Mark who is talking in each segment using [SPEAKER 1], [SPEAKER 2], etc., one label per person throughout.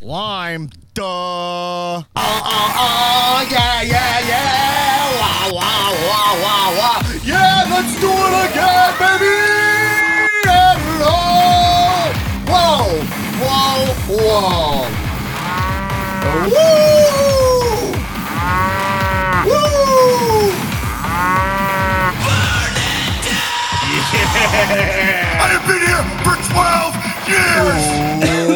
[SPEAKER 1] Lime. Duh. Oh,
[SPEAKER 2] oh, oh, yeah, yeah, yeah. Wah, wah, wah, wah, wah. Yeah, let's do it again, baby. And, oh, whoa, whoa, whoa. Woo! Woo!
[SPEAKER 3] I have been here for 12 years.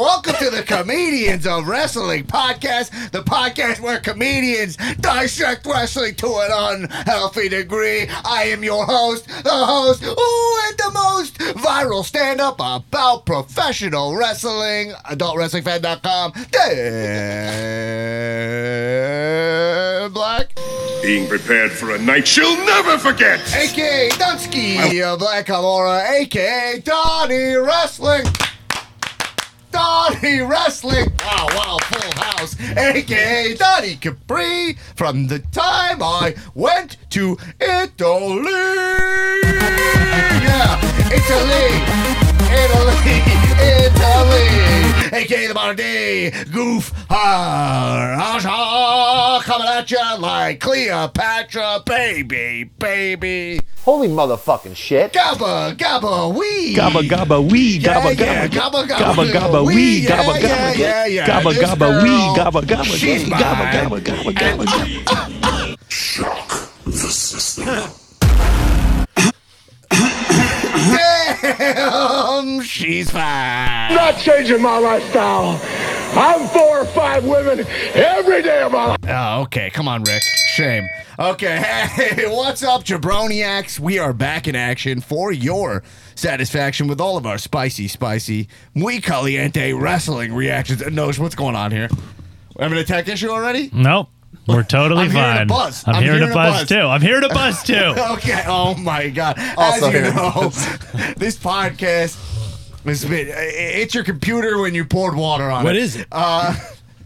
[SPEAKER 2] Welcome to the Comedians of Wrestling podcast, the podcast where comedians dissect wrestling to an unhealthy degree. I am your host, the host, ooh, and the most viral stand up about professional wrestling, adultwrestlingfan.com, Dan Black.
[SPEAKER 3] Being prepared for a night she'll never forget.
[SPEAKER 2] aka Dunsky of Black Hamora, aka Donnie Wrestling. Donnie Wrestling. Wow, wow, full house. Aka Donnie Capri from the time I went to Italy. Yeah, Italy. Italy. Italy. AKA the modern day goof Harasha coming at ya like Cleopatra, baby, baby.
[SPEAKER 4] Holy motherfucking shit.
[SPEAKER 2] Gabba, gabba, wee.
[SPEAKER 5] Gabba gabba wee
[SPEAKER 2] Yeah,
[SPEAKER 5] gabba
[SPEAKER 2] yeah,
[SPEAKER 5] gabba
[SPEAKER 2] gabba,
[SPEAKER 5] gabba
[SPEAKER 2] gabba,
[SPEAKER 5] gabba wee
[SPEAKER 2] yeah,
[SPEAKER 5] gabba
[SPEAKER 2] yeah, yeah, yeah.
[SPEAKER 5] gabba gabba
[SPEAKER 2] This
[SPEAKER 5] gabba
[SPEAKER 2] girl,
[SPEAKER 5] wee gabba gabba
[SPEAKER 2] she's
[SPEAKER 5] gabba gabba
[SPEAKER 2] mine.
[SPEAKER 5] gabba gabba gabba gabba.
[SPEAKER 2] Damn, she's fine.
[SPEAKER 6] not changing my lifestyle. I'm four or five women every day of my life.
[SPEAKER 2] Oh, okay. Come on, Rick. Shame. Okay. Hey, what's up, jabroniacs? We are back in action for your satisfaction with all of our spicy, spicy, muy caliente wrestling reactions. Uh, Nose, what's going on here? We're having a tech issue already?
[SPEAKER 7] Nope. We're totally
[SPEAKER 2] I'm hearing a
[SPEAKER 7] fine.
[SPEAKER 2] buzz.
[SPEAKER 7] I'm,
[SPEAKER 2] I'm
[SPEAKER 7] hearing,
[SPEAKER 2] hearing a
[SPEAKER 7] a buzz,
[SPEAKER 2] buzz.
[SPEAKER 7] too. I'm hearing a buzz too.
[SPEAKER 2] Okay. Oh my God.
[SPEAKER 4] Also
[SPEAKER 2] As you
[SPEAKER 4] here.
[SPEAKER 2] know, this podcast has been. i- i- It's your computer when you poured water on it.
[SPEAKER 7] What is it?
[SPEAKER 2] Uh,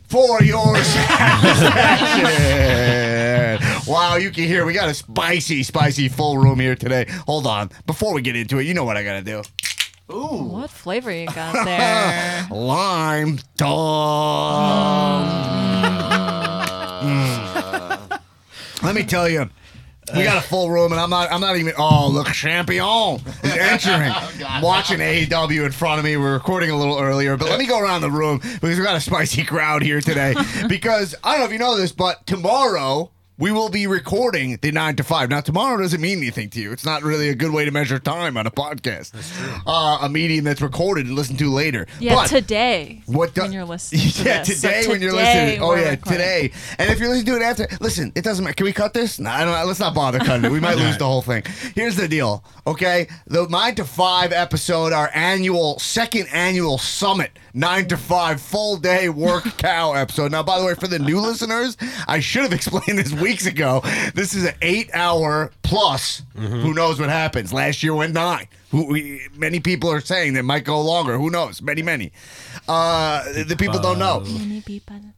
[SPEAKER 2] for your satisfaction. wow, you can hear we got a spicy, spicy full room here today. Hold on. Before we get into it, you know what I gotta do.
[SPEAKER 8] What flavor you got there?
[SPEAKER 2] Lime dog. Let me tell you. We got a full room, and I'm not. I'm not even. Oh, look, Champion is entering, watching AEW in front of me. We're recording a little earlier, but let me go around the room because we got a spicy crowd here today. because I don't know if you know this, but tomorrow we will be recording the nine to five. Now, tomorrow doesn't mean anything to you. It's not really a good way to measure time on a podcast, that's true. Uh, a medium that's recorded and listened to later.
[SPEAKER 8] Yeah,
[SPEAKER 2] But-
[SPEAKER 8] today.
[SPEAKER 2] what do-
[SPEAKER 8] when you're listening? To
[SPEAKER 2] yeah,
[SPEAKER 8] this. So
[SPEAKER 2] today when you're
[SPEAKER 8] today
[SPEAKER 2] listening. Oh
[SPEAKER 8] we're
[SPEAKER 2] yeah,
[SPEAKER 8] recording.
[SPEAKER 2] today. And if you're listening to it after, listen, it doesn't matter. Can we cut this? No, I don't, let's not bother cutting it. We might lose the whole thing. Here's the deal, okay? The nine to five episode, our annual second annual summit, nine to five full day work cow episode. Now, by the way, for the new listeners, I should have explained this weeks ago. This is an eight hour plus. Who knows what happens? Last year went nine. Who, we, many people are saying that might go longer. Who knows? Many, many. Uh, the people don't know
[SPEAKER 8] Uh,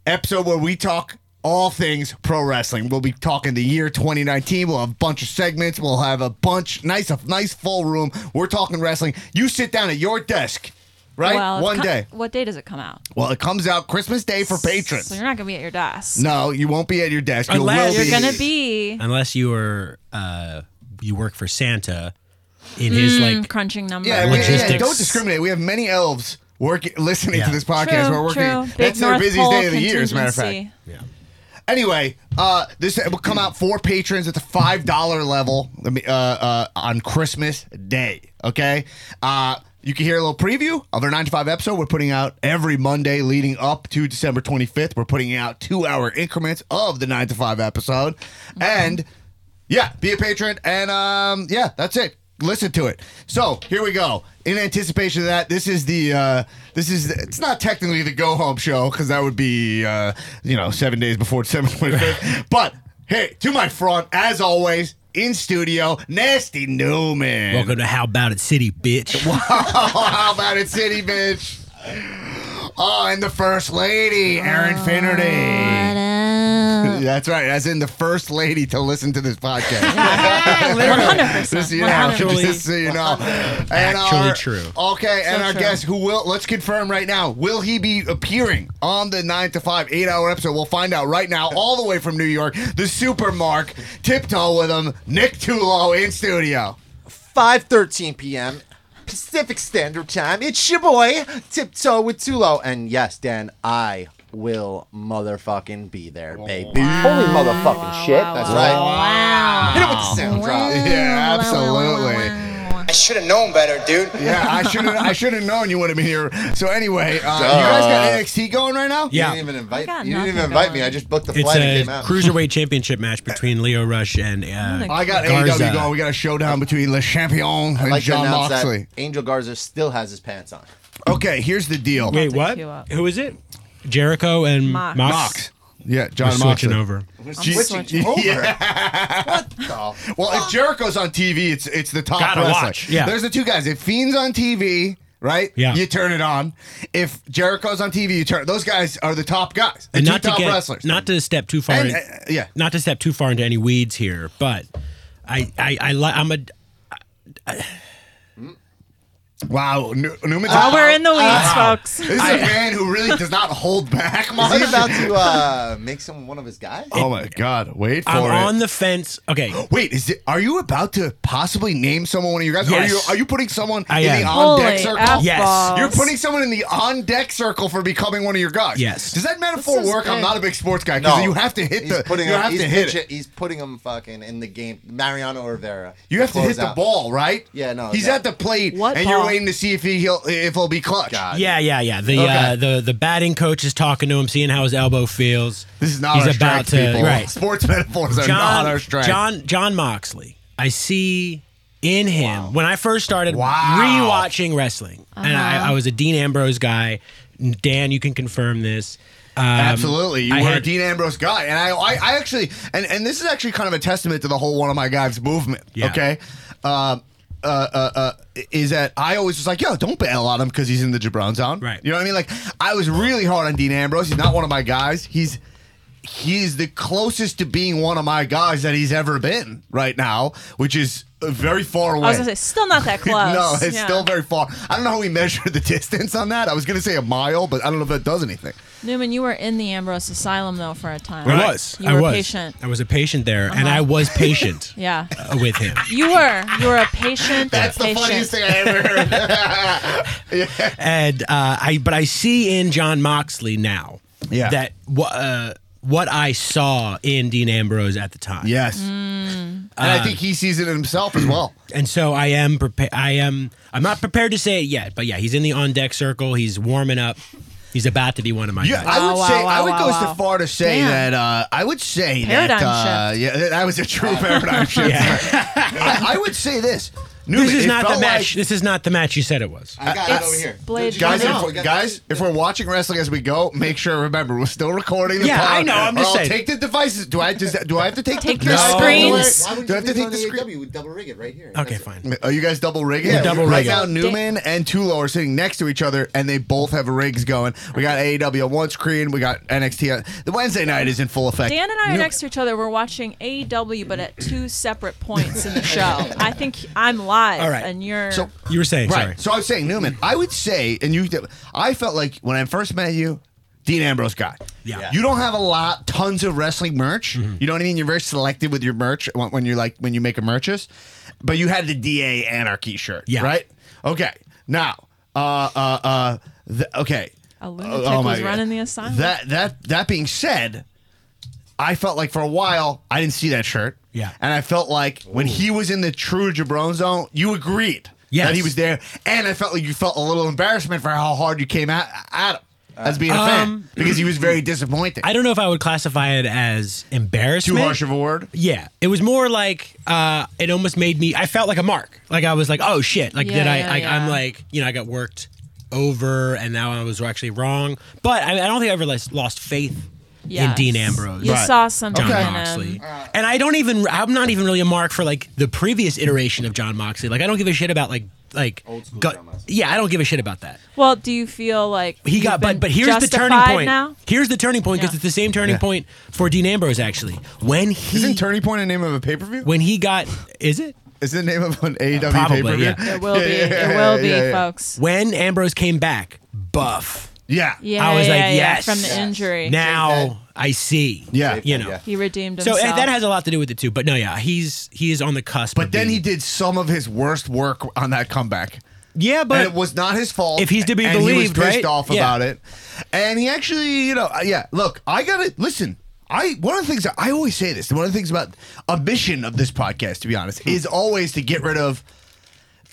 [SPEAKER 2] episode where we talk all things pro wrestling. We'll be talking the year 2019. We'll have a bunch of segments. We'll have a bunch nice a nice full room. We're talking wrestling. You sit down at your desk, right?
[SPEAKER 8] Well, it's
[SPEAKER 2] One
[SPEAKER 8] com-
[SPEAKER 2] day.
[SPEAKER 8] What day does it come out?
[SPEAKER 2] Well, it comes out Christmas Day for patrons.
[SPEAKER 8] So you're not gonna be at your desk.
[SPEAKER 2] no, you won't be at your desk. You will
[SPEAKER 9] Unless-
[SPEAKER 2] be.
[SPEAKER 8] You're gonna be
[SPEAKER 9] unless you are uh, you work for Santa in
[SPEAKER 8] Hmm.
[SPEAKER 9] his like
[SPEAKER 8] crunching numbers.
[SPEAKER 2] yeah, we- yeah, yeah,
[SPEAKER 9] Logistics.
[SPEAKER 2] don't discriminate. We have many elves working, listening to
[SPEAKER 9] Yeah.
[SPEAKER 2] this podcast.
[SPEAKER 8] True,
[SPEAKER 2] we're working.
[SPEAKER 8] true. Big
[SPEAKER 2] That's their
[SPEAKER 8] North
[SPEAKER 2] busiest
[SPEAKER 8] Pole
[SPEAKER 2] day of the year, as a matter of fact.
[SPEAKER 8] contingency.
[SPEAKER 2] Anyway, uh, this will come out for patrons at the five dollar level let me- uh, uh, on Christmas Day. Okay, uh, you can hear a little preview of our nine to five episode. We're putting out every Monday leading up to December twenty fifth. We're putting out two hour increments of the nine to five episode, and yeah, be a patron, and um, yeah, that's it. Listen to it. So here we go. In anticipation of that, this is the uh, this is the, it's not technically the go home show because that would be uh, you know seven days before December twenty fifth. but hey, to my front, as always, in studio, nasty Newman. Oh,
[SPEAKER 9] welcome to How About It City, bitch.
[SPEAKER 2] How about it, city bitch?
[SPEAKER 8] Oh,
[SPEAKER 2] Oh, and the first lady, Erin Finnerty. That's right. As in the first lady to listen to this podcast. Just, so you know,
[SPEAKER 8] 100%.
[SPEAKER 9] Actually-
[SPEAKER 2] just so you know. And
[SPEAKER 9] Actually
[SPEAKER 2] our-
[SPEAKER 9] true.
[SPEAKER 2] Okay, and
[SPEAKER 8] So
[SPEAKER 2] our
[SPEAKER 8] true.
[SPEAKER 2] guest who will let's confirm right now, will he be appearing on the nine to five eight hour episode? We'll find out right now, all the way from New York, the super mark, tiptoe with him, Nick Tulo in studio.
[SPEAKER 4] 5:13 p.m. Pacific Standard Time. It's your boy Tiptoe with Tulo, and yes, Dan, I will motherfucking be there, baby. Holy motherfucking shit! That's right. Hit it with the sound drop.
[SPEAKER 2] Yeah, absolutely.
[SPEAKER 10] I should have known better, dude.
[SPEAKER 2] Yeah, I should have I should have known you would have been here. So anyway, uh, you guys got NXT going right now?
[SPEAKER 4] You
[SPEAKER 9] Yeah.
[SPEAKER 4] didn't even invite.
[SPEAKER 8] got
[SPEAKER 4] You didn't even
[SPEAKER 8] nothing
[SPEAKER 4] invite me.
[SPEAKER 8] going.
[SPEAKER 4] I just booked the
[SPEAKER 9] It's
[SPEAKER 4] flight and
[SPEAKER 9] a
[SPEAKER 4] came out.
[SPEAKER 9] cruiserweight championship match between Leo Rush and uh,
[SPEAKER 8] gonna-
[SPEAKER 2] I got
[SPEAKER 9] Garza.
[SPEAKER 2] AEW going. We got a showdown between Le Champion
[SPEAKER 4] I'd
[SPEAKER 2] and
[SPEAKER 4] like to
[SPEAKER 2] John
[SPEAKER 4] announce
[SPEAKER 2] Moxley.
[SPEAKER 4] that Angel Garza still has his pants on.
[SPEAKER 2] Okay, here's the deal.
[SPEAKER 9] wait,
[SPEAKER 8] to
[SPEAKER 9] what?
[SPEAKER 8] queue up.
[SPEAKER 9] Who is it? Jericho and
[SPEAKER 8] Mox.
[SPEAKER 9] Mox.
[SPEAKER 2] Mox. Yeah,
[SPEAKER 9] We're
[SPEAKER 2] John Moxley.
[SPEAKER 9] switching over.
[SPEAKER 4] Switching over. What the?
[SPEAKER 2] Well, if Jericho's on TV, it's it's the top
[SPEAKER 9] Gotta
[SPEAKER 2] wrestler.
[SPEAKER 9] watch, yeah.
[SPEAKER 2] There's the two guys. If Fiend's on TV, right?
[SPEAKER 9] Yeah.
[SPEAKER 2] You turn it on. If Jericho's on TV, you turn. Those guys are the top guys. The
[SPEAKER 9] and
[SPEAKER 2] two
[SPEAKER 9] not to
[SPEAKER 2] top
[SPEAKER 9] get,
[SPEAKER 2] wrestlers.
[SPEAKER 9] not to step too far,
[SPEAKER 2] And,
[SPEAKER 9] in-
[SPEAKER 2] uh, yeah.
[SPEAKER 9] not to step too far into any weeds here, but I, I, I li- I'm a,
[SPEAKER 2] wow. New- Newman's
[SPEAKER 8] Well, Oh, we're in the weeds, folks.
[SPEAKER 2] This is a man who really does not hold back.
[SPEAKER 4] Is he
[SPEAKER 2] Mike.
[SPEAKER 4] about to uh, make some one of his guys?
[SPEAKER 2] oh my God! Wait for
[SPEAKER 9] I'm
[SPEAKER 2] it.
[SPEAKER 9] on the fence. Okay,
[SPEAKER 2] Wait, is it, are you about to possibly name someone one of your guys? Are
[SPEAKER 9] Yes.
[SPEAKER 2] you are you putting someone
[SPEAKER 9] I
[SPEAKER 2] in the
[SPEAKER 9] am.
[SPEAKER 2] on
[SPEAKER 8] Holy
[SPEAKER 2] deck circle?
[SPEAKER 8] F
[SPEAKER 9] Yes.
[SPEAKER 8] balls.
[SPEAKER 2] You're putting someone in the on deck circle for becoming one of your guys.
[SPEAKER 9] Yes.
[SPEAKER 2] Does that metaphor
[SPEAKER 4] This is
[SPEAKER 2] work? I'm
[SPEAKER 4] big.
[SPEAKER 2] not a big sports guy because you have to hit
[SPEAKER 4] he's
[SPEAKER 2] the
[SPEAKER 4] Putting
[SPEAKER 2] you
[SPEAKER 4] him,
[SPEAKER 2] have
[SPEAKER 4] he's
[SPEAKER 2] to hit
[SPEAKER 4] pitch-
[SPEAKER 2] it.
[SPEAKER 4] He's putting him fucking in the game. Mariano Rivera.
[SPEAKER 2] You have to
[SPEAKER 4] close
[SPEAKER 2] hit the
[SPEAKER 4] out.
[SPEAKER 2] ball, right?
[SPEAKER 4] Yeah, no,
[SPEAKER 2] He's at
[SPEAKER 4] that-
[SPEAKER 2] the plate,
[SPEAKER 8] What
[SPEAKER 2] and you're
[SPEAKER 8] ball?
[SPEAKER 2] waiting to see if he he'll, if he'll be clutch.
[SPEAKER 4] God.
[SPEAKER 9] yeah, yeah, yeah. The
[SPEAKER 2] Okay.
[SPEAKER 9] uh, the the batting coach is talking to him, seeing how his elbow feels.
[SPEAKER 2] This is not
[SPEAKER 9] He's
[SPEAKER 2] our
[SPEAKER 9] about
[SPEAKER 2] strength,
[SPEAKER 9] to
[SPEAKER 2] people.
[SPEAKER 9] right.
[SPEAKER 2] Sports metaphors are not our strength.
[SPEAKER 9] John John Moxley. I see in him when I first started
[SPEAKER 2] Wow.
[SPEAKER 9] rewatching wrestling, and I, I was a Dean Ambrose guy. Dan, you can confirm this. Um,
[SPEAKER 2] Absolutely, you
[SPEAKER 9] I
[SPEAKER 2] were a
[SPEAKER 9] had-
[SPEAKER 2] Dean Ambrose guy, and I, I, I actually, and, and this is actually kind of a testament to the whole one of my guys movement.
[SPEAKER 9] Yeah.
[SPEAKER 2] Okay, um, uh, uh, uh, is that I always was like, yo, don't bail on him because he's in the Jabron zone.
[SPEAKER 9] Right.
[SPEAKER 2] You know what I mean? Like, I was really hard on Dean Ambrose. He's not one of my guys. He's he's the closest to being one of my guys that he's ever been right now, which is uh, very far away.
[SPEAKER 8] I was gonna say, still not that close.
[SPEAKER 2] No, it's
[SPEAKER 8] Yeah.
[SPEAKER 2] still very far. I don't know how we measure the distance on that. I was going to say a mile, but I don't know if that does anything.
[SPEAKER 8] Newman, you were in the Ambrose Asylum though for a time.
[SPEAKER 9] I was.
[SPEAKER 8] You
[SPEAKER 9] I
[SPEAKER 8] were
[SPEAKER 9] was.
[SPEAKER 8] patient. Uh-huh.
[SPEAKER 9] I was a patient there, and I was patient
[SPEAKER 8] Yeah.
[SPEAKER 9] uh, with him.
[SPEAKER 8] You were. You were a patient.
[SPEAKER 2] That's the
[SPEAKER 8] patient.
[SPEAKER 2] funniest thing I ever heard.
[SPEAKER 9] and uh, I but I see in John Moxley now
[SPEAKER 2] Yeah.
[SPEAKER 9] that wha- uh, what I saw in Dean Ambrose at the time.
[SPEAKER 2] yes. And I think he sees it in himself as well.
[SPEAKER 9] And so I am prepared. I am. I'm not prepared to say it yet, but yeah, he's in the on deck circle. He's warming up. He's about to be one of my
[SPEAKER 2] Yeah,
[SPEAKER 9] guys.
[SPEAKER 2] I would
[SPEAKER 8] Wow,
[SPEAKER 2] say
[SPEAKER 8] wow,
[SPEAKER 2] I would
[SPEAKER 8] wow,
[SPEAKER 2] go
[SPEAKER 8] wow.
[SPEAKER 2] so far to say
[SPEAKER 8] Damn.
[SPEAKER 2] that uh, I would say
[SPEAKER 8] Paradigm
[SPEAKER 2] that uh, yeah, that was a true paradigm shift. I, I would say this. Newman,
[SPEAKER 9] This is
[SPEAKER 2] it
[SPEAKER 9] not the
[SPEAKER 2] felt
[SPEAKER 9] match.
[SPEAKER 2] like-
[SPEAKER 9] this is not the match you said it was.
[SPEAKER 4] I got it
[SPEAKER 8] It's
[SPEAKER 4] over here.
[SPEAKER 8] Blade
[SPEAKER 2] Guys,
[SPEAKER 8] Runner.
[SPEAKER 2] if, we're- guys, if we're watching wrestling as we go, make sure remember we're still recording. The
[SPEAKER 9] Yeah,
[SPEAKER 2] pod,
[SPEAKER 9] I know, I'm
[SPEAKER 2] or
[SPEAKER 9] just
[SPEAKER 2] I'll
[SPEAKER 9] saying.
[SPEAKER 2] Take the devices. Do I just do I have to take,
[SPEAKER 8] Take
[SPEAKER 2] the
[SPEAKER 8] your
[SPEAKER 2] devices
[SPEAKER 8] screens.
[SPEAKER 2] away?
[SPEAKER 4] Why would
[SPEAKER 2] Do I
[SPEAKER 4] you
[SPEAKER 2] have to take the screen?
[SPEAKER 4] AEW? We double rig it right here.
[SPEAKER 9] Okay,
[SPEAKER 4] That's it.
[SPEAKER 9] fine.
[SPEAKER 2] Are you guys double rigging?
[SPEAKER 9] We're double
[SPEAKER 2] right
[SPEAKER 9] rigging.
[SPEAKER 2] now. Newman and Tulo are sitting next to each other, and they both have rigs going. We got E AEW on one screen. We got NXT. On, Uh, the Wednesday night is in full effect.
[SPEAKER 8] Dan and I are next to each other. We're watching AEW, but at two separate points in the show. I think I'm live,
[SPEAKER 9] All right.
[SPEAKER 8] and you're.
[SPEAKER 2] So
[SPEAKER 9] You were saying
[SPEAKER 2] right.
[SPEAKER 9] sorry.
[SPEAKER 2] So I was saying Newman. I would say, and you, I felt like when I first met you, Dean Ambrose guy.
[SPEAKER 9] Yeah. Mm-hmm.
[SPEAKER 2] You don't have a lot, tons of wrestling merch. You know what I mean? You're very selective with your merch when, when you're like when you make a merches, but you had the DA Anarchy shirt.
[SPEAKER 9] Yeah.
[SPEAKER 2] Right. Okay. Now, uh, uh, uh, th- okay.
[SPEAKER 8] A lunatic
[SPEAKER 2] Oh, my
[SPEAKER 8] was
[SPEAKER 2] God.
[SPEAKER 8] running the asylum.
[SPEAKER 2] That that that being said, I felt like for a while I didn't see that shirt.
[SPEAKER 9] Yeah.
[SPEAKER 2] And I felt like when he was in the true Jabron zone, you agreed
[SPEAKER 9] Yes.
[SPEAKER 2] that he was there. And I felt like you felt a little embarrassment for how hard you came at, at him as being a fan
[SPEAKER 9] Um,
[SPEAKER 2] because he was very disappointing.
[SPEAKER 9] I don't know if I would classify it as
[SPEAKER 2] Too
[SPEAKER 9] embarrassment.
[SPEAKER 2] harsh of a word.
[SPEAKER 9] Yeah, it was more like uh, it almost made me. I felt like a mark. Like I was like, oh shit. Like
[SPEAKER 8] Yeah,
[SPEAKER 9] did I?
[SPEAKER 8] yeah,
[SPEAKER 9] I I'm
[SPEAKER 8] yeah.
[SPEAKER 9] like, you know, I got worked over, and now I was actually wrong. But I, I don't think I ever lost, lost faith in
[SPEAKER 8] Yes.
[SPEAKER 9] Dean Ambrose.
[SPEAKER 8] You
[SPEAKER 9] Right.
[SPEAKER 8] saw something
[SPEAKER 9] John
[SPEAKER 8] in
[SPEAKER 9] Moxley.
[SPEAKER 8] him.
[SPEAKER 9] And I don't even. I'm not even really a mark for like the previous iteration of John Moxley. Like I don't give a shit about like like gut. Yeah, I don't give a shit about that.
[SPEAKER 8] Well, do you feel like
[SPEAKER 9] He
[SPEAKER 8] you've
[SPEAKER 9] got, but
[SPEAKER 8] been
[SPEAKER 9] but here's the turning
[SPEAKER 8] justified
[SPEAKER 9] point.
[SPEAKER 8] now?
[SPEAKER 9] Here's the turning point because
[SPEAKER 8] Yeah.
[SPEAKER 9] it's the same turning
[SPEAKER 2] Yeah.
[SPEAKER 9] point for Dean Ambrose actually. When he
[SPEAKER 2] Isn't Turning Point a name of a pay per view?
[SPEAKER 9] when he got is it
[SPEAKER 2] Is it the name of an AEW
[SPEAKER 9] Uh, probably,
[SPEAKER 2] pay per view?
[SPEAKER 9] yeah.
[SPEAKER 8] It will be. it will be, folks.
[SPEAKER 9] when Ambrose came back buff.
[SPEAKER 2] Yeah.
[SPEAKER 8] Yeah,
[SPEAKER 9] I was
[SPEAKER 8] yeah,
[SPEAKER 9] like,
[SPEAKER 8] yeah,
[SPEAKER 9] yes.
[SPEAKER 8] from the injury.
[SPEAKER 9] Now I see.
[SPEAKER 2] Yeah.
[SPEAKER 9] you know.
[SPEAKER 8] he redeemed
[SPEAKER 9] So
[SPEAKER 8] himself.
[SPEAKER 9] eh, that has a lot to do with it too. But no, yeah, he's he is on the cusp.
[SPEAKER 2] But
[SPEAKER 9] of
[SPEAKER 2] then
[SPEAKER 9] being-
[SPEAKER 2] he did some of his worst work on that comeback.
[SPEAKER 9] yeah,
[SPEAKER 2] But
[SPEAKER 9] but
[SPEAKER 2] it was not his fault.
[SPEAKER 9] If he's to be
[SPEAKER 2] and
[SPEAKER 9] believed,
[SPEAKER 2] he was pissed
[SPEAKER 9] right?
[SPEAKER 2] off
[SPEAKER 9] Yeah.
[SPEAKER 2] about it. And he actually, you know, uh, yeah. Look, I gotta listen. I one of the things I always say this. One of the things about a mission of this podcast, to be
[SPEAKER 9] Hmm.
[SPEAKER 2] honest, is always to get rid of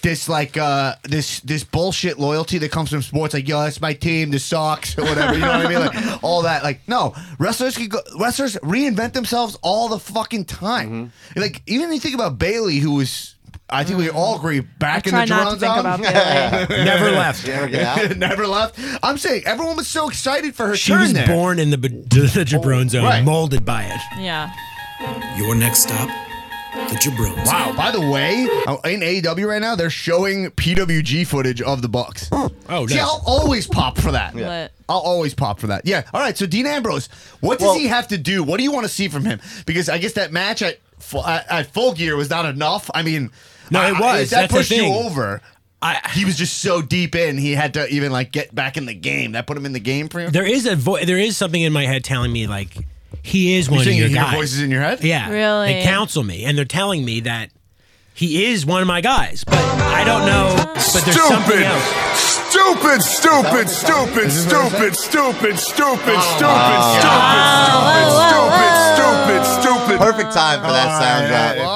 [SPEAKER 2] this like uh this this bullshit loyalty that comes from sports like yo that's my team this sucks or whatever you know what i mean like all that like no wrestlers can go wrestlers reinvent themselves all the fucking time
[SPEAKER 9] Mm-hmm.
[SPEAKER 2] like even if you think about bailey who was i think we all agree back in
[SPEAKER 8] Try
[SPEAKER 2] the
[SPEAKER 8] not
[SPEAKER 2] drown
[SPEAKER 8] to think
[SPEAKER 2] zone
[SPEAKER 8] about that.
[SPEAKER 9] never left.
[SPEAKER 4] You ever get out?
[SPEAKER 2] never left. I'm saying everyone was so excited for her
[SPEAKER 9] She
[SPEAKER 2] turn
[SPEAKER 9] was
[SPEAKER 2] there. Oh,
[SPEAKER 9] born in the b- the Jabron zone,
[SPEAKER 2] right.
[SPEAKER 9] molded by it.
[SPEAKER 8] yeah.
[SPEAKER 5] Your next stop, the Jabrons.
[SPEAKER 2] Wow. By the way, uh, in AEW right now, they're showing PWG footage of the Bucks.
[SPEAKER 9] Oh,
[SPEAKER 2] See,
[SPEAKER 9] nice.
[SPEAKER 2] I'll always pop for that.
[SPEAKER 8] Lit.
[SPEAKER 2] I'll always pop for that. Yeah. All right. So Dean Ambrose, what does
[SPEAKER 4] Well-
[SPEAKER 2] he have to do? What do you want to see from him? Because I guess that match at Fu- at, at Full Gear was not enough. I mean,
[SPEAKER 9] No, it
[SPEAKER 2] I- I-
[SPEAKER 9] was.
[SPEAKER 2] if that
[SPEAKER 9] That's the
[SPEAKER 2] pushed
[SPEAKER 9] thing.
[SPEAKER 2] you over.
[SPEAKER 9] I,
[SPEAKER 2] He was just so deep in, he had to even like get back in the game. That put him in the game for him.
[SPEAKER 9] there is a vo- there is something in my head telling me like he is one
[SPEAKER 2] You're
[SPEAKER 9] of
[SPEAKER 2] saying
[SPEAKER 9] your
[SPEAKER 2] you hear
[SPEAKER 9] guys.
[SPEAKER 2] voices in your head.
[SPEAKER 9] Yeah, They
[SPEAKER 8] Really?
[SPEAKER 9] counsel me, and they're telling me that he is one of my guys, but I don't know. But there's something else.
[SPEAKER 3] Stupid, stupid, stupid, stupid, stupid, stupid, stupid,
[SPEAKER 9] Oh.
[SPEAKER 3] stupid, stupid, stupid, stupid.
[SPEAKER 4] Perfect time for that sound drop.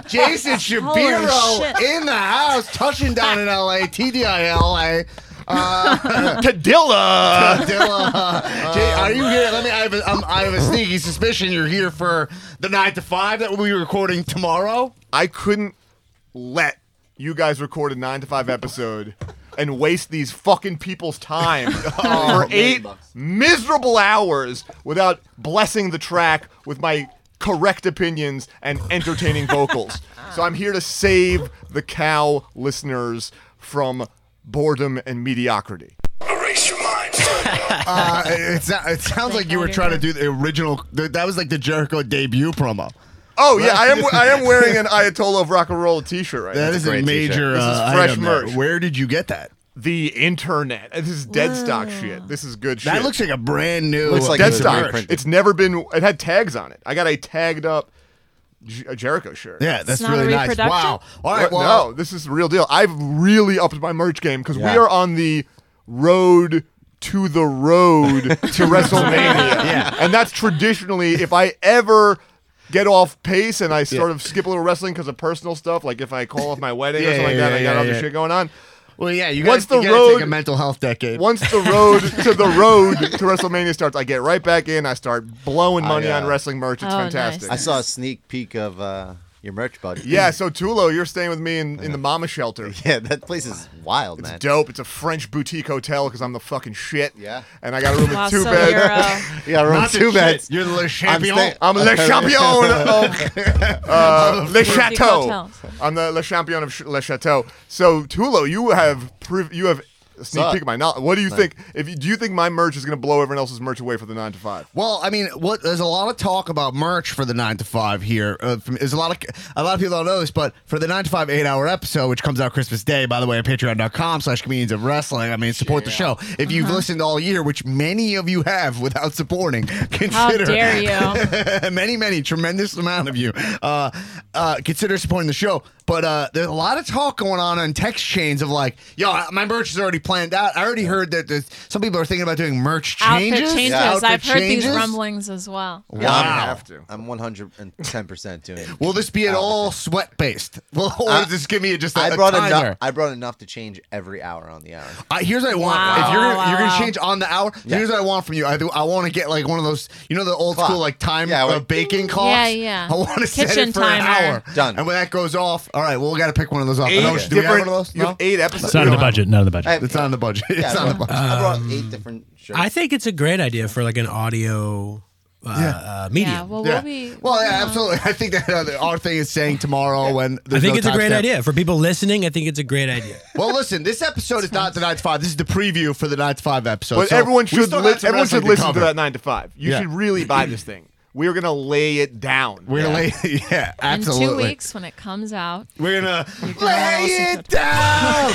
[SPEAKER 2] Oh. Jason
[SPEAKER 8] Holy
[SPEAKER 2] Shabiro
[SPEAKER 8] shit.
[SPEAKER 2] in the house, touching down in LA, TDILA. Uh,
[SPEAKER 1] Cadilla.
[SPEAKER 2] Dilla. Jay, are you here? Let me. I have, a, um, I have a sneaky suspicion you're here for the nine to five that we'll be recording tomorrow.
[SPEAKER 1] I couldn't let you guys record a nine to five episode and waste these fucking people's time for eight miserable hours without blessing the track with my correct opinions and entertaining vocals. So I'm here to save the cow listeners from boredom and mediocrity.
[SPEAKER 3] Erase your mind.
[SPEAKER 2] Uh, it, it's not- it sounds like you were trying to do the original. That was like the Jericho debut promo.
[SPEAKER 1] Oh yeah, I am. I am wearing an Ayatollah of Rock and Roll T-shirt right now.
[SPEAKER 2] That is a,
[SPEAKER 4] great t-shirt.
[SPEAKER 2] major.
[SPEAKER 1] This is
[SPEAKER 2] uh,
[SPEAKER 1] fresh
[SPEAKER 2] item there.
[SPEAKER 1] merch.
[SPEAKER 2] Where did you get that?
[SPEAKER 1] The internet. This is dead stock shit. This is good shit.
[SPEAKER 2] That looks like a brand new.
[SPEAKER 4] Looks like
[SPEAKER 1] dead
[SPEAKER 4] it's
[SPEAKER 1] stock.
[SPEAKER 4] reprinted.
[SPEAKER 1] It's never been. It had tags on it. I got a tagged up J- a Jericho shirt.
[SPEAKER 2] Yeah, that's
[SPEAKER 8] not a
[SPEAKER 2] really nice.
[SPEAKER 8] reproduction?
[SPEAKER 2] Wow. All right.
[SPEAKER 1] What?
[SPEAKER 2] Well,
[SPEAKER 1] no, this is the real deal. I've really upped my merch game because
[SPEAKER 4] Yeah.
[SPEAKER 1] we are on the road to the road to WrestleMania.
[SPEAKER 2] Yeah.
[SPEAKER 1] And that's traditionally, if I ever get off pace and I sort of skip a little wrestling because of personal stuff, like if I call off my wedding or
[SPEAKER 2] Yeah,
[SPEAKER 1] something
[SPEAKER 2] yeah,
[SPEAKER 1] like that, I got
[SPEAKER 2] yeah,
[SPEAKER 1] other
[SPEAKER 2] yeah.
[SPEAKER 1] shit going on.
[SPEAKER 2] well, yeah. You
[SPEAKER 1] Once
[SPEAKER 2] got to
[SPEAKER 1] the
[SPEAKER 2] take a
[SPEAKER 1] road-
[SPEAKER 2] mental health decade.
[SPEAKER 1] Once the road to the road to WrestleMania starts, I get right back in. I start blowing money
[SPEAKER 4] uh,
[SPEAKER 1] on wrestling merch. It's
[SPEAKER 8] Oh, nice.
[SPEAKER 1] fantastic.
[SPEAKER 4] I saw a sneak peek of uh, your merch, buddy.
[SPEAKER 1] Yeah, so Tulo, you're staying with me in, in the mama shelter.
[SPEAKER 4] yeah, that place is wild, man.
[SPEAKER 1] It's dope. It's a French boutique hotel because I'm the fucking shit.
[SPEAKER 4] Yeah.
[SPEAKER 1] And I got a room
[SPEAKER 8] Wow,
[SPEAKER 1] with two
[SPEAKER 8] so you're,
[SPEAKER 1] beds.
[SPEAKER 8] uh,
[SPEAKER 4] Yeah, room
[SPEAKER 2] Not the
[SPEAKER 4] two
[SPEAKER 2] shit.
[SPEAKER 4] beds.
[SPEAKER 2] You're the le
[SPEAKER 4] I'm
[SPEAKER 2] champion.
[SPEAKER 4] staying-
[SPEAKER 1] I'm Le Champion of uh, Le Chateau.
[SPEAKER 8] hotels.
[SPEAKER 1] I'm the Le Champion of Ch- Le Chateau. So Tulo, you have priv- you have a sneak
[SPEAKER 4] up?
[SPEAKER 1] peek of my knowledge. What do you think? If you, do you think my merch is gonna blow everyone else's merch away for the nine to five?
[SPEAKER 2] well, I mean, what there's a lot of talk about merch for the nine to five here. Uh, from, there's a lot of a lot of people don't know this, but for the nine to five eight hour episode, which comes out Christmas Day, by the way, at Patreon.com/slash Comedians of Wrestling. I mean, support the show if
[SPEAKER 8] Mm-hmm.
[SPEAKER 2] you've listened all year, which many of you have without supporting. Consider
[SPEAKER 8] How dare you?
[SPEAKER 2] many, many, tremendous amount of you. Uh, uh, consider supporting the show. But uh, there's a lot of talk going on on text chains of like, yo, my merch is already planned out. I already heard that there's, some people are thinking about doing merch
[SPEAKER 8] Outfit
[SPEAKER 2] changes.
[SPEAKER 8] changes.
[SPEAKER 2] Outfit
[SPEAKER 8] I've heard
[SPEAKER 2] changes?
[SPEAKER 8] these rumblings as well.
[SPEAKER 4] Yeah, I'm-
[SPEAKER 2] Wow.
[SPEAKER 1] Have to.
[SPEAKER 4] I'm 110% doing it.
[SPEAKER 2] Will this be at all sweat based? Well, or
[SPEAKER 4] I-
[SPEAKER 2] just give me a- just a,
[SPEAKER 4] I
[SPEAKER 2] a
[SPEAKER 4] brought
[SPEAKER 2] timer?
[SPEAKER 4] enough. I brought enough to change every hour on the hour.
[SPEAKER 2] I, here's what I want.
[SPEAKER 8] Wow,
[SPEAKER 2] if you're gonna,
[SPEAKER 8] wow,
[SPEAKER 2] you're gonna
[SPEAKER 8] wow.
[SPEAKER 2] change on the hour,
[SPEAKER 4] Yeah.
[SPEAKER 2] here's what I want from you. I, do- I want to get like one of those, you know, the old
[SPEAKER 4] Clock.
[SPEAKER 2] school like time
[SPEAKER 4] Yeah,
[SPEAKER 2] uh,
[SPEAKER 4] like-
[SPEAKER 2] baking clocks.
[SPEAKER 8] Yeah, yeah.
[SPEAKER 2] I want to set
[SPEAKER 8] Kitchen
[SPEAKER 2] it for an
[SPEAKER 8] timer.
[SPEAKER 2] hour.
[SPEAKER 4] Done.
[SPEAKER 2] And when that goes off, all right, well, we got to pick one of those off. I
[SPEAKER 1] Eight
[SPEAKER 2] don't- do we have one of those?
[SPEAKER 1] You have
[SPEAKER 2] No?
[SPEAKER 1] eight episodes.
[SPEAKER 7] It's not in the
[SPEAKER 1] No.
[SPEAKER 7] budget. Not in the budget.
[SPEAKER 4] I,
[SPEAKER 2] It's not on the budget.
[SPEAKER 4] yeah,
[SPEAKER 2] it's
[SPEAKER 4] I
[SPEAKER 2] not on the
[SPEAKER 4] brought-
[SPEAKER 2] budget.
[SPEAKER 4] I brought eight different shirts.
[SPEAKER 9] I think it's a great idea for like an audio uh,
[SPEAKER 2] Yeah.
[SPEAKER 9] uh, medium.
[SPEAKER 8] Yeah, well,
[SPEAKER 2] Yeah.
[SPEAKER 8] we'll be.
[SPEAKER 2] well,
[SPEAKER 8] you
[SPEAKER 2] yeah,
[SPEAKER 8] know.
[SPEAKER 2] absolutely. I think that uh, our thing is saying tomorrow when
[SPEAKER 9] I
[SPEAKER 2] there's
[SPEAKER 9] think
[SPEAKER 2] no
[SPEAKER 9] it's a great
[SPEAKER 2] timestamp.
[SPEAKER 9] idea for people listening. I think it's a great idea.
[SPEAKER 2] Well, listen, this episode is not the nine to five. This is the preview for the nine to five episode.
[SPEAKER 1] But
[SPEAKER 2] So
[SPEAKER 1] everyone
[SPEAKER 2] we
[SPEAKER 1] should
[SPEAKER 2] still
[SPEAKER 1] li-
[SPEAKER 2] got some
[SPEAKER 1] everyone should
[SPEAKER 2] wrestling
[SPEAKER 1] listen
[SPEAKER 2] cover.
[SPEAKER 1] to that nine to five. You
[SPEAKER 2] Yeah.
[SPEAKER 1] should really buy this thing. We're gonna lay it down.
[SPEAKER 2] We're gonna lay, yeah,
[SPEAKER 8] in
[SPEAKER 2] absolutely.
[SPEAKER 8] two weeks when it comes out.
[SPEAKER 2] We're gonna
[SPEAKER 8] gonna
[SPEAKER 2] lay
[SPEAKER 8] listen
[SPEAKER 2] it down.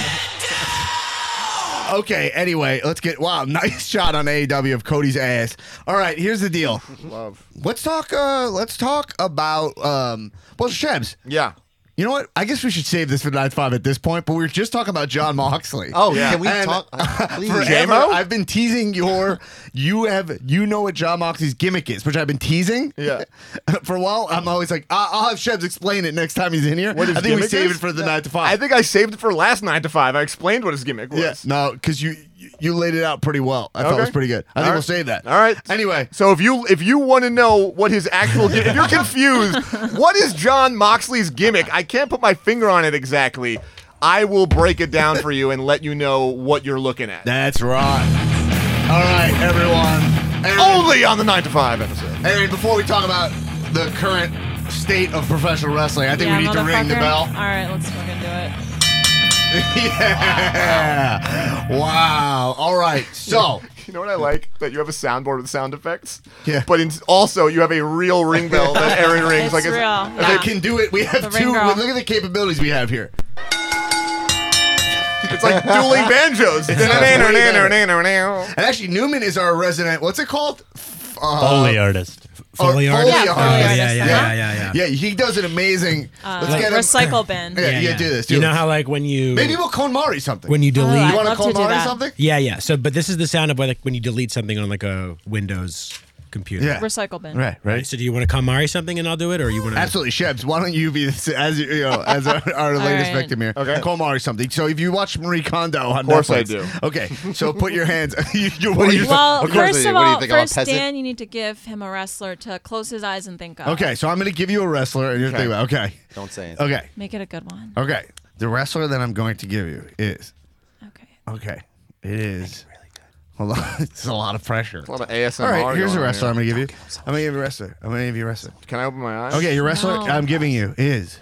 [SPEAKER 2] Okay. Anyway, let's get wow. Nice shot on AEW of Cody's ass. All right. Here's the deal. Love. Let's talk. Uh, let's talk about. Um, well, Shebs.
[SPEAKER 1] Yeah.
[SPEAKER 2] You know what? I guess we should save this for nine five at this point. But we were just talking about John Moxley.
[SPEAKER 4] Oh, can we
[SPEAKER 2] And,
[SPEAKER 4] talk? Please.
[SPEAKER 2] Forever, I've been teasing your. You have. You know what John Moxley's gimmick is, which I've been teasing.
[SPEAKER 1] Yeah.
[SPEAKER 2] for a while, I'm always like, I- I'll have Shebs explain it next time he's in here.
[SPEAKER 1] What his
[SPEAKER 2] I think we
[SPEAKER 1] gimmick
[SPEAKER 2] save
[SPEAKER 1] is?
[SPEAKER 2] it for the nine to five.
[SPEAKER 1] I think I saved it for last nine to five. I explained what his gimmick was.
[SPEAKER 2] Yes. No, because you you- you laid it out pretty well. I thought it was
[SPEAKER 1] Okay.
[SPEAKER 2] pretty good. I think
[SPEAKER 1] All right.
[SPEAKER 2] we'll save that.
[SPEAKER 1] All right.
[SPEAKER 2] Anyway,
[SPEAKER 1] So if you if you want to know what his actual gimmick, if you're confused, what is John Moxley's gimmick? I can't put my finger on it exactly. I will break it down for you and let you know what you're looking at.
[SPEAKER 2] that's right. All right, everyone. Aaron,
[SPEAKER 1] Only on the nine to five episode.
[SPEAKER 2] Aaron, before we talk about the current state of professional wrestling, I think
[SPEAKER 8] yeah,
[SPEAKER 2] we need to ring the
[SPEAKER 8] motherfucker.
[SPEAKER 2] bell.
[SPEAKER 8] All right, let's fucking do it.
[SPEAKER 2] yeah. Wow. All right. So.
[SPEAKER 1] You know what I like? That you have a soundboard with sound effects.
[SPEAKER 2] Yeah.
[SPEAKER 1] But in, also you have a real ring bell that Aaron rings
[SPEAKER 8] It's
[SPEAKER 1] like
[SPEAKER 8] real.
[SPEAKER 2] If
[SPEAKER 8] yeah.
[SPEAKER 2] I can do it. We
[SPEAKER 8] The
[SPEAKER 2] have
[SPEAKER 8] ring
[SPEAKER 2] two.
[SPEAKER 8] girl.
[SPEAKER 2] Look at the capabilities we have here.
[SPEAKER 1] it's like dueling banjos.
[SPEAKER 2] And actually, Newman is our resident. What's it called? F- uh,
[SPEAKER 7] Foley artist.
[SPEAKER 9] Foley
[SPEAKER 2] or-
[SPEAKER 9] artist.
[SPEAKER 2] Foley
[SPEAKER 8] Yeah,
[SPEAKER 9] Oh,
[SPEAKER 8] Foley
[SPEAKER 9] yeah,
[SPEAKER 2] artist.
[SPEAKER 9] yeah,
[SPEAKER 8] artist,
[SPEAKER 9] yeah,
[SPEAKER 8] uh-huh.
[SPEAKER 9] yeah, yeah,
[SPEAKER 2] Yeah, he does an amazing. let's
[SPEAKER 8] Uh,
[SPEAKER 2] get him.
[SPEAKER 8] recycle bin.
[SPEAKER 2] Yeah, yeah, do this. Do
[SPEAKER 9] you
[SPEAKER 2] this.
[SPEAKER 9] know how like when you
[SPEAKER 2] Maybe we'll call Mari something.
[SPEAKER 9] when you delete.
[SPEAKER 8] I-
[SPEAKER 2] you want to
[SPEAKER 8] love
[SPEAKER 2] call
[SPEAKER 8] to do
[SPEAKER 2] Mari
[SPEAKER 8] that.
[SPEAKER 2] something?
[SPEAKER 9] yeah, yeah. So, but this is the sound of like when you delete something on like a Windows computer.
[SPEAKER 2] Yeah.
[SPEAKER 8] Recycle bin.
[SPEAKER 9] Right. So, do you want to call Mari something and I'll do it, or you want to?
[SPEAKER 2] Absolutely, Shebs. Why don't you be this, as you know as our, our latest
[SPEAKER 8] right.
[SPEAKER 2] victim here?
[SPEAKER 1] Okay.
[SPEAKER 2] call Mari something. So if you watch Marie Kondo on
[SPEAKER 1] Of
[SPEAKER 2] Netflix,
[SPEAKER 1] course I do.
[SPEAKER 2] Okay, so put your hands. you, you, what are you-
[SPEAKER 8] Well,
[SPEAKER 4] course
[SPEAKER 8] first
[SPEAKER 4] they-
[SPEAKER 8] of
[SPEAKER 4] what do you
[SPEAKER 8] all,
[SPEAKER 4] think, I'm a
[SPEAKER 8] first
[SPEAKER 4] peasant?
[SPEAKER 8] Dan, you need to give him a wrestler to close his eyes and think of.
[SPEAKER 2] okay, so I'm going to give you a wrestler, and you're thinking about okay,
[SPEAKER 4] Don't say anything.
[SPEAKER 2] okay,
[SPEAKER 8] Make it a good one.
[SPEAKER 2] okay. The wrestler that I'm going to give you is
[SPEAKER 8] Okay.
[SPEAKER 2] okay. It is. Hold on, it's a lot of pressure.
[SPEAKER 1] A lot of ASMR.
[SPEAKER 2] All right, here's
[SPEAKER 1] going
[SPEAKER 2] a
[SPEAKER 1] on
[SPEAKER 2] wrestler. I'm
[SPEAKER 1] here.
[SPEAKER 2] going to give you. I'm going to give you a wrestler. I'm going to give you a wrestler.
[SPEAKER 1] Can I open my eyes?
[SPEAKER 2] Okay, your wrestler
[SPEAKER 8] No.
[SPEAKER 2] I'm giving you is,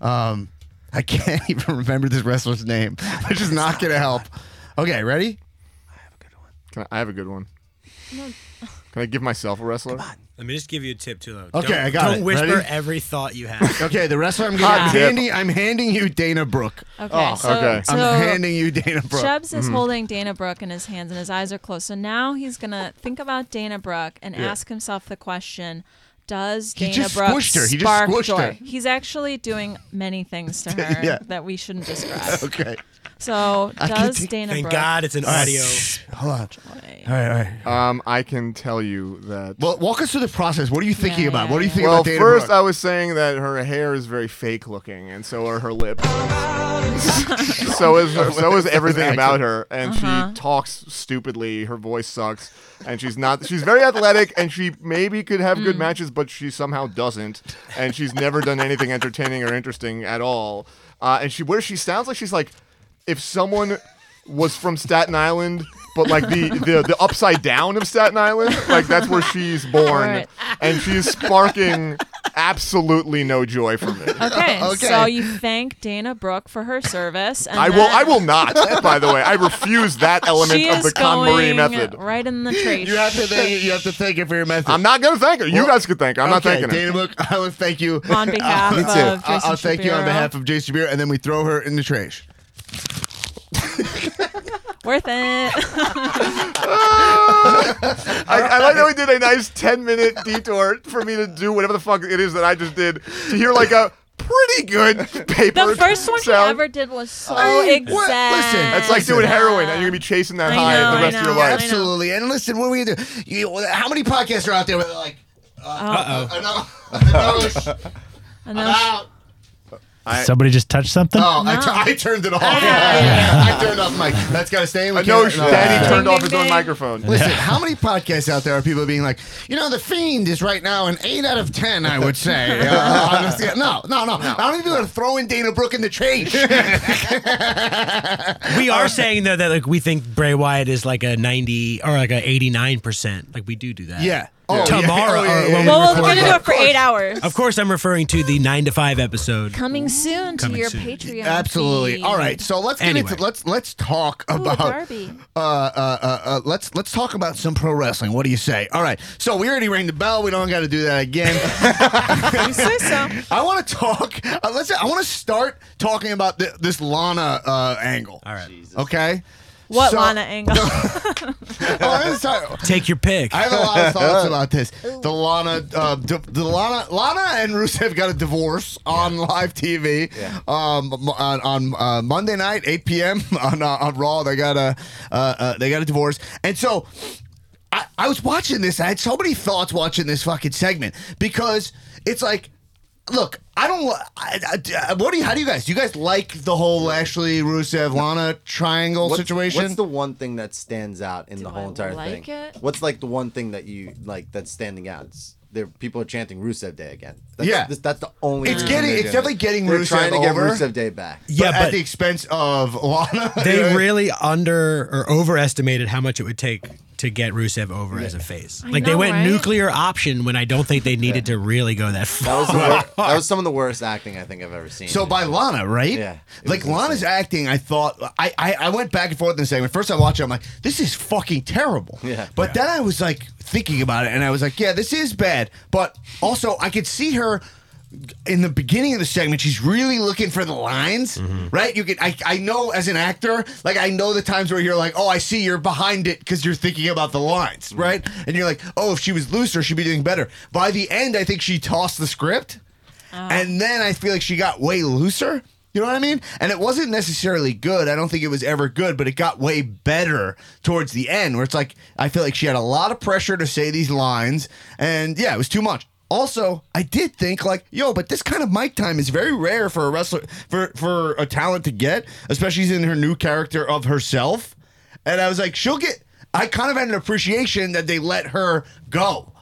[SPEAKER 2] um, I can't even remember this wrestler's name, which is not gonna help. Okay, ready?
[SPEAKER 1] Can I, I have a good one. Can I give myself a wrestler?
[SPEAKER 9] Let me just give you a tip too, though.
[SPEAKER 2] Okay,
[SPEAKER 9] Don't-
[SPEAKER 2] I got
[SPEAKER 9] Don't
[SPEAKER 2] it.
[SPEAKER 9] whisper
[SPEAKER 2] Ready?
[SPEAKER 9] every thought you have.
[SPEAKER 2] Okay, the wrestler I'm giving
[SPEAKER 1] Hot tip.
[SPEAKER 2] handing, I'm handing you Dana Brooke.
[SPEAKER 8] Okay. so,
[SPEAKER 1] okay.
[SPEAKER 8] so
[SPEAKER 2] Oh, I'm handing you Dana Brooke. Mm-hmm.
[SPEAKER 8] Chubbs is holding Dana Brooke in his hands and his eyes are closed. So now he's going to think about Dana Brooke and ask himself the question Does
[SPEAKER 2] He
[SPEAKER 8] Dana
[SPEAKER 2] just
[SPEAKER 8] Brooke
[SPEAKER 2] squished her. He just
[SPEAKER 8] spark
[SPEAKER 2] squished
[SPEAKER 8] joy?
[SPEAKER 2] her.
[SPEAKER 8] He's actually doing many things to her
[SPEAKER 2] Yeah.
[SPEAKER 8] that we shouldn't describe.
[SPEAKER 2] Okay,
[SPEAKER 8] So
[SPEAKER 2] can
[SPEAKER 8] does
[SPEAKER 2] take-
[SPEAKER 8] Dana
[SPEAKER 9] Thank
[SPEAKER 8] Brooke?
[SPEAKER 9] God it's an audio.
[SPEAKER 2] hold on.
[SPEAKER 8] joy?
[SPEAKER 2] All right, all right.
[SPEAKER 1] Um, I can tell you that.
[SPEAKER 2] Well, walk us through the process. What are you thinking
[SPEAKER 8] Yeah,
[SPEAKER 2] about?
[SPEAKER 8] yeah,
[SPEAKER 2] What are you
[SPEAKER 8] yeah.
[SPEAKER 2] thinking
[SPEAKER 1] Well,
[SPEAKER 2] about Dana
[SPEAKER 1] first uh,
[SPEAKER 2] Brooke?
[SPEAKER 1] I was saying that her hair is very fake looking, and so are her lips. so is so is everything about her, and she talks stupidly. Her voice sucks, and she's not. She's very athletic, and she maybe could have good matches, but she somehow doesn't, and she's never done anything entertaining or interesting at all. Uh, and she where she sounds like she's like, if someone was from Staten Island. But like the, the the upside down of Staten Island, like that's where she's born,
[SPEAKER 8] Right.
[SPEAKER 1] and she's sparking absolutely no joy for me.
[SPEAKER 8] Okay,
[SPEAKER 2] Okay.
[SPEAKER 8] so you thank Dana Brooke for her service. And
[SPEAKER 1] I will.
[SPEAKER 8] then
[SPEAKER 1] I will not. By the way, I refuse that element
[SPEAKER 8] She
[SPEAKER 1] of
[SPEAKER 8] is
[SPEAKER 1] the Con Marie
[SPEAKER 8] going uh,
[SPEAKER 1] method.
[SPEAKER 8] right in the trace.
[SPEAKER 2] You have to thank. You have to thank her for your message.
[SPEAKER 1] I'm not going to thank her. You
[SPEAKER 2] Well,
[SPEAKER 1] guys could thank her. I'm not
[SPEAKER 2] okay,
[SPEAKER 1] thanking her.
[SPEAKER 2] Dana Brooke. I will thank you
[SPEAKER 8] on behalf
[SPEAKER 4] Me too.
[SPEAKER 8] of
[SPEAKER 2] Ah, I'll,
[SPEAKER 8] Jason
[SPEAKER 2] I'll thank you on
[SPEAKER 8] Shapiro.
[SPEAKER 2] behalf of Jason Beer, and then we throw her in the trash.
[SPEAKER 8] Worth it.
[SPEAKER 1] I, I like that we did a nice 10 minute detour for me to do whatever the fuck it is that I just did to hear like a pretty good paper.
[SPEAKER 8] the first one she
[SPEAKER 1] sound.
[SPEAKER 8] ever did was so
[SPEAKER 2] Hey,
[SPEAKER 8] exact.
[SPEAKER 2] what- listen,
[SPEAKER 1] It's like doing heroin, and you're gonna be chasing that
[SPEAKER 8] I
[SPEAKER 1] high
[SPEAKER 8] know,
[SPEAKER 1] the
[SPEAKER 8] I
[SPEAKER 1] rest of your
[SPEAKER 8] know, I
[SPEAKER 1] life.
[SPEAKER 8] know.
[SPEAKER 2] Absolutely. And listen, what are we gonna do? You, how many podcasts are out there with like
[SPEAKER 8] Uh
[SPEAKER 2] I know, I know,
[SPEAKER 8] oh.
[SPEAKER 2] I'm out.
[SPEAKER 7] Somebody just touched something.
[SPEAKER 2] Oh, I tu- I turned it off. I turned off Mike. That's gotta stay. We
[SPEAKER 1] I know
[SPEAKER 2] can't- no.
[SPEAKER 1] Daddy turned
[SPEAKER 8] Ding,
[SPEAKER 1] off
[SPEAKER 8] ding,
[SPEAKER 1] his own
[SPEAKER 8] ding.
[SPEAKER 1] microphone.
[SPEAKER 2] Listen, how many podcasts out there are people being like, you know, The Fiend is right now an 8 out of 10, I would say. Uh, on the scale- no, no, no. I don't even want to throw in Dana Brooke in the trash.
[SPEAKER 9] We
[SPEAKER 2] Um,
[SPEAKER 9] are saying though that like we think Bray Wyatt is like a ninety or like a eighty nine percent. Like we do do that.
[SPEAKER 2] Yeah.
[SPEAKER 9] Oh, tomorrow.
[SPEAKER 1] yeah, yeah,
[SPEAKER 9] or
[SPEAKER 1] yeah,
[SPEAKER 9] when we
[SPEAKER 8] Well, we're
[SPEAKER 9] record
[SPEAKER 8] gonna
[SPEAKER 9] it.
[SPEAKER 8] do it for eight hours.
[SPEAKER 9] Of course, I'm referring to the nine to five episode.
[SPEAKER 8] Coming soon to
[SPEAKER 9] Coming
[SPEAKER 8] your
[SPEAKER 9] soon.
[SPEAKER 8] Patreon.
[SPEAKER 2] Absolutely.
[SPEAKER 8] feed.
[SPEAKER 2] All right. So let's get
[SPEAKER 9] Anyway.
[SPEAKER 2] into let's let's talk about
[SPEAKER 8] Barbie.
[SPEAKER 2] Uh, uh, uh, uh, let's let's talk about some pro wrestling. What do you say? All right. So we already rang the bell. We don't got to do that again.
[SPEAKER 8] You say so.
[SPEAKER 2] I want to talk. Uh, let's. I want to start talking about th- this Lana uh, angle.
[SPEAKER 9] All right.
[SPEAKER 2] Okay.
[SPEAKER 8] What
[SPEAKER 2] So-
[SPEAKER 8] Lana Angle?
[SPEAKER 2] Oh, I'm sorry.
[SPEAKER 9] Take your pick.
[SPEAKER 2] I have a lot of thoughts about this. The Lana, uh, d- the Lana, Lana and Rusev got a divorce on live TV um, m- on, on uh, Monday night, 8 p.m. on uh, on Raw. They got a uh, uh, they got a divorce, and so I, I was watching this. I had so many thoughts watching this fucking segment because it's like. Look, I don't. li- I, I, what do you? How do you guys? Do you guys like the whole Lashley, Rusev, Lana triangle
[SPEAKER 4] What's-
[SPEAKER 2] situation?
[SPEAKER 4] What's the one thing that stands out in
[SPEAKER 8] Do
[SPEAKER 4] the whole
[SPEAKER 8] I
[SPEAKER 4] entire
[SPEAKER 8] like
[SPEAKER 4] thing?
[SPEAKER 8] it?
[SPEAKER 4] What's like the one thing that you like that's standing out? It's- There, people are chanting Rusev Day again. That's,
[SPEAKER 2] Yeah.
[SPEAKER 4] this- that's the only.
[SPEAKER 2] It's
[SPEAKER 4] reason
[SPEAKER 2] getting-
[SPEAKER 4] they're
[SPEAKER 2] it's
[SPEAKER 4] doing
[SPEAKER 2] definitely
[SPEAKER 4] it.
[SPEAKER 2] getting
[SPEAKER 4] They're
[SPEAKER 2] Rusev
[SPEAKER 4] trying to
[SPEAKER 2] over.
[SPEAKER 4] get Rusev Day back.
[SPEAKER 9] yeah,
[SPEAKER 2] but at
[SPEAKER 9] but
[SPEAKER 2] the expense of Lana.
[SPEAKER 9] they
[SPEAKER 2] Yeah.
[SPEAKER 9] really under or overestimated how much it would take to get Rusev over as a face.
[SPEAKER 8] I
[SPEAKER 9] Like they
[SPEAKER 8] know,
[SPEAKER 9] went
[SPEAKER 8] right?
[SPEAKER 9] nuclear option when I don't think they needed to really go that
[SPEAKER 4] That
[SPEAKER 9] far.
[SPEAKER 4] was, the wor- that was some of the worst acting I think I've ever seen.
[SPEAKER 2] So by Lana, right?
[SPEAKER 4] Yeah, it
[SPEAKER 2] Like
[SPEAKER 4] was
[SPEAKER 2] Lana's
[SPEAKER 4] insane.
[SPEAKER 2] acting, I thought I, I I went back and forth in the segment. First, I watched it. I'm like, this is fucking terrible.
[SPEAKER 4] Yeah.
[SPEAKER 2] But
[SPEAKER 9] Yeah.
[SPEAKER 2] then I was like thinking about it, and I was like, yeah, this is bad. But also, I could see her. In the beginning of the segment, she's really looking for the lines,
[SPEAKER 4] Mm-hmm.
[SPEAKER 2] right? You can, I, I know as an actor, like I know the times where you're like, oh, I see you're behind it because you're thinking about the lines,
[SPEAKER 4] Mm-hmm.
[SPEAKER 2] right? And you're like, oh, if she was looser, she'd be doing better. By the end, I think she tossed the script. And then I feel like she got way looser. You know what I mean? And it wasn't necessarily good. I don't think it was ever good, but it got way better towards the end where it's like, I feel like she had a lot of pressure to say these lines. And yeah, it was too much. Also, I did think like, yo, but this kind of mic time is very rare for a wrestler for for a talent to get, especially in her new character of herself. And I was like, she'll get I kind of had an appreciation that they let her go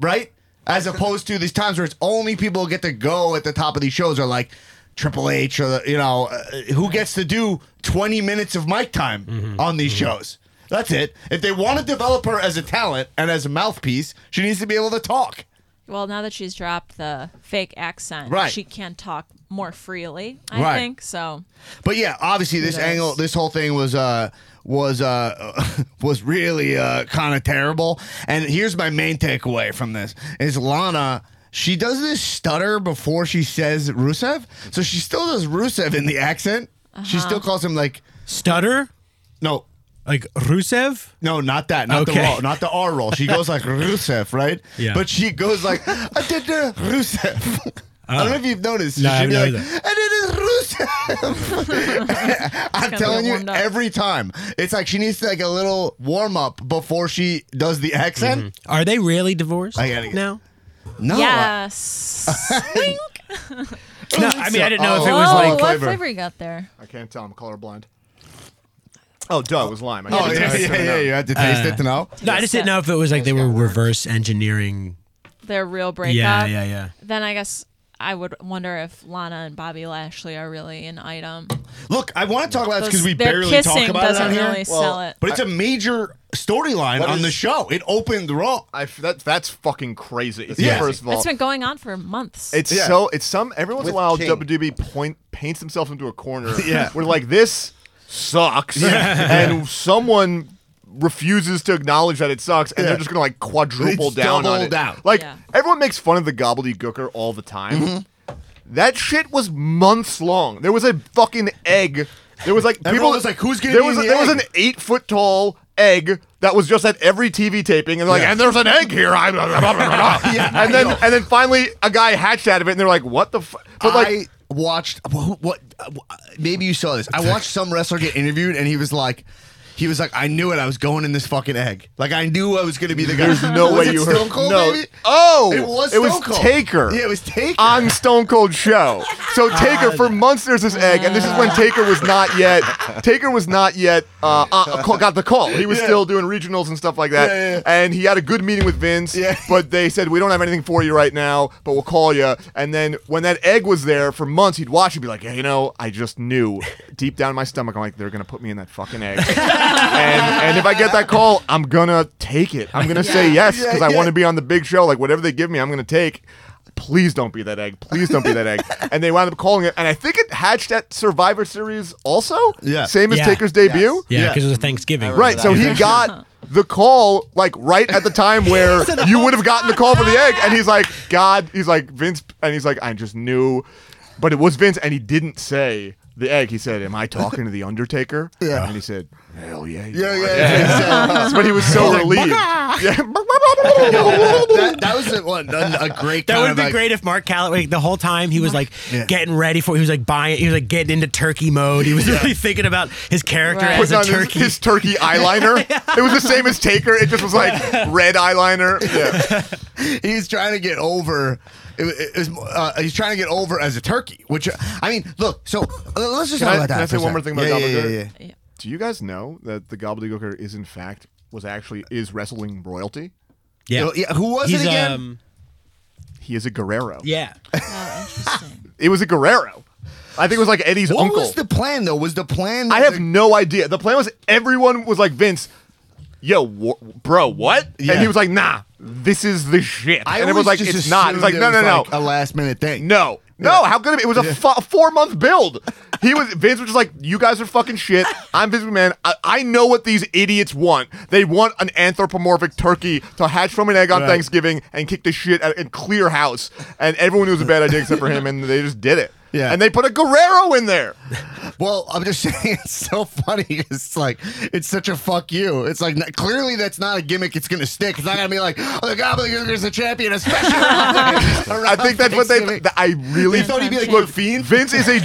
[SPEAKER 2] right? As opposed to these times where it's only people who get to go at the top of these shows are like Triple H or the, you know uh, who gets to do 20 minutes of mic time on these shows. That's it. If they want to develop her as a talent and as a mouthpiece, she needs to be able to talk.
[SPEAKER 8] Well, now that she's dropped the fake accent,
[SPEAKER 2] Right.
[SPEAKER 8] she can talk more freely, I
[SPEAKER 2] Right.
[SPEAKER 8] think. So
[SPEAKER 2] But yeah, obviously this
[SPEAKER 8] Yes.
[SPEAKER 2] angle, this whole thing was uh was uh was really uh kind of terrible. And here's my main takeaway from this: is Lana. She does this stutter before she says Rusev, so she still does Rusev in the accent. She still calls him like
[SPEAKER 9] Stutter?
[SPEAKER 2] no.
[SPEAKER 9] Like Rusev?
[SPEAKER 2] No, not that. Not the
[SPEAKER 9] Okay.
[SPEAKER 2] roll. Not the R roll. She goes like Rusev, right?
[SPEAKER 9] Yeah.
[SPEAKER 2] But she goes like I did the Rusev. I don't know if you've noticed.
[SPEAKER 9] Ah. No,
[SPEAKER 2] She'd
[SPEAKER 9] I've
[SPEAKER 2] be like,
[SPEAKER 9] noticed
[SPEAKER 2] and it is Rusev. I'm
[SPEAKER 8] get
[SPEAKER 2] telling you,
[SPEAKER 8] warmed up.
[SPEAKER 2] every time it's like she needs to like a little warm up before she does the accent.
[SPEAKER 9] Are they really divorced
[SPEAKER 2] I gotta get-
[SPEAKER 9] now? Mm-hmm.
[SPEAKER 1] Oh,
[SPEAKER 2] No,
[SPEAKER 8] yes.
[SPEAKER 1] uh,
[SPEAKER 8] Wink.
[SPEAKER 9] No, I mean I didn't know if it
[SPEAKER 8] oh,
[SPEAKER 9] was like
[SPEAKER 8] what
[SPEAKER 1] flavor.
[SPEAKER 8] flavor. you got there?
[SPEAKER 1] I can't tell. I'm colorblind. Oh, duh, it was lime. I
[SPEAKER 2] Oh
[SPEAKER 1] couldn't
[SPEAKER 2] yeah,
[SPEAKER 1] taste
[SPEAKER 2] yeah,
[SPEAKER 1] it.
[SPEAKER 2] yeah. You had to
[SPEAKER 9] Uh.
[SPEAKER 2] taste it to know.
[SPEAKER 9] No, I just didn't know if it was like they were reverse engineering.
[SPEAKER 8] Their real breakup.
[SPEAKER 9] Yeah, yeah, yeah.
[SPEAKER 8] Then I guess I would wonder if Lana and Bobby Lashley are really an item.
[SPEAKER 2] Look, I want to talk about this because
[SPEAKER 8] Those-
[SPEAKER 2] we
[SPEAKER 8] their
[SPEAKER 2] barely
[SPEAKER 8] kissing
[SPEAKER 2] talk about it
[SPEAKER 8] doesn't
[SPEAKER 2] on here.
[SPEAKER 8] really sell it.
[SPEAKER 2] But it's a major storyline
[SPEAKER 1] What
[SPEAKER 2] on
[SPEAKER 1] is-
[SPEAKER 2] the show. It opened raw.
[SPEAKER 1] I f- that, that's fucking crazy.
[SPEAKER 2] Yeah.
[SPEAKER 1] First of all,
[SPEAKER 8] It's been going on for months.
[SPEAKER 1] It's
[SPEAKER 2] Yeah.
[SPEAKER 1] so it's some every once in
[SPEAKER 4] With
[SPEAKER 1] a while
[SPEAKER 4] King.
[SPEAKER 1] WWE point paints himself into a corner.
[SPEAKER 2] Yeah.
[SPEAKER 1] We're like this sucks. and someone refuses to acknowledge that it sucks and
[SPEAKER 2] Yeah.
[SPEAKER 1] they're just gonna like quadruple
[SPEAKER 2] It's
[SPEAKER 1] down on
[SPEAKER 2] double
[SPEAKER 1] it.
[SPEAKER 2] down.
[SPEAKER 1] Like
[SPEAKER 8] Yeah.
[SPEAKER 1] everyone makes fun of the gobbledygooker all the time.
[SPEAKER 2] Mm-hmm.
[SPEAKER 1] That shit was months long. There was a fucking egg. There was like
[SPEAKER 2] Everyone
[SPEAKER 1] people
[SPEAKER 2] was like, "Who's gonna
[SPEAKER 1] There
[SPEAKER 2] be
[SPEAKER 1] was
[SPEAKER 2] in the
[SPEAKER 1] there was
[SPEAKER 2] egg?"
[SPEAKER 1] an eight foot tall egg that was just at every TV taping, and they're like,
[SPEAKER 2] Yeah.
[SPEAKER 1] and there's an egg here. I blah, blah, blah, blah, blah." and then and then finally a guy hatched out of it, and they're like, what the? F-? But like,
[SPEAKER 2] I watched what, what uh, maybe you saw this. I watched some wrestler get interviewed and he was like he was like I knew it. I was going in this fucking egg. Like I knew I was going to be the guy.
[SPEAKER 1] there's no
[SPEAKER 2] Was
[SPEAKER 1] way
[SPEAKER 2] it
[SPEAKER 1] you
[SPEAKER 2] Stone
[SPEAKER 1] heard.
[SPEAKER 2] Cold,
[SPEAKER 1] no.
[SPEAKER 2] maybe?
[SPEAKER 1] Oh,
[SPEAKER 2] It was Stone Cold.
[SPEAKER 1] Taker.
[SPEAKER 2] Yeah, it was Taker.
[SPEAKER 1] on Stone Cold show. So Taker for months there's this egg, and this is when Taker was not yet Taker was not yet uh, uh, call- got the call. He was
[SPEAKER 2] Yeah.
[SPEAKER 1] still doing regionals and stuff like that,
[SPEAKER 2] Yeah, yeah, yeah.
[SPEAKER 1] and he had a good meeting with Vince.
[SPEAKER 2] Yeah.
[SPEAKER 1] But they said we don't have anything for you right now, but we'll call you. And then when that egg was there for months, he'd watch and be like, hey, you know, I just knew deep down in my stomach, I'm like, they're gonna put me in that fucking egg. and, and if I get that call, I'm gonna take it. I'm gonna say yes because I want to be on the big show. Like whatever they give me, I'm gonna take. Please don't be that egg. Please don't be that egg. And they wound up calling it, and I think it hatched at Survivor Series also.
[SPEAKER 2] Yeah.
[SPEAKER 1] same as
[SPEAKER 9] Yeah.
[SPEAKER 1] Taker's debut.
[SPEAKER 9] Yeah, because it was Thanksgiving.
[SPEAKER 1] Right, so he got the call like right at the time where you would have gotten the call for the egg, and he's like, "God," he's like Vince, and he's like, "I just knew," but it was Vince, and he didn't say the egg. He said, "Am I talking to the Undertaker?"
[SPEAKER 2] Yeah.
[SPEAKER 1] and he said, "Hell yeah, you
[SPEAKER 2] Yeah,
[SPEAKER 1] are."
[SPEAKER 2] yeah, yeah.
[SPEAKER 1] But he was so relieved. Yeah.
[SPEAKER 2] that, that was a, one, a, a great.
[SPEAKER 9] That
[SPEAKER 2] kind
[SPEAKER 9] would
[SPEAKER 2] of
[SPEAKER 9] have been
[SPEAKER 2] like-
[SPEAKER 9] great if Mark Calloway, the whole time he was like
[SPEAKER 2] Yeah.
[SPEAKER 9] getting ready for, he was like buying, he was like getting into turkey mode. He was really thinking about his character
[SPEAKER 8] Right.
[SPEAKER 9] as
[SPEAKER 1] Putting
[SPEAKER 9] a
[SPEAKER 1] on his,
[SPEAKER 9] turkey.
[SPEAKER 1] his turkey eyeliner. It was the same as Taker. It just was like red eyeliner. Yeah.
[SPEAKER 2] He's trying to get over. It, it, it was, uh, he's trying to get over as a turkey, which uh, I mean, look. So uh, let's just
[SPEAKER 1] Can
[SPEAKER 2] talk
[SPEAKER 1] I-
[SPEAKER 2] about that.
[SPEAKER 1] can I
[SPEAKER 2] for a
[SPEAKER 1] say one more
[SPEAKER 2] second.
[SPEAKER 1] thing about
[SPEAKER 2] yeah, yeah,
[SPEAKER 1] Gobbledygook?
[SPEAKER 2] yeah, yeah.
[SPEAKER 1] Do you guys know that the Gobbledygooker is in fact was actually is wrestling royalty?
[SPEAKER 9] yeah.
[SPEAKER 2] Oh, yeah, Who was
[SPEAKER 9] He's,
[SPEAKER 2] it again?
[SPEAKER 9] um,
[SPEAKER 1] He is a Guerrero.
[SPEAKER 9] yeah.
[SPEAKER 8] Oh, interesting.
[SPEAKER 1] It was a Guerrero. I think it was like Eddie's
[SPEAKER 2] what
[SPEAKER 1] uncle.
[SPEAKER 2] was the plan though? Was the plan?
[SPEAKER 1] I have no idea. The plan was everyone was like Vince, yo, wha- bro, what?
[SPEAKER 2] Yeah.
[SPEAKER 1] And he was like, nah, this is the shit.
[SPEAKER 2] I always
[SPEAKER 1] and everyone's like,
[SPEAKER 2] just
[SPEAKER 1] it's not. It's
[SPEAKER 2] assumed
[SPEAKER 1] like,
[SPEAKER 2] it
[SPEAKER 1] no,
[SPEAKER 2] was,
[SPEAKER 1] no, no,
[SPEAKER 2] like, a last minute thing.
[SPEAKER 1] no. No, how could it be? It was a four month build. He was Vince was just like, you guys are fucking shit. I'm Vince McMahon. I, I know what these idiots want. They want an anthropomorphic turkey to hatch from an egg on Thanksgiving and kick the shit out and clear house. And everyone knew it was a bad idea except for him, and they just did it.
[SPEAKER 2] Yeah.
[SPEAKER 1] And they put a Guerrero in there.
[SPEAKER 2] Well, I'm just saying it's so funny. It's like it's such a fuck you. It's like n- clearly that's not a gimmick. It's gonna stick. It's not gonna be like oh, the Gobbledygooker's the champion, especially.
[SPEAKER 1] I think that's what they.
[SPEAKER 2] Thanksgiving.
[SPEAKER 1] th- I really
[SPEAKER 2] They thought he'd be like,
[SPEAKER 1] look.
[SPEAKER 2] "You fiend."
[SPEAKER 1] Vince is a genius.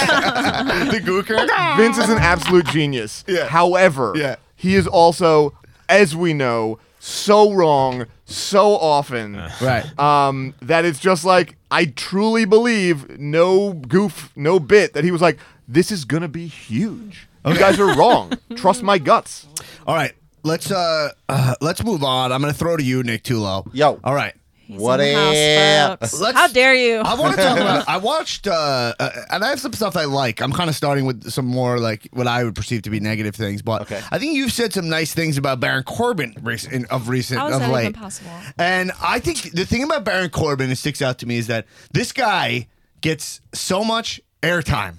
[SPEAKER 2] the Gooker.
[SPEAKER 1] Vince is an absolute genius.
[SPEAKER 2] Yeah.
[SPEAKER 1] However,
[SPEAKER 2] Yeah.
[SPEAKER 1] he is also, as we know, so wrong so often.
[SPEAKER 2] Right.
[SPEAKER 1] Um, that it's just like I truly believe no goof, no bit that he was like, this is gonna be huge. You guys are wrong. Trust my guts.
[SPEAKER 2] All right. Let's uh, uh let's move on. I'm gonna throw to you, Nick Tulo.
[SPEAKER 4] Yo.
[SPEAKER 2] All right.
[SPEAKER 8] He's
[SPEAKER 4] What
[SPEAKER 8] in the house,
[SPEAKER 4] up?
[SPEAKER 8] folks.
[SPEAKER 2] Let's-
[SPEAKER 8] How dare you?
[SPEAKER 2] I want to talk about. I watched, uh, uh, and I have some stuff I like. I'm kind of starting with some more like what I would perceive to be negative things, but
[SPEAKER 4] Okay.
[SPEAKER 2] I think you've said some nice things about Baron Corbin rec- in- of recent
[SPEAKER 8] How is
[SPEAKER 2] of
[SPEAKER 8] that
[SPEAKER 2] late.
[SPEAKER 8] even possible?
[SPEAKER 2] And I think the thing about Baron Corbin that sticks out to me is that this guy gets so much airtime.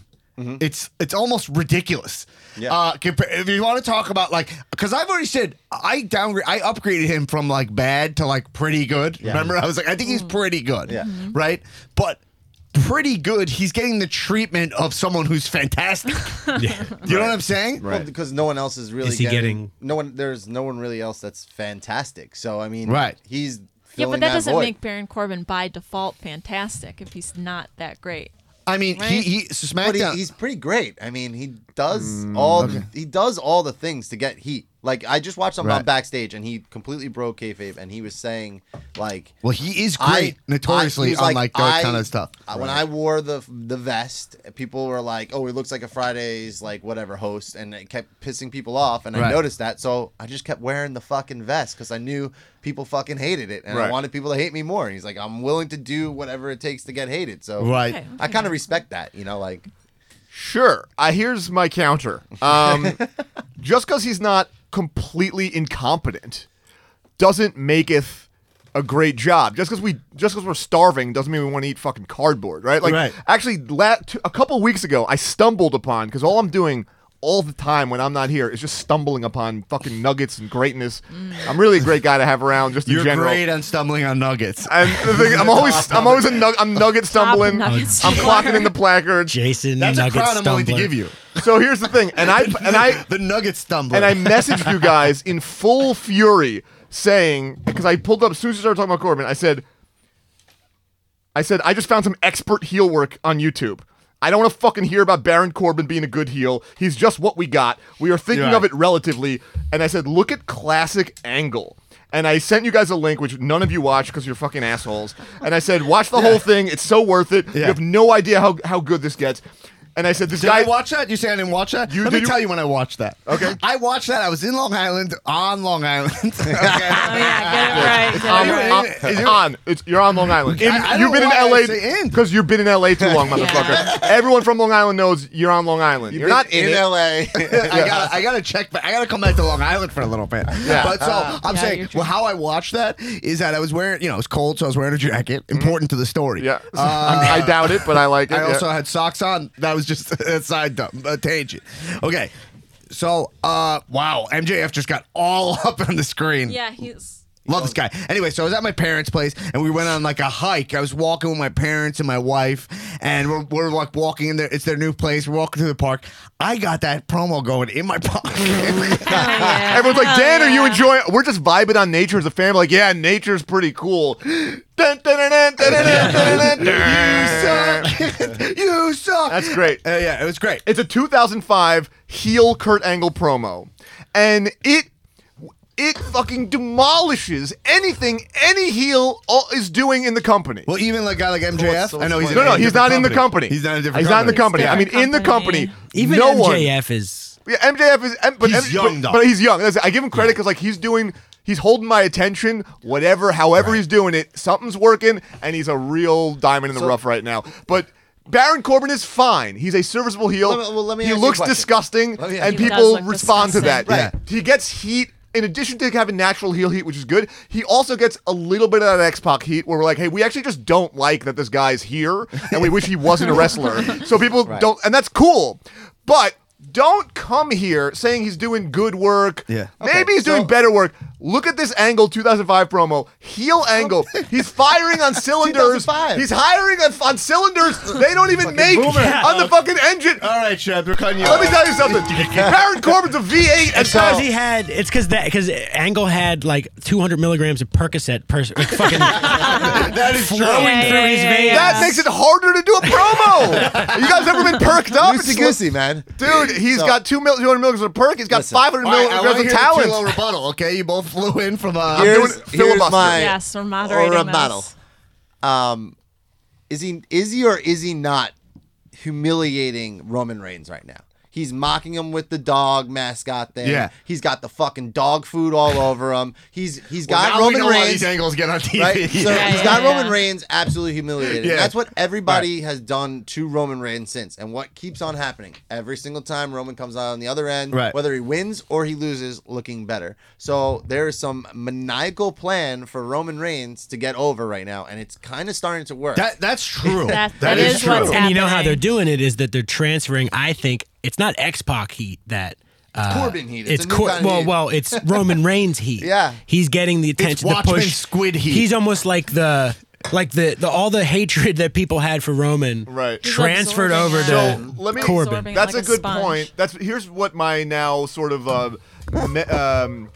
[SPEAKER 2] It's it's almost ridiculous.
[SPEAKER 4] Mm-hmm. Yeah.
[SPEAKER 2] Uh, compa- if you want to talk about like, because I've already said I downgrade, I upgraded him from like bad to like pretty good. Remember, I was like, I think he's pretty good.
[SPEAKER 4] Yeah. Mhm.
[SPEAKER 2] Right, but pretty good. He's getting the treatment of someone who's fantastic.
[SPEAKER 9] yeah.
[SPEAKER 2] You know what I'm saying?
[SPEAKER 4] Well, because no one else is really
[SPEAKER 9] Is he
[SPEAKER 4] getting,
[SPEAKER 9] getting-
[SPEAKER 4] no one. There's no one really else that's fantastic. So I mean,
[SPEAKER 2] Right.
[SPEAKER 4] He's
[SPEAKER 8] Yeah, but
[SPEAKER 4] filling
[SPEAKER 8] that, doesn't
[SPEAKER 4] void.
[SPEAKER 8] make Baron Corbin by default fantastic if he's not that great.
[SPEAKER 2] I mean, he
[SPEAKER 8] Right.
[SPEAKER 2] he so
[SPEAKER 4] But he,
[SPEAKER 2] SmackDown. Mm,
[SPEAKER 4] he's pretty great. I mean, he does all the, he does all the things to get heat. Like I just watched him on
[SPEAKER 2] Right.
[SPEAKER 4] backstage, and he completely broke kayfabe, and he was saying like
[SPEAKER 2] well, he is
[SPEAKER 4] I-
[SPEAKER 2] great,
[SPEAKER 4] I-
[SPEAKER 2] notoriously
[SPEAKER 4] he's
[SPEAKER 2] on like, that
[SPEAKER 4] I-
[SPEAKER 2] kind of stuff.
[SPEAKER 4] I- When I wore the the vest, people were like, "Oh, he looks like a Fridays like whatever host," and it kept pissing people off. And I
[SPEAKER 2] Right.
[SPEAKER 4] noticed that, so I just kept wearing the fucking vest because I knew people fucking hated it, and I
[SPEAKER 1] Right.
[SPEAKER 4] wanted people to hate me more. And he's like, "I'm willing to do whatever it takes to get hated." So
[SPEAKER 2] Right.
[SPEAKER 8] Okay.
[SPEAKER 4] I kind of respect that, you know, like
[SPEAKER 1] Sure. Uh, here's my counter. Um, just because he's not completely incompetent doesn't maketh a great job. Just because we just because we're starving doesn't mean we want to eat fucking cardboard, right? Like
[SPEAKER 2] Right.
[SPEAKER 1] actually, la- t- a couple weeks ago, I stumbled upon because all I'm doing all the time when I'm not here is just stumbling upon fucking nuggets and greatness. I'm really a great guy to have around, just
[SPEAKER 2] You're
[SPEAKER 1] in general.
[SPEAKER 2] great on stumbling on nuggets.
[SPEAKER 1] And the thing, I'm always I'm always a nug- I'm nugget stumbling. I'm
[SPEAKER 8] nuggets.
[SPEAKER 1] clocking in the placards.
[SPEAKER 9] Jason
[SPEAKER 2] That's a
[SPEAKER 9] Nugget
[SPEAKER 2] crown I'm willing to
[SPEAKER 9] Stumbler.
[SPEAKER 2] give you.
[SPEAKER 1] So here's the thing, and I and I
[SPEAKER 2] the nugget stumbler.
[SPEAKER 1] and I messaged you guys in full fury saying because I pulled up as soon as you started talking about Corbin, I said, I said I just found some expert heel work on YouTube. I don't want to fucking hear about Baron Corbin being a good heel. He's just what we got. We are thinking
[SPEAKER 2] Right.
[SPEAKER 1] of it relatively. And I said, look at classic angle. And I sent you guys a link, which none of you watched because you're fucking assholes. And I said, watch the whole thing. It's so worth it. You
[SPEAKER 2] Yeah.
[SPEAKER 1] have no idea how, how good this gets. And I said, "This
[SPEAKER 2] Did
[SPEAKER 1] guy
[SPEAKER 2] I watch that? You say I didn't watch that?
[SPEAKER 1] You-
[SPEAKER 2] Let
[SPEAKER 1] did
[SPEAKER 2] me
[SPEAKER 1] you-
[SPEAKER 2] tell you when I watched that.
[SPEAKER 1] Okay.
[SPEAKER 2] I watched that. I was in Long Island on Long Island. okay.
[SPEAKER 8] Oh yeah, get it right.
[SPEAKER 1] Um,
[SPEAKER 8] Get it right.
[SPEAKER 1] um, on. It's, you're on Long Island. In-
[SPEAKER 2] I- I
[SPEAKER 1] you've
[SPEAKER 2] don't
[SPEAKER 1] been in
[SPEAKER 2] know why I
[SPEAKER 1] LA
[SPEAKER 2] say in.
[SPEAKER 1] because you've been in LA too long, motherfucker. Everyone from Long Island knows you're on Long Island. You're not in,
[SPEAKER 4] in
[SPEAKER 1] it.
[SPEAKER 4] LA.
[SPEAKER 2] I gotta, I gotta check back. I gotta come back to Long Island for a little bit.
[SPEAKER 1] Yeah. Uh,
[SPEAKER 2] But so I'm
[SPEAKER 8] yeah, you're
[SPEAKER 2] saying,
[SPEAKER 8] true.
[SPEAKER 2] well, how I watched that is that I was wearing, you know, it was cold, so I was wearing a jacket. Important to the story.
[SPEAKER 1] Mm-hmm.
[SPEAKER 2] Uh,
[SPEAKER 1] Yeah, I doubt it, but I like it.
[SPEAKER 2] I
[SPEAKER 1] yeah.
[SPEAKER 2] also had socks on. That was just a side dump, a tangent. Okay. So, uh, wow, MJF just got all up on the screen.
[SPEAKER 8] Yeah, he's.
[SPEAKER 2] Love this guy. Anyway, so I was at my parents' place and we went on like a hike. I was walking with my parents and my wife, and we're, we're like walking in there. It's their new place. We're walking through the park. I got that promo going in my pocket.
[SPEAKER 8] Oh, yeah.
[SPEAKER 1] Everyone's like,
[SPEAKER 8] Oh,
[SPEAKER 1] Dan, are you
[SPEAKER 8] yeah.
[SPEAKER 1] enjoying? We're just vibing on nature as a family. Like, yeah, nature's pretty cool. Dun, dun, dun, dun, dun, dun, dun, dun, dun.
[SPEAKER 2] you suck. you suck.
[SPEAKER 1] That's great.
[SPEAKER 2] Uh, yeah, it was great.
[SPEAKER 1] It's a 2005 heel Kurt Angle promo, and it it fucking demolishes anything any heel o- is doing in the company.
[SPEAKER 2] well, even like a guy like MJF, I know he's in
[SPEAKER 1] no,
[SPEAKER 2] a
[SPEAKER 1] no, he's
[SPEAKER 2] different
[SPEAKER 1] not in the company.
[SPEAKER 2] He's not in a different.
[SPEAKER 1] He's not in the company. I mean, in the
[SPEAKER 8] Company.
[SPEAKER 1] company,
[SPEAKER 9] Even
[SPEAKER 1] no one.
[SPEAKER 9] MJF is.
[SPEAKER 1] Yeah, MJF is, M- but
[SPEAKER 2] He's
[SPEAKER 1] M-
[SPEAKER 2] young,
[SPEAKER 1] but,
[SPEAKER 2] though.
[SPEAKER 1] but he's young. That's- I give him credit because like he's doing, he's holding my attention. Whatever, however he's doing it, something's working, and he's a real diamond in the rough right now. But Baron Corbin is fine. He's a serviceable heel.
[SPEAKER 4] Let me- well, let me
[SPEAKER 1] he
[SPEAKER 4] ask you a
[SPEAKER 1] looks
[SPEAKER 4] question.
[SPEAKER 1] disgusting,
[SPEAKER 4] Let me ask
[SPEAKER 1] and
[SPEAKER 8] you a
[SPEAKER 1] people
[SPEAKER 8] question. He does look
[SPEAKER 1] respond to that.
[SPEAKER 8] disgusting.
[SPEAKER 1] Yeah. He gets heat. In addition to having natural heel heat, which is good, he also gets a little bit of that X Pac heat, where we're like, "Hey, we actually just don't like that this guy's here, and we wish he wasn't a wrestler." So people don't, and that's cool. But don't come here saying he's doing good work.
[SPEAKER 2] Yeah.
[SPEAKER 1] Maybe he's doing
[SPEAKER 4] so-
[SPEAKER 1] better work. Look at this angle 2005 promo. Heel angle. He's firing on cylinders.
[SPEAKER 4] 2005.
[SPEAKER 1] He's hiring on, on cylinders they don't even make
[SPEAKER 2] boomer.
[SPEAKER 1] on the fucking engine.
[SPEAKER 2] All right, Chad, we're cutting you.
[SPEAKER 1] Let me
[SPEAKER 2] off.
[SPEAKER 1] tell you something. Baron Corbin's a V8 and
[SPEAKER 9] It's because he had. It's because that because Angle had like 200 milligrams of Percocet per like fucking
[SPEAKER 2] that is true.
[SPEAKER 9] flowing
[SPEAKER 8] Yeah,
[SPEAKER 9] through
[SPEAKER 8] yeah,
[SPEAKER 9] his
[SPEAKER 8] yeah,
[SPEAKER 9] veins.
[SPEAKER 8] yeah.
[SPEAKER 1] That makes it harder to do a promo. you guys ever been perked up?
[SPEAKER 4] Loosey
[SPEAKER 1] It's-
[SPEAKER 4] goosey, man.
[SPEAKER 1] Dude, He's
[SPEAKER 4] So-
[SPEAKER 1] got two mil- 200 milligrams of perk. He's got
[SPEAKER 4] Listen.
[SPEAKER 1] 500
[SPEAKER 2] All right, I want
[SPEAKER 1] milligrams
[SPEAKER 2] to
[SPEAKER 1] of
[SPEAKER 2] hear the
[SPEAKER 1] talent.
[SPEAKER 2] two-low rebuttal. Okay, you both flew in from uh,
[SPEAKER 1] You're-
[SPEAKER 4] Here's,
[SPEAKER 1] doing
[SPEAKER 4] here's
[SPEAKER 1] filibuster.
[SPEAKER 4] my
[SPEAKER 8] Yes, we're moderating
[SPEAKER 4] or a
[SPEAKER 8] this.
[SPEAKER 4] model. Um, is he is he or is he not humiliating Roman Reigns right now? He's mocking him with the dog mascot thing.
[SPEAKER 2] Yeah.
[SPEAKER 4] he's got the fucking dog food all over him. He's he's
[SPEAKER 2] Well,
[SPEAKER 4] got
[SPEAKER 2] now we
[SPEAKER 4] Roman
[SPEAKER 2] know why
[SPEAKER 4] Reigns.
[SPEAKER 2] these angles get on TV.
[SPEAKER 4] Right, so
[SPEAKER 8] Yeah,
[SPEAKER 4] he's
[SPEAKER 8] yeah,
[SPEAKER 4] got
[SPEAKER 8] yeah.
[SPEAKER 4] Roman Reigns absolutely humiliated.
[SPEAKER 2] Yeah.
[SPEAKER 4] That's what everybody has done to Roman Reigns since, and what keeps on happening every single time Roman comes out on the other end,
[SPEAKER 2] Right.
[SPEAKER 4] whether he wins or he loses, looking better. So there is some maniacal plan for Roman Reigns to get over right now, and it's kind of starting to work.
[SPEAKER 2] That that's true.
[SPEAKER 8] That- that is
[SPEAKER 2] true.
[SPEAKER 8] what's
[SPEAKER 9] And you know how
[SPEAKER 8] happening.
[SPEAKER 9] they're doing it is that they're transferring. I think it's not X Pac heat that. Uh,
[SPEAKER 4] Corbin heat.
[SPEAKER 9] It's,
[SPEAKER 4] It's a new kind of
[SPEAKER 9] well,
[SPEAKER 4] heat.
[SPEAKER 9] well. It's Roman Reigns heat.
[SPEAKER 4] Yeah.
[SPEAKER 9] he's getting the attention. the
[SPEAKER 2] Watchmen
[SPEAKER 9] push.
[SPEAKER 2] squid heat.
[SPEAKER 9] He's almost like the like the, the all the hatred that people had for Roman.
[SPEAKER 1] Right. He's
[SPEAKER 9] transferred
[SPEAKER 8] absorbing
[SPEAKER 9] over
[SPEAKER 8] it.
[SPEAKER 9] to
[SPEAKER 1] So, let me-
[SPEAKER 9] Corbin.
[SPEAKER 8] Absorbing-
[SPEAKER 1] That's
[SPEAKER 8] like
[SPEAKER 1] a
[SPEAKER 8] a
[SPEAKER 1] good
[SPEAKER 8] sponge.
[SPEAKER 1] point. That's here's what my now sort of uh, me, um,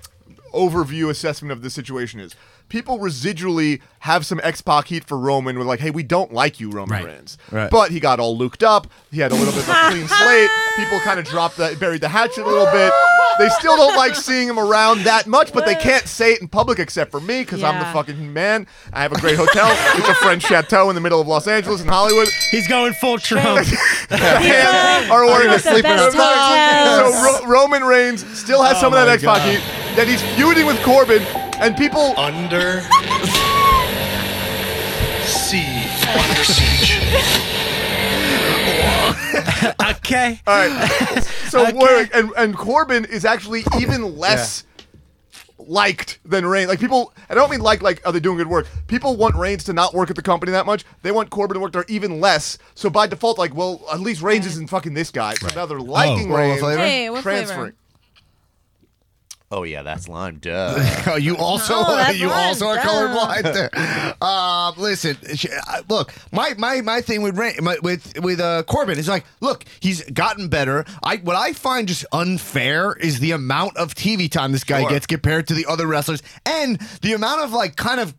[SPEAKER 1] overview assessment of the situation is. People residually have some X Pac heat for Roman. We're like, hey, we don't like you, Roman
[SPEAKER 9] Right.
[SPEAKER 1] Reigns.
[SPEAKER 2] Right.
[SPEAKER 1] But he got all looked up. He had a little bit of a clean slate. People kind of dropped that, buried the hatchet a little bit. They still don't like seeing him around that much, but they can't say it in public except for me because I'm the
[SPEAKER 8] Yeah.
[SPEAKER 1] fucking man. I have a great hotel. it's a French chateau in the middle of Los Angeles in Hollywood
[SPEAKER 9] He's going full Trump.
[SPEAKER 1] hands are
[SPEAKER 8] We're
[SPEAKER 1] working.
[SPEAKER 8] at the best hotels.
[SPEAKER 1] So Ro- Roman Reigns still has some of that X Pac heat. That he's feuding with Corbin, and people
[SPEAKER 5] Under siege. Under siege.
[SPEAKER 9] okay.
[SPEAKER 1] so worried. And and Corbin is actually even less liked than Reigns. Like people, I don't mean like like are they doing good work? People want Reigns to not work at the company that much. They want Corbin to work there even less. So by default, like, well, at least Reigns isn't fucking this guy. So now they're liking
[SPEAKER 2] Roll of
[SPEAKER 1] Reigns.
[SPEAKER 2] flavor?
[SPEAKER 8] Hey, what
[SPEAKER 1] transferring.
[SPEAKER 8] flavor?
[SPEAKER 4] oh yeah, that's lime. Duh.
[SPEAKER 2] Oh, you also
[SPEAKER 8] No, that's
[SPEAKER 2] you also are
[SPEAKER 8] mine.
[SPEAKER 2] colorblind. There. Uh, listen, sh- I- look, my my my thing with Ray, my, with with uh, Corbin is like, look, he's gotten better. I what I find just unfair is the amount of TV time this guy
[SPEAKER 1] Sure.
[SPEAKER 2] gets compared to the other wrestlers, and the amount of like kind of.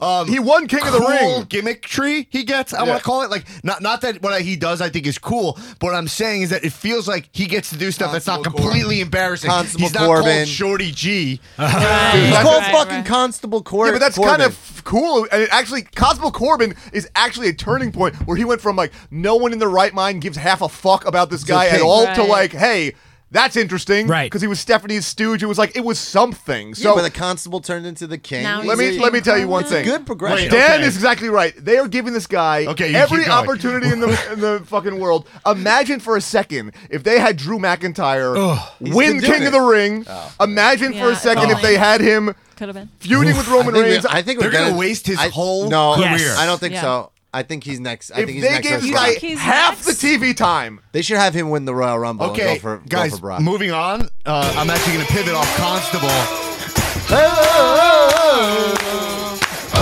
[SPEAKER 2] um,
[SPEAKER 1] He won King of the
[SPEAKER 2] cool
[SPEAKER 1] Ring.
[SPEAKER 2] gimmickry he gets. I
[SPEAKER 1] Yeah.
[SPEAKER 2] want to call it like not not that what I, he does I think is cool, but what I'm saying is that it feels like he gets to do stuff that's not
[SPEAKER 4] Constable
[SPEAKER 2] completely embarrassing.
[SPEAKER 4] Constable
[SPEAKER 2] He's not
[SPEAKER 4] Corbin.
[SPEAKER 2] called Shorty G.
[SPEAKER 4] He's
[SPEAKER 1] That's-
[SPEAKER 4] called
[SPEAKER 8] right,
[SPEAKER 4] fucking
[SPEAKER 8] right.
[SPEAKER 4] Constable Cor-
[SPEAKER 1] yeah, but that's
[SPEAKER 4] Corbin.
[SPEAKER 1] kind of cool. And it actually, Constable Corbin is actually a turning point where he went from like no one in their right mind gives half a fuck about this guy at
[SPEAKER 2] king.
[SPEAKER 1] all to
[SPEAKER 8] Right.
[SPEAKER 1] like, hey, that's interesting,
[SPEAKER 9] Right.
[SPEAKER 1] Because he was Stephanie's stooge. It was like it was something.
[SPEAKER 4] Yeah,
[SPEAKER 1] So
[SPEAKER 4] but the Constable turned into the King.
[SPEAKER 8] Now he's
[SPEAKER 1] let me
[SPEAKER 8] King
[SPEAKER 1] let me tell you one
[SPEAKER 8] Corbin.
[SPEAKER 1] thing.
[SPEAKER 4] Good
[SPEAKER 2] Wait,
[SPEAKER 4] progression.
[SPEAKER 1] Dan
[SPEAKER 2] okay.
[SPEAKER 1] is exactly right. They are giving this guy
[SPEAKER 2] Okay, you
[SPEAKER 1] every
[SPEAKER 2] keep going.
[SPEAKER 1] opportunity in the in the fucking world. Imagine for a second if they had Drew McIntyre win
[SPEAKER 4] been doing
[SPEAKER 1] King of
[SPEAKER 4] it. Oh.
[SPEAKER 1] the Ring. Imagine for
[SPEAKER 8] Yeah,
[SPEAKER 1] a second if
[SPEAKER 8] oh.
[SPEAKER 1] they had him
[SPEAKER 8] Could have been.
[SPEAKER 1] feuding with Roman Reigns.
[SPEAKER 4] I think
[SPEAKER 2] They're
[SPEAKER 4] we're
[SPEAKER 2] gonna
[SPEAKER 4] gonna
[SPEAKER 2] waste his
[SPEAKER 4] I-
[SPEAKER 2] whole
[SPEAKER 4] no,
[SPEAKER 9] Yes. career.
[SPEAKER 4] I don't think
[SPEAKER 8] Yeah.
[SPEAKER 4] so. I think he's next. I
[SPEAKER 1] if
[SPEAKER 4] think he's
[SPEAKER 1] they
[SPEAKER 4] next.
[SPEAKER 1] gave
[SPEAKER 4] as
[SPEAKER 1] this
[SPEAKER 4] well.
[SPEAKER 1] guy
[SPEAKER 8] think he's
[SPEAKER 1] half
[SPEAKER 8] next?
[SPEAKER 1] the TV time,
[SPEAKER 4] they should have him win the Royal Rumble. and
[SPEAKER 2] Okay,
[SPEAKER 4] go for, go
[SPEAKER 2] guys,
[SPEAKER 4] for Brock.
[SPEAKER 2] moving on. Uh, I'm actually going to pivot off Constable.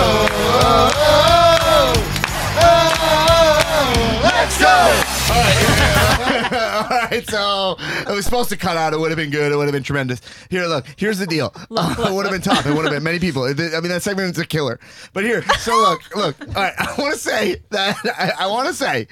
[SPEAKER 2] All right, so it was supposed to cut out. It would have been good. It would have been tremendous. Here, look. Here's the deal. it would have been top. It would have been many people. It- I mean, that segment is a killer. But here, so look, look. All right, I want to say that I, I want to say.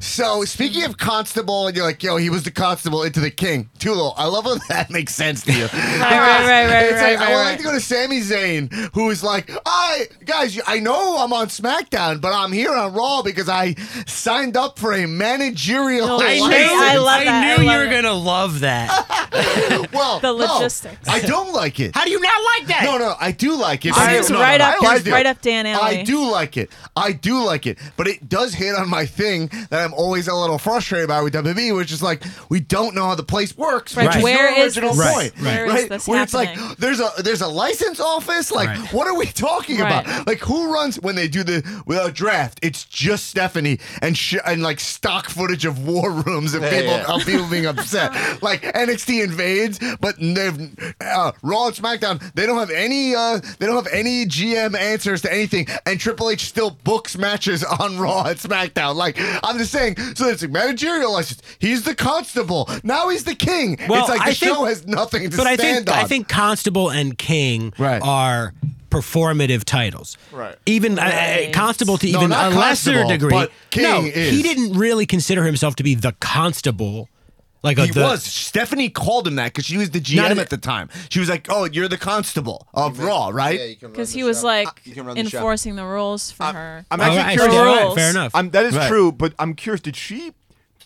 [SPEAKER 2] So speaking of constable, and you're like, yo, he was the constable into the king. Tulo, I love when that makes sense to you.
[SPEAKER 8] Right, right, right, right,
[SPEAKER 2] It's like,
[SPEAKER 8] right,
[SPEAKER 2] I would
[SPEAKER 8] right,
[SPEAKER 2] like to go to Sami Zayn, who is like, I guys, you- I know I'm on SmackDown, but I'm here on Raw because I signed up for a managerial.
[SPEAKER 8] No,
[SPEAKER 9] I
[SPEAKER 8] I Love
[SPEAKER 9] knew,
[SPEAKER 8] it. I love
[SPEAKER 9] I
[SPEAKER 8] that. I
[SPEAKER 9] knew
[SPEAKER 8] love
[SPEAKER 9] you were
[SPEAKER 8] it.
[SPEAKER 9] gonna love that.
[SPEAKER 2] well,
[SPEAKER 8] The
[SPEAKER 2] no,
[SPEAKER 8] logistics.
[SPEAKER 2] I don't like it.
[SPEAKER 9] How do you not like that?
[SPEAKER 2] No, no, I do like it.
[SPEAKER 8] I-
[SPEAKER 2] but
[SPEAKER 8] It's
[SPEAKER 2] no,
[SPEAKER 8] right
[SPEAKER 2] no,
[SPEAKER 8] up-
[SPEAKER 2] I like
[SPEAKER 8] it's
[SPEAKER 2] it.
[SPEAKER 8] right up Dan alley.
[SPEAKER 2] I do like it. I do like it. But it does hit on my thing that I'm always a little frustrated about with WWE, which is like we don't know how the place works.
[SPEAKER 8] Right.
[SPEAKER 2] Which is
[SPEAKER 8] Where
[SPEAKER 2] your
[SPEAKER 8] is
[SPEAKER 2] original
[SPEAKER 8] this-
[SPEAKER 2] point?
[SPEAKER 8] where is
[SPEAKER 2] right?
[SPEAKER 8] this
[SPEAKER 2] Where it's
[SPEAKER 8] happening?
[SPEAKER 2] like there's a there's a license office. Like
[SPEAKER 9] Right.
[SPEAKER 2] what are we talking
[SPEAKER 8] Right.
[SPEAKER 2] about? Like who runs when they do the without draft? It's just Stephanie and sh- and like stock footage of war rooms and people
[SPEAKER 4] yeah.
[SPEAKER 2] of people being upset. Like NXT invades, but they've uh, Raw and SmackDown they don't have any uh, they don't have any GM answers to anything, and Triple H still books matches on Raw and SmackDown. Like I'm just saying, so it's a managerial license. He's the constable. Now he's the king.
[SPEAKER 9] Well,
[SPEAKER 2] it's like the
[SPEAKER 9] I think-
[SPEAKER 2] show has nothing to
[SPEAKER 9] but I
[SPEAKER 2] stand
[SPEAKER 9] think
[SPEAKER 2] on.
[SPEAKER 9] I think Constable and King
[SPEAKER 2] Right.
[SPEAKER 9] are performative titles.
[SPEAKER 1] Right.
[SPEAKER 9] Even uh, uh,
[SPEAKER 8] Right.
[SPEAKER 9] Constable to
[SPEAKER 2] No,
[SPEAKER 9] even
[SPEAKER 2] not
[SPEAKER 9] a lesser
[SPEAKER 2] Constable,
[SPEAKER 9] degree.
[SPEAKER 2] but King
[SPEAKER 9] no,
[SPEAKER 2] is.
[SPEAKER 9] he didn't really consider himself to be the Constable. Like a,
[SPEAKER 2] He
[SPEAKER 9] the-
[SPEAKER 2] was. Stephanie called him that because she was the
[SPEAKER 9] Not
[SPEAKER 2] GM
[SPEAKER 9] a-
[SPEAKER 2] at the time. She was like, "Oh, you're the constable of Raw, right?"
[SPEAKER 4] Yeah, you can run
[SPEAKER 8] Because
[SPEAKER 4] the
[SPEAKER 8] he was
[SPEAKER 4] show.
[SPEAKER 8] like
[SPEAKER 4] You can run the show.
[SPEAKER 8] enforcing the rules for her.
[SPEAKER 1] I'm
[SPEAKER 9] All
[SPEAKER 1] actually
[SPEAKER 9] Oh, right,
[SPEAKER 1] curious.
[SPEAKER 9] fair enough,
[SPEAKER 8] Rules.
[SPEAKER 9] fair enough.
[SPEAKER 1] I'm, that is
[SPEAKER 2] Right.
[SPEAKER 1] true, but I'm curious. Did she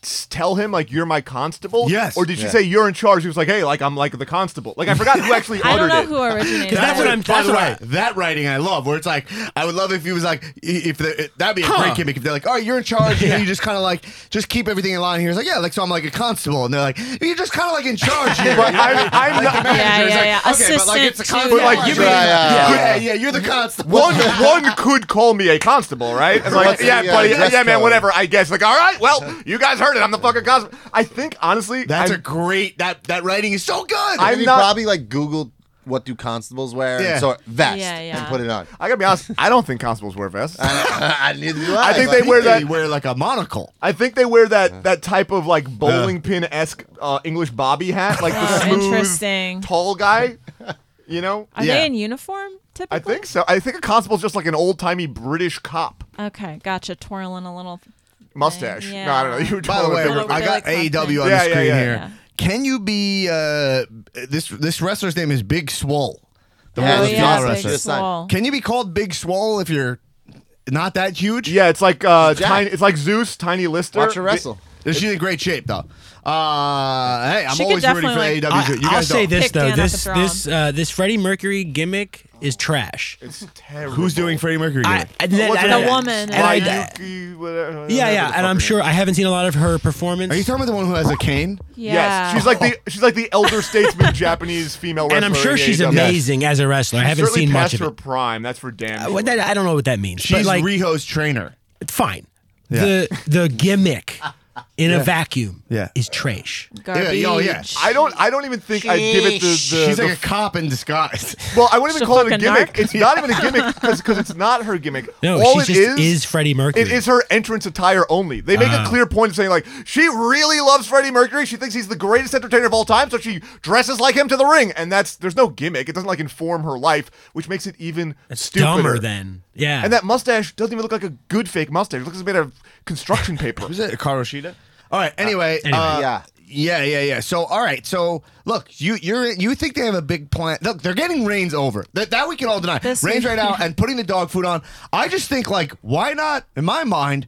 [SPEAKER 1] s- tell him like you're my constable?
[SPEAKER 2] Yes.
[SPEAKER 1] Or did she
[SPEAKER 4] Yeah.
[SPEAKER 1] say you're in charge? He was like, hey, like I'm like the constable. Like I forgot who actually
[SPEAKER 8] I
[SPEAKER 1] ordered
[SPEAKER 8] don't know
[SPEAKER 1] it.
[SPEAKER 8] who originated.
[SPEAKER 9] 'Cause that's
[SPEAKER 8] it.
[SPEAKER 9] what I'm-
[SPEAKER 2] By
[SPEAKER 9] that's
[SPEAKER 2] the
[SPEAKER 9] what
[SPEAKER 2] way,
[SPEAKER 9] I-
[SPEAKER 2] that writing I love, where it's like, I would love if he was like, i- if the, it- that'd be a great gimmick. If they're like, all right, you're in charge, you know, you just kind of like, just keep everything in line here. He's like, yeah, like so I'm like a constable, and they're like, you're just kind of like in charge here.
[SPEAKER 1] But I'm- I'm
[SPEAKER 2] Like,
[SPEAKER 1] not-
[SPEAKER 2] the manager
[SPEAKER 8] Yeah,
[SPEAKER 2] is
[SPEAKER 8] yeah,
[SPEAKER 2] like,
[SPEAKER 8] yeah.
[SPEAKER 2] Okay, but like
[SPEAKER 8] Assistant
[SPEAKER 2] it's a
[SPEAKER 8] to
[SPEAKER 2] constable.
[SPEAKER 8] the
[SPEAKER 2] like, you
[SPEAKER 1] manager.
[SPEAKER 2] yeah,
[SPEAKER 1] Yeah, yeah,
[SPEAKER 2] yeah,
[SPEAKER 1] yeah.
[SPEAKER 2] yeah, you're the constable.
[SPEAKER 1] One, one could call me a constable, right? And like,
[SPEAKER 4] What's
[SPEAKER 1] yeah,
[SPEAKER 4] the, uh,
[SPEAKER 1] buddy, yeah,
[SPEAKER 4] dress
[SPEAKER 1] yeah, man,
[SPEAKER 4] code?
[SPEAKER 1] whatever. I guess. Like, all right, well, you guys heard it. I'm the fucking constable. I think honestly,
[SPEAKER 2] That's
[SPEAKER 1] I'm-
[SPEAKER 2] a great. That that writing is so good.
[SPEAKER 1] I'm
[SPEAKER 4] And he
[SPEAKER 1] not-
[SPEAKER 4] probably like Googled what do constables wear
[SPEAKER 2] Yeah.
[SPEAKER 4] and so vest
[SPEAKER 8] Yeah, yeah.
[SPEAKER 4] and put it on.
[SPEAKER 1] I gotta be honest. I don't think constables wear vests.
[SPEAKER 4] I need to
[SPEAKER 1] I think they wear that.
[SPEAKER 2] wear like a monocle.
[SPEAKER 1] I think they wear that that type of like bowling pin esque uh, English bobby hat, like the
[SPEAKER 8] Oh,
[SPEAKER 1] smooth,
[SPEAKER 8] interesting.
[SPEAKER 1] tall guy. You know,
[SPEAKER 8] Are
[SPEAKER 2] Yeah.
[SPEAKER 8] they in uniform typically?
[SPEAKER 1] I think so. I think a constable's just like an old timey British cop
[SPEAKER 8] Okay, gotcha. Twirling a little.
[SPEAKER 1] mustache. No, I don't know.
[SPEAKER 8] Yeah.
[SPEAKER 1] You were
[SPEAKER 2] By the
[SPEAKER 1] totally
[SPEAKER 2] way,
[SPEAKER 1] bigger-
[SPEAKER 8] All over
[SPEAKER 2] I
[SPEAKER 8] the,
[SPEAKER 2] got
[SPEAKER 8] like,
[SPEAKER 2] AEW E on
[SPEAKER 8] continent.
[SPEAKER 2] the
[SPEAKER 1] Yeah, yeah,
[SPEAKER 2] screen
[SPEAKER 1] yeah.
[SPEAKER 2] here.
[SPEAKER 8] Yeah.
[SPEAKER 2] Can you be uh, this this wrestler's name is Big Swole. The
[SPEAKER 4] Yeah,
[SPEAKER 2] one
[SPEAKER 8] Oh,
[SPEAKER 2] with
[SPEAKER 4] it's
[SPEAKER 2] the
[SPEAKER 8] yeah,
[SPEAKER 2] jaw
[SPEAKER 8] big
[SPEAKER 2] wrestler.
[SPEAKER 4] This time.
[SPEAKER 8] swole.
[SPEAKER 2] Can you be called Big Swole if you're not that huge?
[SPEAKER 1] yeah, it's like uh,
[SPEAKER 4] Jack.
[SPEAKER 1] tiny. It's like Zeus, tiny Lister.
[SPEAKER 4] Watch her wrestle.
[SPEAKER 2] She's in great shape though. Uh, hey, I'm
[SPEAKER 8] She could
[SPEAKER 2] always rooting for
[SPEAKER 8] definitely,
[SPEAKER 2] AEW.
[SPEAKER 9] I,
[SPEAKER 2] You
[SPEAKER 9] will
[SPEAKER 2] guys
[SPEAKER 9] say
[SPEAKER 2] don't.
[SPEAKER 9] this
[SPEAKER 8] Pick
[SPEAKER 9] though
[SPEAKER 8] Dan up
[SPEAKER 9] this
[SPEAKER 8] and throw
[SPEAKER 9] this uh, this Freddie Mercury gimmick is trash.
[SPEAKER 1] It's terrible.
[SPEAKER 2] Who's doing Freddie Mercury?
[SPEAKER 9] I,
[SPEAKER 2] gimmick?
[SPEAKER 9] and then-
[SPEAKER 1] What's
[SPEAKER 9] and
[SPEAKER 1] her
[SPEAKER 9] I-
[SPEAKER 1] name?
[SPEAKER 8] The woman.
[SPEAKER 9] and I-
[SPEAKER 8] Yeah.
[SPEAKER 1] Yuki, whatever-
[SPEAKER 9] yeah,
[SPEAKER 1] whatever
[SPEAKER 9] yeah,
[SPEAKER 1] the
[SPEAKER 9] and
[SPEAKER 1] fuck
[SPEAKER 9] I'm
[SPEAKER 1] her
[SPEAKER 9] sure
[SPEAKER 1] name
[SPEAKER 9] I
[SPEAKER 1] is.
[SPEAKER 9] haven't seen a lot of her performance.
[SPEAKER 2] Are you talking about the one who has a cane?
[SPEAKER 8] Yeah.
[SPEAKER 1] Yes, she's like the she's like the elder statesman Japanese female wrestler.
[SPEAKER 9] and I'm sure
[SPEAKER 1] in
[SPEAKER 9] she's
[SPEAKER 1] AEW.
[SPEAKER 9] amazing as a wrestler. I haven't
[SPEAKER 1] Certainly
[SPEAKER 9] seen
[SPEAKER 1] past
[SPEAKER 9] much of
[SPEAKER 1] her
[SPEAKER 9] it.
[SPEAKER 1] prime. That's for damn.
[SPEAKER 9] Uh,
[SPEAKER 1] sure.
[SPEAKER 9] what that- I don't know what that means.
[SPEAKER 2] She's
[SPEAKER 9] but like,
[SPEAKER 2] Riho's trainer.
[SPEAKER 9] fine.
[SPEAKER 2] Yeah.
[SPEAKER 9] The the gimmick in
[SPEAKER 2] Yeah.
[SPEAKER 9] a vacuum
[SPEAKER 2] Yeah.
[SPEAKER 9] is trash.
[SPEAKER 8] Garbage.
[SPEAKER 2] Yeah, oh, yeah.
[SPEAKER 1] I don't. I don't even think I give it the. the
[SPEAKER 2] She's
[SPEAKER 1] the
[SPEAKER 2] like a cop in disguise.
[SPEAKER 1] Well, I wouldn't
[SPEAKER 8] She's a
[SPEAKER 1] even call it a
[SPEAKER 8] fucking
[SPEAKER 1] gimmick.
[SPEAKER 8] narc.
[SPEAKER 1] It's not even a gimmick because it's not her gimmick.
[SPEAKER 9] No,
[SPEAKER 1] All
[SPEAKER 9] she
[SPEAKER 1] it
[SPEAKER 9] just is,
[SPEAKER 1] is
[SPEAKER 9] Freddie Mercury. Ah.
[SPEAKER 1] It is her entrance attire only. They make a clear point of saying like she really loves Freddie Mercury. She thinks he's the greatest entertainer of all time, so she dresses like him to the ring. And that's there's no gimmick. It doesn't like inform her life, which makes it even
[SPEAKER 9] It's
[SPEAKER 1] stupider.
[SPEAKER 9] dumber then. Yeah.
[SPEAKER 1] And that mustache doesn't even look like a good fake mustache. It looks like it's made out of construction paper.
[SPEAKER 2] Was it Karoshida? All right. Anyway.
[SPEAKER 9] anyway.
[SPEAKER 2] uh,
[SPEAKER 4] Yeah.
[SPEAKER 2] Yeah, yeah, yeah. So, all right. So, look, you you're you think they have a big plan? Look, they're getting Reigns over. That that we can all deny.
[SPEAKER 8] This
[SPEAKER 2] Reigns
[SPEAKER 8] we-
[SPEAKER 2] right now and putting the dog food on. I just think like, why not? In my mind,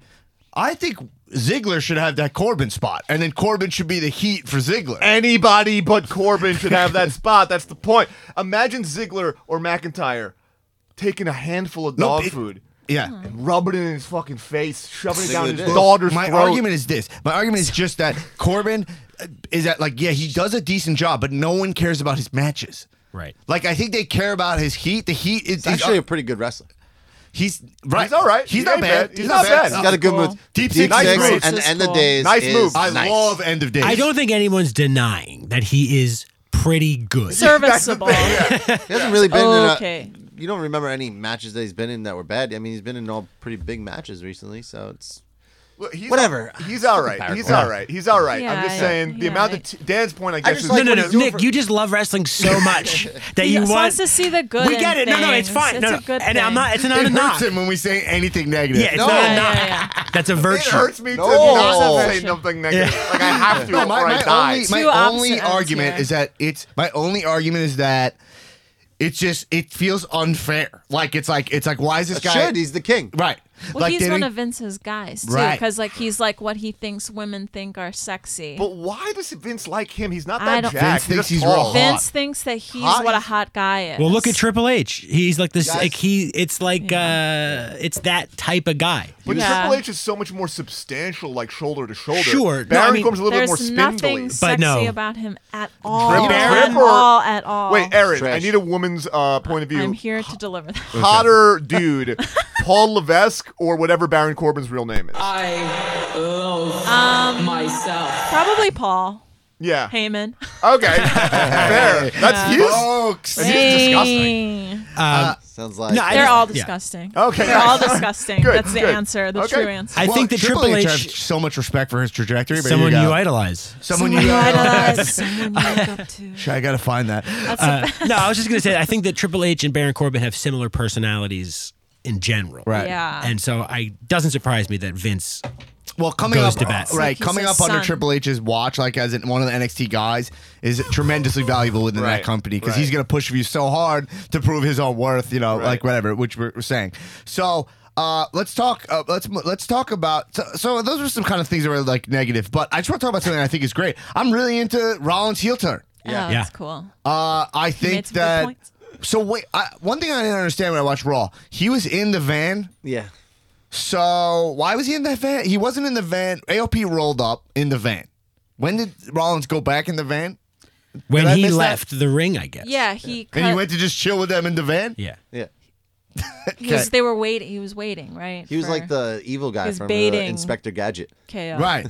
[SPEAKER 2] I think Ziggler should have that Corbin spot, and then Corbin should be the heat for Ziggler.
[SPEAKER 1] Anybody but Corbin should have that spot. That's the point. Imagine Ziggler or McIntyre taking a handful of
[SPEAKER 2] Nope,
[SPEAKER 1] dog
[SPEAKER 2] it-
[SPEAKER 1] food.
[SPEAKER 2] yeah.
[SPEAKER 1] and rubbing it in his fucking face, shoving it down his
[SPEAKER 4] did.
[SPEAKER 1] daughter's
[SPEAKER 2] my
[SPEAKER 1] throat.
[SPEAKER 2] argument is this. My argument is just that Corbin uh, is that like yeah, he does a decent job, but no one cares about his matches.
[SPEAKER 9] right.
[SPEAKER 2] Like I think they care about his heat. The heat is
[SPEAKER 4] He's actually a
[SPEAKER 2] he's, uh,
[SPEAKER 4] pretty good wrestler.
[SPEAKER 2] right.
[SPEAKER 1] He's all right.
[SPEAKER 2] He's
[SPEAKER 1] He
[SPEAKER 2] not
[SPEAKER 1] ain't
[SPEAKER 2] bad.
[SPEAKER 1] bad. He's not bad.
[SPEAKER 4] He's got a good
[SPEAKER 8] cool.
[SPEAKER 4] move.
[SPEAKER 2] Deep
[SPEAKER 1] six is great.
[SPEAKER 4] and
[SPEAKER 8] This
[SPEAKER 4] end of
[SPEAKER 8] is
[SPEAKER 4] days.
[SPEAKER 1] Nice
[SPEAKER 4] is
[SPEAKER 1] move.
[SPEAKER 2] I
[SPEAKER 4] nice.
[SPEAKER 2] love end of days.
[SPEAKER 9] I don't think anyone's denying that he is pretty good.
[SPEAKER 8] Serviceable.
[SPEAKER 4] He hasn't really been
[SPEAKER 8] Okay.
[SPEAKER 4] in a. You don't remember any matches that he's been in that were bad. I mean, he's been in all pretty big matches recently, so it's.
[SPEAKER 1] Look, he's-
[SPEAKER 4] Whatever.
[SPEAKER 1] He's all right. He's all right. He's all right. I'm
[SPEAKER 8] Yeah,
[SPEAKER 1] just
[SPEAKER 8] yeah,
[SPEAKER 1] saying the
[SPEAKER 8] yeah,
[SPEAKER 1] amount
[SPEAKER 8] right.
[SPEAKER 1] that t- Dan's point, I guess,
[SPEAKER 4] just
[SPEAKER 1] is
[SPEAKER 9] No,
[SPEAKER 4] like
[SPEAKER 9] no,
[SPEAKER 4] what
[SPEAKER 9] no,
[SPEAKER 4] he's doing
[SPEAKER 9] Nick,
[SPEAKER 4] for-
[SPEAKER 9] you just love wrestling so much that you
[SPEAKER 8] just
[SPEAKER 9] want
[SPEAKER 8] wants to see the good
[SPEAKER 9] We
[SPEAKER 8] in
[SPEAKER 9] get it. No, no, it's
[SPEAKER 8] things.
[SPEAKER 9] fine.
[SPEAKER 8] It's
[SPEAKER 9] no, no.
[SPEAKER 8] a good
[SPEAKER 9] and I'm
[SPEAKER 8] thing. Oh,
[SPEAKER 9] not. It's not
[SPEAKER 2] It
[SPEAKER 9] a knock.
[SPEAKER 2] hurts him when we say anything negative.
[SPEAKER 9] Yeah, it's
[SPEAKER 1] No.
[SPEAKER 9] not
[SPEAKER 8] Yeah,
[SPEAKER 9] a knock.
[SPEAKER 8] yeah, yeah.
[SPEAKER 9] That's a
[SPEAKER 1] It
[SPEAKER 9] virtue.
[SPEAKER 1] hurts me
[SPEAKER 4] No.
[SPEAKER 1] to not say
[SPEAKER 8] Version.
[SPEAKER 1] something negative. Like I have to,
[SPEAKER 2] No,
[SPEAKER 1] or
[SPEAKER 2] my,
[SPEAKER 1] I
[SPEAKER 2] my
[SPEAKER 1] die.
[SPEAKER 2] only, my
[SPEAKER 8] Two opposite
[SPEAKER 2] only
[SPEAKER 8] ends
[SPEAKER 2] argument
[SPEAKER 8] here.
[SPEAKER 2] is that it's my only argument is that it's just it feels unfair. Like it's like it's like why is this guy
[SPEAKER 4] Should he's the king?
[SPEAKER 2] right?
[SPEAKER 8] Well,
[SPEAKER 2] like
[SPEAKER 8] he's
[SPEAKER 2] they
[SPEAKER 8] one
[SPEAKER 2] didn't-
[SPEAKER 8] of Vince's guys too,
[SPEAKER 2] Right.
[SPEAKER 8] because like he's like what he thinks women think are sexy.
[SPEAKER 1] But why does Vince like him? He's not
[SPEAKER 8] I
[SPEAKER 1] that
[SPEAKER 8] don't-
[SPEAKER 2] Vince
[SPEAKER 1] jacked.
[SPEAKER 2] thinks
[SPEAKER 1] just
[SPEAKER 2] he's real
[SPEAKER 1] tall.
[SPEAKER 2] hot.
[SPEAKER 8] Vince thinks that he's
[SPEAKER 1] Hot.
[SPEAKER 8] what a hot guy is.
[SPEAKER 9] Well, look at Triple H. He's like this.
[SPEAKER 4] Guys-
[SPEAKER 9] Like he. It's like uh, it's that type of guy.
[SPEAKER 1] But
[SPEAKER 8] Yeah.
[SPEAKER 1] Triple H is so much more substantial, like shoulder to shoulder.
[SPEAKER 9] Sure. No,
[SPEAKER 1] Baron
[SPEAKER 9] I mean-
[SPEAKER 1] Corbin's a little
[SPEAKER 8] There's
[SPEAKER 1] bit more
[SPEAKER 8] nothing
[SPEAKER 1] spindly.
[SPEAKER 8] sexy
[SPEAKER 9] But no.
[SPEAKER 8] about him at all.
[SPEAKER 1] Triple
[SPEAKER 8] at
[SPEAKER 1] H.
[SPEAKER 8] all. At all.
[SPEAKER 1] Wait, Aaron, I
[SPEAKER 4] Trash.
[SPEAKER 1] need a woman's uh, point of view.
[SPEAKER 8] I'm here to deliver that.
[SPEAKER 1] Hotter dude, Paul Levesque or whatever Baron Corbin's real name is.
[SPEAKER 8] Probably Paul
[SPEAKER 1] yeah.
[SPEAKER 8] Heyman.
[SPEAKER 1] Okay. Fair. That's you.
[SPEAKER 2] Folks.
[SPEAKER 8] disgusting.
[SPEAKER 4] Sounds like
[SPEAKER 9] No, I
[SPEAKER 8] They're
[SPEAKER 9] just-
[SPEAKER 8] all
[SPEAKER 9] yeah.
[SPEAKER 8] disgusting.
[SPEAKER 1] Okay.
[SPEAKER 8] They're all disgusting.
[SPEAKER 1] Oh, Good,
[SPEAKER 8] That's the
[SPEAKER 1] good.
[SPEAKER 8] answer. The
[SPEAKER 1] Okay.
[SPEAKER 8] true answer.
[SPEAKER 9] I
[SPEAKER 2] Well,
[SPEAKER 9] think that Triple H,
[SPEAKER 2] has so much respect for his trajectory. But
[SPEAKER 9] someone
[SPEAKER 2] here you,
[SPEAKER 9] you
[SPEAKER 2] go.
[SPEAKER 9] idolize.
[SPEAKER 2] someone you,
[SPEAKER 8] Someone you
[SPEAKER 2] idolize.
[SPEAKER 8] idolize. Someone you look up to.
[SPEAKER 2] I gotta find that.
[SPEAKER 9] Uh, no, I was just gonna say. I think that Triple H and Baron Corbin have similar personalities in general.
[SPEAKER 2] Right.
[SPEAKER 8] Yeah.
[SPEAKER 9] uh, And so I doesn't surprise me that Vince.
[SPEAKER 2] Well, coming
[SPEAKER 9] Goes
[SPEAKER 2] up,
[SPEAKER 9] to bat.
[SPEAKER 2] right?
[SPEAKER 8] Like he's
[SPEAKER 2] coming
[SPEAKER 8] his
[SPEAKER 2] up under
[SPEAKER 8] son.
[SPEAKER 2] Triple H's watch, like as in one of the NXT guys, is tremendously valuable within
[SPEAKER 1] Right,
[SPEAKER 2] that company because
[SPEAKER 1] right.
[SPEAKER 2] he's going to push you so hard to prove his own worth. You know, like whatever, which we're, we're saying. So. Uh, let's talk. Uh, let's let's talk about. So, so those are some kind of things that were like negative, but I just want to talk about something I think is great. I'm really into Rollins heel turn.
[SPEAKER 8] Yeah. Oh,
[SPEAKER 9] Yeah.
[SPEAKER 8] that's cool.
[SPEAKER 2] Uh, I think
[SPEAKER 8] made some good
[SPEAKER 2] that.
[SPEAKER 8] points.
[SPEAKER 2] So wait, I, one thing I didn't understand when I watched Raw, he was in the van
[SPEAKER 4] yeah.
[SPEAKER 2] so why was he in that van? He wasn't in the van. AOP rolled up in the van. When did Rollins go back in the van?
[SPEAKER 9] When
[SPEAKER 2] Did I
[SPEAKER 9] he
[SPEAKER 2] miss that?
[SPEAKER 9] left the ring, I guess.
[SPEAKER 8] Yeah, he
[SPEAKER 2] And he
[SPEAKER 8] cut-
[SPEAKER 2] went to just chill with them in the van.
[SPEAKER 9] Yeah.
[SPEAKER 4] Yeah.
[SPEAKER 8] He was, they were waiting. He was waiting, right?
[SPEAKER 4] He was
[SPEAKER 8] for
[SPEAKER 4] like the evil guy
[SPEAKER 8] He's
[SPEAKER 4] from uh,
[SPEAKER 8] baiting.
[SPEAKER 4] Inspector Gadget.
[SPEAKER 8] KO.
[SPEAKER 2] Right.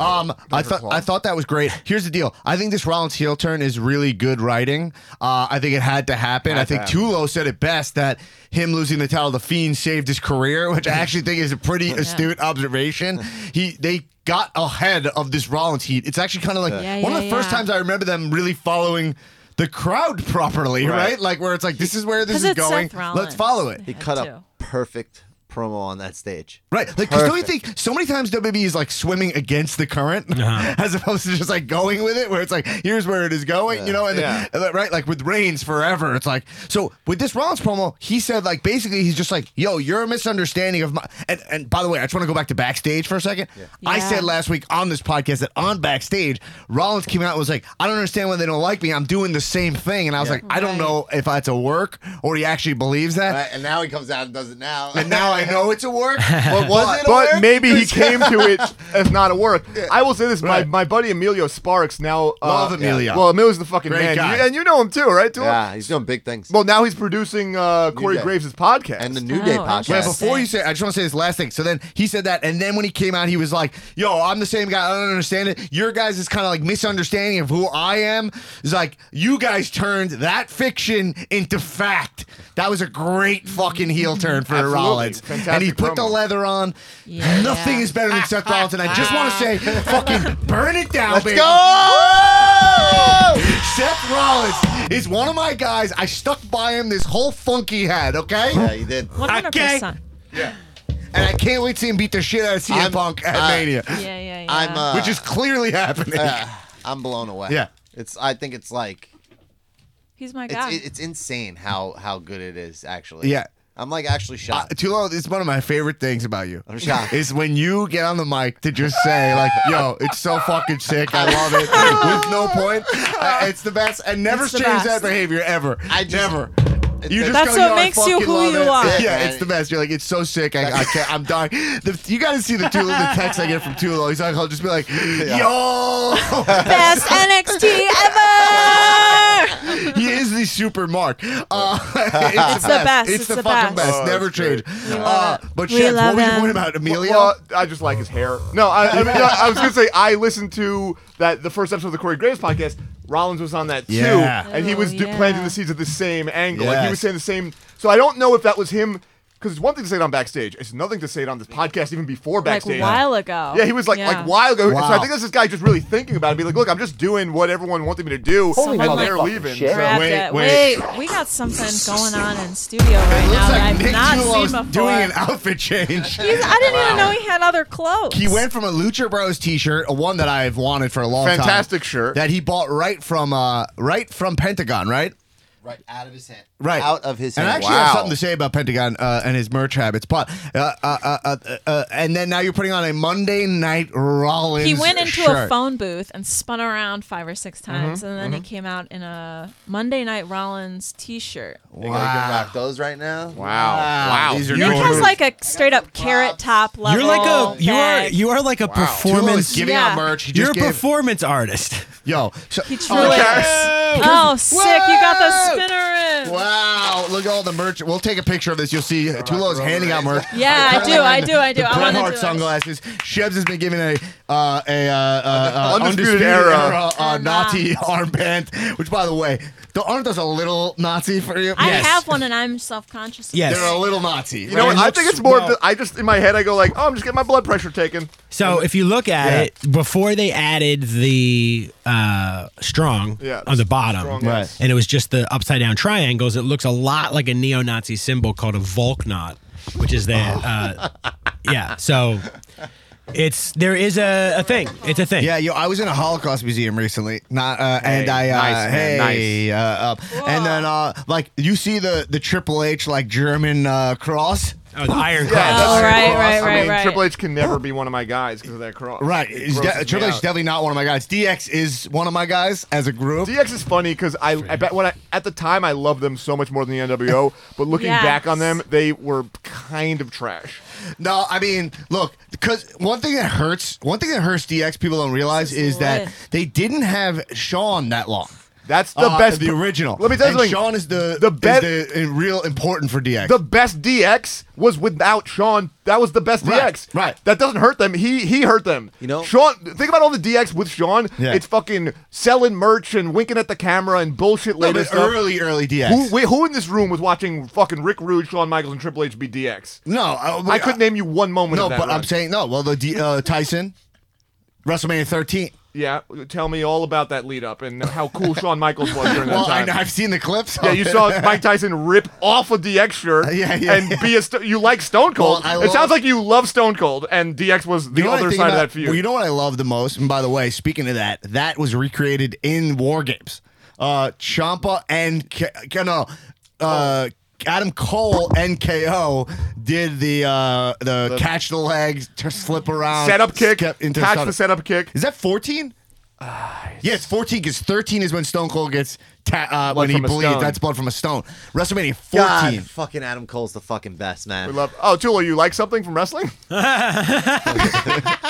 [SPEAKER 2] Um, I thought I thought that was great. Here's the deal. I think this Rollins heel turn is really good writing. Uh, I think it had to happen. I think Tulo said it best that him losing the title, to the Fiend, saved his career, which I actually think is a pretty astute observation. He they got ahead of this Rollins heat. It's actually kind of like
[SPEAKER 8] Yeah,
[SPEAKER 2] one of
[SPEAKER 8] yeah,
[SPEAKER 2] the first
[SPEAKER 8] yeah.
[SPEAKER 2] times I remember them really following. The crowd properly, right. Like where it's like this is where this
[SPEAKER 8] 'Cause
[SPEAKER 2] is
[SPEAKER 8] it's Seth
[SPEAKER 2] going. Let's
[SPEAKER 8] Rollins.
[SPEAKER 2] follow it.
[SPEAKER 4] He
[SPEAKER 8] Yeah,
[SPEAKER 4] cut
[SPEAKER 8] too.
[SPEAKER 4] a perfect promo on that stage.
[SPEAKER 2] Right, like 'cause don't you think so many times WWE is like swimming against the current as opposed to just like going with it, where it's like here's where it is going, you know? And
[SPEAKER 1] Yeah.
[SPEAKER 2] and then- right, like with Reigns forever, it's like so with this Rollins promo, he said like basically he's just like, "Yo, you're a misunderstanding of my." And, and by the way, I just want to go back to backstage for a second. I
[SPEAKER 8] Yeah.
[SPEAKER 2] said last week on this podcast that on backstage, Rollins came out and was like, "I don't understand why they don't like me. I'm doing the same thing," and I was like, "I don't
[SPEAKER 8] Right.
[SPEAKER 2] know if that's a work or he actually believes that."
[SPEAKER 4] Right, and now he comes out and does it now.
[SPEAKER 2] And now I I know it's a work.
[SPEAKER 4] But was it a
[SPEAKER 1] but
[SPEAKER 4] work?
[SPEAKER 1] maybe he
[SPEAKER 4] It's-
[SPEAKER 1] came to it as not a work. I will say this: my, my buddy Emilio Sparks now uh,
[SPEAKER 2] Love Emilio.
[SPEAKER 1] yeah. Well, Emilio's the fucking
[SPEAKER 2] Great
[SPEAKER 1] man,
[SPEAKER 2] guy.
[SPEAKER 1] You- and you know him too, right? Tula?
[SPEAKER 4] Yeah, he's doing big things.
[SPEAKER 1] Well, now he's producing uh, Corey
[SPEAKER 4] Day.
[SPEAKER 1] Graves' podcast.
[SPEAKER 4] and the New Day
[SPEAKER 8] Oh,
[SPEAKER 2] Yeah,
[SPEAKER 4] podcast.
[SPEAKER 8] interesting.
[SPEAKER 2] before you say, I just want to say this last thing. So then he said that, and then when he came out, he was like, "Yo, I'm the same guy. I don't understand it. Your guys is kind of like misunderstanding of who I am. Is like you guys turned that fiction into fact. That was a great fucking heel turn for
[SPEAKER 1] Absolutely.
[SPEAKER 2] Rollins,
[SPEAKER 1] Fantastic
[SPEAKER 2] and he put the
[SPEAKER 1] promo.
[SPEAKER 2] leather on.
[SPEAKER 8] Yeah.
[SPEAKER 2] Nothing is better than Seth Rollins, and I just want to say, fucking burn it down,
[SPEAKER 1] Let's
[SPEAKER 2] baby.
[SPEAKER 1] go!
[SPEAKER 2] Seth Rollins is one of my guys. I stuck by him this whole funky had, okay?
[SPEAKER 4] yeah, he did.
[SPEAKER 8] One hundred percent.
[SPEAKER 2] And I can't wait to see him beat the shit out of CM
[SPEAKER 4] I'm-
[SPEAKER 2] Punk at
[SPEAKER 4] I-
[SPEAKER 2] Mania,
[SPEAKER 8] Yeah, yeah, yeah.
[SPEAKER 4] I'm uh,
[SPEAKER 2] which is clearly happening.
[SPEAKER 4] uh, I'm blown away.
[SPEAKER 2] Yeah.
[SPEAKER 4] It's I think it's like
[SPEAKER 8] He's my
[SPEAKER 4] it's
[SPEAKER 8] guy.
[SPEAKER 4] it- it's insane how how good it is actually.
[SPEAKER 2] Yeah.
[SPEAKER 4] I'm like actually
[SPEAKER 2] Uh,
[SPEAKER 4] shocked.
[SPEAKER 2] Tulo, it's one of my favorite things about you.
[SPEAKER 4] I'm shocked.
[SPEAKER 2] Is when you get on the mic to just say like, "Yo, it's so fucking sick. I love it." With no point, Uh, it's the best, and never
[SPEAKER 8] It's the
[SPEAKER 2] change that
[SPEAKER 8] best.
[SPEAKER 2] behaviver ever.
[SPEAKER 4] I just-
[SPEAKER 2] never. You just
[SPEAKER 8] That's
[SPEAKER 2] go,
[SPEAKER 8] what
[SPEAKER 2] "Yo, I
[SPEAKER 8] makes you
[SPEAKER 2] fucking
[SPEAKER 8] who
[SPEAKER 2] love
[SPEAKER 8] you
[SPEAKER 2] it."
[SPEAKER 8] are.
[SPEAKER 2] Yeah,
[SPEAKER 4] Yeah,
[SPEAKER 2] it's the best. You're like, it's so sick. I, I can't. I'm dying. The, you got to see the Tulo, the text I get from Tulo. He's like, I'll just be like, "Yo,
[SPEAKER 8] Best NXT ever.
[SPEAKER 2] he is the super Mark. Uh, it's,
[SPEAKER 8] the best.
[SPEAKER 2] It's,
[SPEAKER 8] It's
[SPEAKER 2] the,
[SPEAKER 8] the
[SPEAKER 2] fucking
[SPEAKER 8] best.
[SPEAKER 2] best.
[SPEAKER 1] Oh,
[SPEAKER 2] Never
[SPEAKER 1] that's
[SPEAKER 2] change.
[SPEAKER 1] great.
[SPEAKER 2] Uh, but
[SPEAKER 8] We
[SPEAKER 2] Chef, what
[SPEAKER 8] love
[SPEAKER 2] were you
[SPEAKER 8] him.
[SPEAKER 2] going about Emilio?
[SPEAKER 1] Well, I just like his hair. No, I, I, mean, I was gonna say I listened to that the first episode of the Corey Graves podcast. Rollins was on that too,
[SPEAKER 2] Yeah.
[SPEAKER 1] and he was
[SPEAKER 8] Oh,
[SPEAKER 1] do-
[SPEAKER 8] yeah.
[SPEAKER 1] planting the seeds at the same angle. Like he
[SPEAKER 2] Yes.
[SPEAKER 1] was saying the same. So I don't know if that was him. Because it's one thing to say it on backstage. It's nothing to say it on this podcast, even before
[SPEAKER 8] like
[SPEAKER 1] backstage.
[SPEAKER 8] a while ago.
[SPEAKER 1] Yeah, he was like like while ago. So
[SPEAKER 2] Wow.
[SPEAKER 1] I think this is guy just really thinking about it. Be like, look, I'm just doing what everyone wanted me to do,
[SPEAKER 8] Someone
[SPEAKER 1] and
[SPEAKER 8] like
[SPEAKER 1] they're
[SPEAKER 8] fucking
[SPEAKER 1] leaving.
[SPEAKER 2] shit.
[SPEAKER 1] So-
[SPEAKER 8] Grabbed
[SPEAKER 2] Wait,
[SPEAKER 8] it.
[SPEAKER 2] wait.
[SPEAKER 8] Wait. we got something going on in studio right now that I've not
[SPEAKER 2] Tulo's
[SPEAKER 8] seen before.
[SPEAKER 2] doing an outfit change.
[SPEAKER 8] He's, I didn't even know he had other clothes.
[SPEAKER 2] He went from a Lucha Bros T-shirt, a one that I've wanted for a long time.
[SPEAKER 1] Fantastic shirt.
[SPEAKER 2] that he bought right from uh, right from Pentagon, right?
[SPEAKER 4] Right out of his hand.
[SPEAKER 2] Right
[SPEAKER 4] Out of his
[SPEAKER 2] And
[SPEAKER 4] hand.
[SPEAKER 2] I actually have
[SPEAKER 4] Wow.
[SPEAKER 2] something to say about Pentagon uh, and his merch habits, but uh, uh, uh, uh, uh, and then now you're putting on a Monday Night Rollins.
[SPEAKER 8] He went into a
[SPEAKER 2] shirt.
[SPEAKER 8] phone booth and spun around five or six
[SPEAKER 1] Mm-hmm,
[SPEAKER 8] times, and then he came out in a Monday Night Rollins T-shirt.
[SPEAKER 4] You're gonna go rock those right now.
[SPEAKER 1] wow, wow,
[SPEAKER 2] These are
[SPEAKER 8] Nick
[SPEAKER 2] cool
[SPEAKER 8] has
[SPEAKER 2] moves.
[SPEAKER 8] like a straight up carrot top level.
[SPEAKER 9] You're like a you are
[SPEAKER 8] bag.
[SPEAKER 9] you are like a
[SPEAKER 2] Tulo is
[SPEAKER 9] performance.
[SPEAKER 2] giving
[SPEAKER 8] Yeah.
[SPEAKER 2] out merch. He
[SPEAKER 9] You're
[SPEAKER 2] just
[SPEAKER 9] a
[SPEAKER 2] gave,
[SPEAKER 9] performance artist.
[SPEAKER 2] Yo, so, Oh,
[SPEAKER 8] He truly. Oh, sick! You got the spinner in.
[SPEAKER 2] Wow, look at all the merch. We'll take a picture of this. You'll see uh, Tulo's handing out merch.
[SPEAKER 8] Yeah, I do, I do, I do.
[SPEAKER 2] The
[SPEAKER 8] I wanna
[SPEAKER 2] Bret Hart
[SPEAKER 8] do it.
[SPEAKER 2] sunglasses. Shebs has been given a uh, a uh, uh, uh,
[SPEAKER 1] Undisputed Era.
[SPEAKER 2] uh,
[SPEAKER 8] Armband.
[SPEAKER 2] Nazi armband. Which, by the way, the, aren't those a little Nazi for you?
[SPEAKER 8] I
[SPEAKER 9] Yes.
[SPEAKER 8] have one, and I'm self conscious.
[SPEAKER 9] Yes.
[SPEAKER 2] They're a little Nazi.
[SPEAKER 1] You know,
[SPEAKER 9] Right.
[SPEAKER 1] what? I think it's more. of
[SPEAKER 9] Well-
[SPEAKER 1] the, I just in my head, I go like, oh, I'm just getting my blood pressure taken.
[SPEAKER 9] So if you look at
[SPEAKER 2] Yeah.
[SPEAKER 9] it, before they added the uh, strong
[SPEAKER 1] Yeah,
[SPEAKER 9] on the bottom,
[SPEAKER 1] strong, Right. yes.
[SPEAKER 9] and it was just the upside down triangles, it looks a lot like a neo-Nazi symbol called a Volknot, which is the
[SPEAKER 1] Oh.
[SPEAKER 9] uh, yeah. So it's there is a, a thing. It's a thing.
[SPEAKER 2] Yeah, yo, I was in a Holocaust museum recently. Not uh, and I uh,
[SPEAKER 1] nice, man,
[SPEAKER 2] hey, uh, uh, and then uh, like you see the the Triple H like German uh, cross.
[SPEAKER 9] Oh, the Iron
[SPEAKER 1] Yeah,
[SPEAKER 9] Cross.
[SPEAKER 8] Oh,
[SPEAKER 1] that's
[SPEAKER 8] right,
[SPEAKER 1] Triple H.
[SPEAKER 8] right, right,
[SPEAKER 1] I mean,
[SPEAKER 8] right.
[SPEAKER 1] Triple H can never be one of my guys because of that cross.
[SPEAKER 2] Right,
[SPEAKER 1] It
[SPEAKER 2] he's de-
[SPEAKER 1] grosses me
[SPEAKER 2] Triple H
[SPEAKER 1] out.
[SPEAKER 2] is definitely not one of my guys. DX is one of my guys as a group.
[SPEAKER 1] DX is funny because I, I bet when I, at the time I loved them so much more than the NWO, but looking
[SPEAKER 8] Yes.
[SPEAKER 1] back on them, they were kind of trash.
[SPEAKER 2] No, I mean, look, because one thing that hurts, one thing that hurts DX, people don't realize
[SPEAKER 8] This is
[SPEAKER 2] is that
[SPEAKER 8] lit.
[SPEAKER 2] they didn't have Sean that long.
[SPEAKER 1] That's the
[SPEAKER 2] Uh,
[SPEAKER 1] best.
[SPEAKER 2] the original.
[SPEAKER 1] Let me tell you
[SPEAKER 2] And
[SPEAKER 1] something.
[SPEAKER 2] Sean is the the,
[SPEAKER 1] The bet-
[SPEAKER 2] is the uh, real important for DX.
[SPEAKER 1] The best DX was without Sean. That was the best
[SPEAKER 2] Right,
[SPEAKER 1] DX.
[SPEAKER 2] right.
[SPEAKER 1] That doesn't hurt them. He he hurt them.
[SPEAKER 4] You know-
[SPEAKER 1] Sean. Think about all the DX with Sean.
[SPEAKER 2] Yeah.
[SPEAKER 1] It's fucking selling merch and winking at the camera and bullshit
[SPEAKER 2] No, but
[SPEAKER 1] latest stuff.
[SPEAKER 2] early, early DX.
[SPEAKER 1] Who, wait, who in this room was watching fucking Rick Rude, Shawn Michaels, and Triple H be DX?
[SPEAKER 2] no, I,
[SPEAKER 1] I could name you one moment.
[SPEAKER 2] No,
[SPEAKER 1] of that
[SPEAKER 2] but I'm
[SPEAKER 1] run.
[SPEAKER 2] saying no. Well, the D, uh, Tyson, WrestleMania 13.
[SPEAKER 1] yeah. Tell me all about that lead up and how cool Shawn Michaels was during
[SPEAKER 2] Well, I,
[SPEAKER 1] that time.
[SPEAKER 2] I've seen the clips.
[SPEAKER 1] yeah, you saw Mike Tyson rip off a DX shirt
[SPEAKER 2] Yeah, yeah,
[SPEAKER 1] and be a st- you like Stone Cold.
[SPEAKER 2] Well, I
[SPEAKER 1] it
[SPEAKER 2] love-
[SPEAKER 1] sounds like you love Stone Cold, and DX was the
[SPEAKER 2] You know what I
[SPEAKER 1] other
[SPEAKER 2] think
[SPEAKER 1] side of
[SPEAKER 2] about-
[SPEAKER 1] that feud.
[SPEAKER 2] Well, you know what I love the most? And by the way, speaking of that, that was recreated in War Games. Uh, Champa and K- K- no, uh, Adam Cole and KO did the uh, the, catch the legs, t- slip around,
[SPEAKER 1] setup kick,
[SPEAKER 2] step into
[SPEAKER 1] catch
[SPEAKER 2] stuff.
[SPEAKER 1] the setup Ah, kick.
[SPEAKER 2] Is that fourteen? yeah, it's fourteen because thirteen is when Stone Cold gets ta- uh, when he
[SPEAKER 1] from a
[SPEAKER 2] bleeds.
[SPEAKER 1] stone.
[SPEAKER 2] That's blood from a stone. WrestleMania 14.
[SPEAKER 4] God, fucking Adam Cole's the fucking best,
[SPEAKER 1] We
[SPEAKER 4] man.
[SPEAKER 1] love. Oh, Tula, you like something from wrestling? it's like,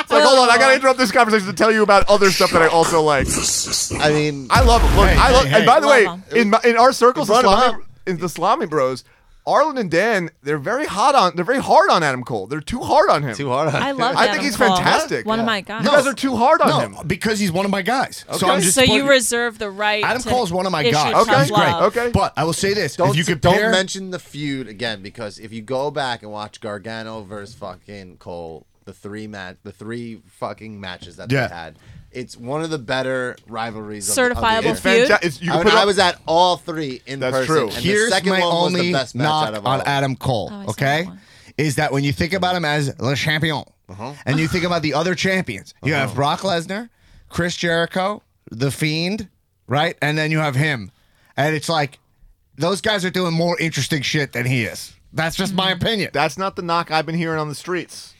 [SPEAKER 1] hold on, I gotta interrupt this conversation to tell you about other stuff that I also like.
[SPEAKER 4] I mean,
[SPEAKER 1] I love it. Look, I love. And by the
[SPEAKER 8] Love him.
[SPEAKER 1] way, in my, in our circles,
[SPEAKER 4] You
[SPEAKER 1] the
[SPEAKER 4] brought him
[SPEAKER 1] Salami, in the Salami Bros, Arlen and Dan, they're very hot on. They're very hard on Adam Cole. They're too hard on him.
[SPEAKER 4] too hard.
[SPEAKER 8] I love.
[SPEAKER 1] I
[SPEAKER 8] Adam
[SPEAKER 1] think he's
[SPEAKER 8] Cole.
[SPEAKER 1] fantastic.
[SPEAKER 8] One of
[SPEAKER 1] Yeah.
[SPEAKER 8] my guys.
[SPEAKER 1] You guys are too hard on
[SPEAKER 2] no,
[SPEAKER 1] him.
[SPEAKER 2] because he's one of my guys. So
[SPEAKER 1] Okay.
[SPEAKER 2] I'm just
[SPEAKER 8] So you
[SPEAKER 2] putting-
[SPEAKER 8] reserve the right.
[SPEAKER 2] Adam
[SPEAKER 8] to
[SPEAKER 2] Cole is one of my
[SPEAKER 8] issue
[SPEAKER 2] guys.
[SPEAKER 8] tough
[SPEAKER 1] Okay.
[SPEAKER 2] He's great.
[SPEAKER 8] love.
[SPEAKER 1] Okay.
[SPEAKER 2] But I will say this:
[SPEAKER 4] Don't,
[SPEAKER 2] if you
[SPEAKER 4] don't
[SPEAKER 2] compare,
[SPEAKER 4] mention the feud again because if you go back and watch Gargano versus fucking Cole, the three match, the three fucking matches that
[SPEAKER 2] Yeah.
[SPEAKER 4] they had, it's one of the better rivalries. of the- Of the,
[SPEAKER 8] Certifiable
[SPEAKER 4] era.
[SPEAKER 1] It's
[SPEAKER 8] feud?
[SPEAKER 1] fantastic. It's,
[SPEAKER 4] I,
[SPEAKER 1] you can
[SPEAKER 4] mean,
[SPEAKER 1] put it
[SPEAKER 4] Oh, I
[SPEAKER 1] up-
[SPEAKER 4] was at all three in
[SPEAKER 1] That's
[SPEAKER 4] person.
[SPEAKER 1] true.
[SPEAKER 4] And the
[SPEAKER 2] here's
[SPEAKER 4] second
[SPEAKER 2] my
[SPEAKER 4] one was
[SPEAKER 2] only
[SPEAKER 4] the best match
[SPEAKER 2] knock
[SPEAKER 4] out of all
[SPEAKER 2] on
[SPEAKER 4] of them.
[SPEAKER 2] Adam Cole.
[SPEAKER 8] Oh, I saw
[SPEAKER 2] okay,
[SPEAKER 8] that one.
[SPEAKER 2] is that when you think about him as Le Champion,
[SPEAKER 4] Uh-huh.
[SPEAKER 2] and you think about the other champions, you have Brock Lesnar, Chris Jericho, The Fiend, right, and then you have him, and it's like those guys are doing more interesting shit than he is. That's just my
[SPEAKER 8] Mm-hmm.
[SPEAKER 2] opinion. That,
[SPEAKER 1] That's not the knock I've been hearing on the streets.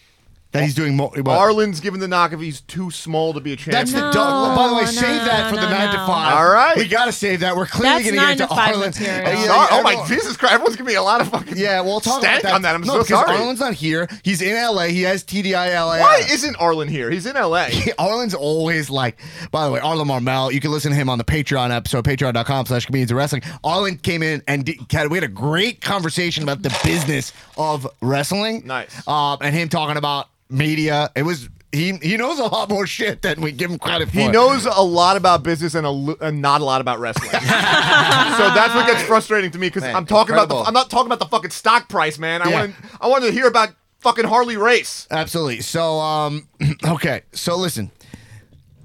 [SPEAKER 2] he's doing more. well,
[SPEAKER 1] Arlen's given the knock if he's too small to be a champion.
[SPEAKER 2] That's the
[SPEAKER 8] No,
[SPEAKER 2] dog. By the way,
[SPEAKER 8] no,
[SPEAKER 2] save that for
[SPEAKER 8] no,
[SPEAKER 2] the
[SPEAKER 8] no,
[SPEAKER 2] nine to
[SPEAKER 8] no.
[SPEAKER 2] five.
[SPEAKER 1] All right.
[SPEAKER 2] we gotta save that. We're clearly gonna
[SPEAKER 8] That's
[SPEAKER 2] get
[SPEAKER 8] nine
[SPEAKER 2] into
[SPEAKER 8] to five
[SPEAKER 2] Ireland.
[SPEAKER 8] material.
[SPEAKER 2] Yeah,
[SPEAKER 1] Sorry. Oh my
[SPEAKER 2] everyone-
[SPEAKER 1] Jesus Christ! Everyone's giving me a lot of fucking
[SPEAKER 2] Yeah, we'll talk
[SPEAKER 1] stank
[SPEAKER 2] about that.
[SPEAKER 1] on that. I'm
[SPEAKER 2] no,
[SPEAKER 1] so
[SPEAKER 2] because
[SPEAKER 1] sorry.
[SPEAKER 2] Arlen's not here. He's in LA. He has TDILA.
[SPEAKER 1] Why isn't Arlen here? He's in L.A.
[SPEAKER 2] Arlen's always like, by the way, Arlen Marmel, you can listen to him on the Patreon episode, patreon.com slash comedians of wrestling. Arlen came in and did, had- we had a great conversation about the business of wrestling.
[SPEAKER 1] Nice.
[SPEAKER 2] Um, and him talking about media. It was, he, he knows a lot more shit than we give him credit for.
[SPEAKER 1] He knows a lot about business and, a, li- and not a lot about wrestling. so that's what gets frustrating to me because
[SPEAKER 4] Man,
[SPEAKER 1] I'm talking about
[SPEAKER 4] incredible.
[SPEAKER 1] the, I'm not talking about the fucking stock price, man. I
[SPEAKER 2] Yeah.
[SPEAKER 1] want I want to hear about fucking Harley Race.
[SPEAKER 2] Absolutely. So, um, okay. So listen,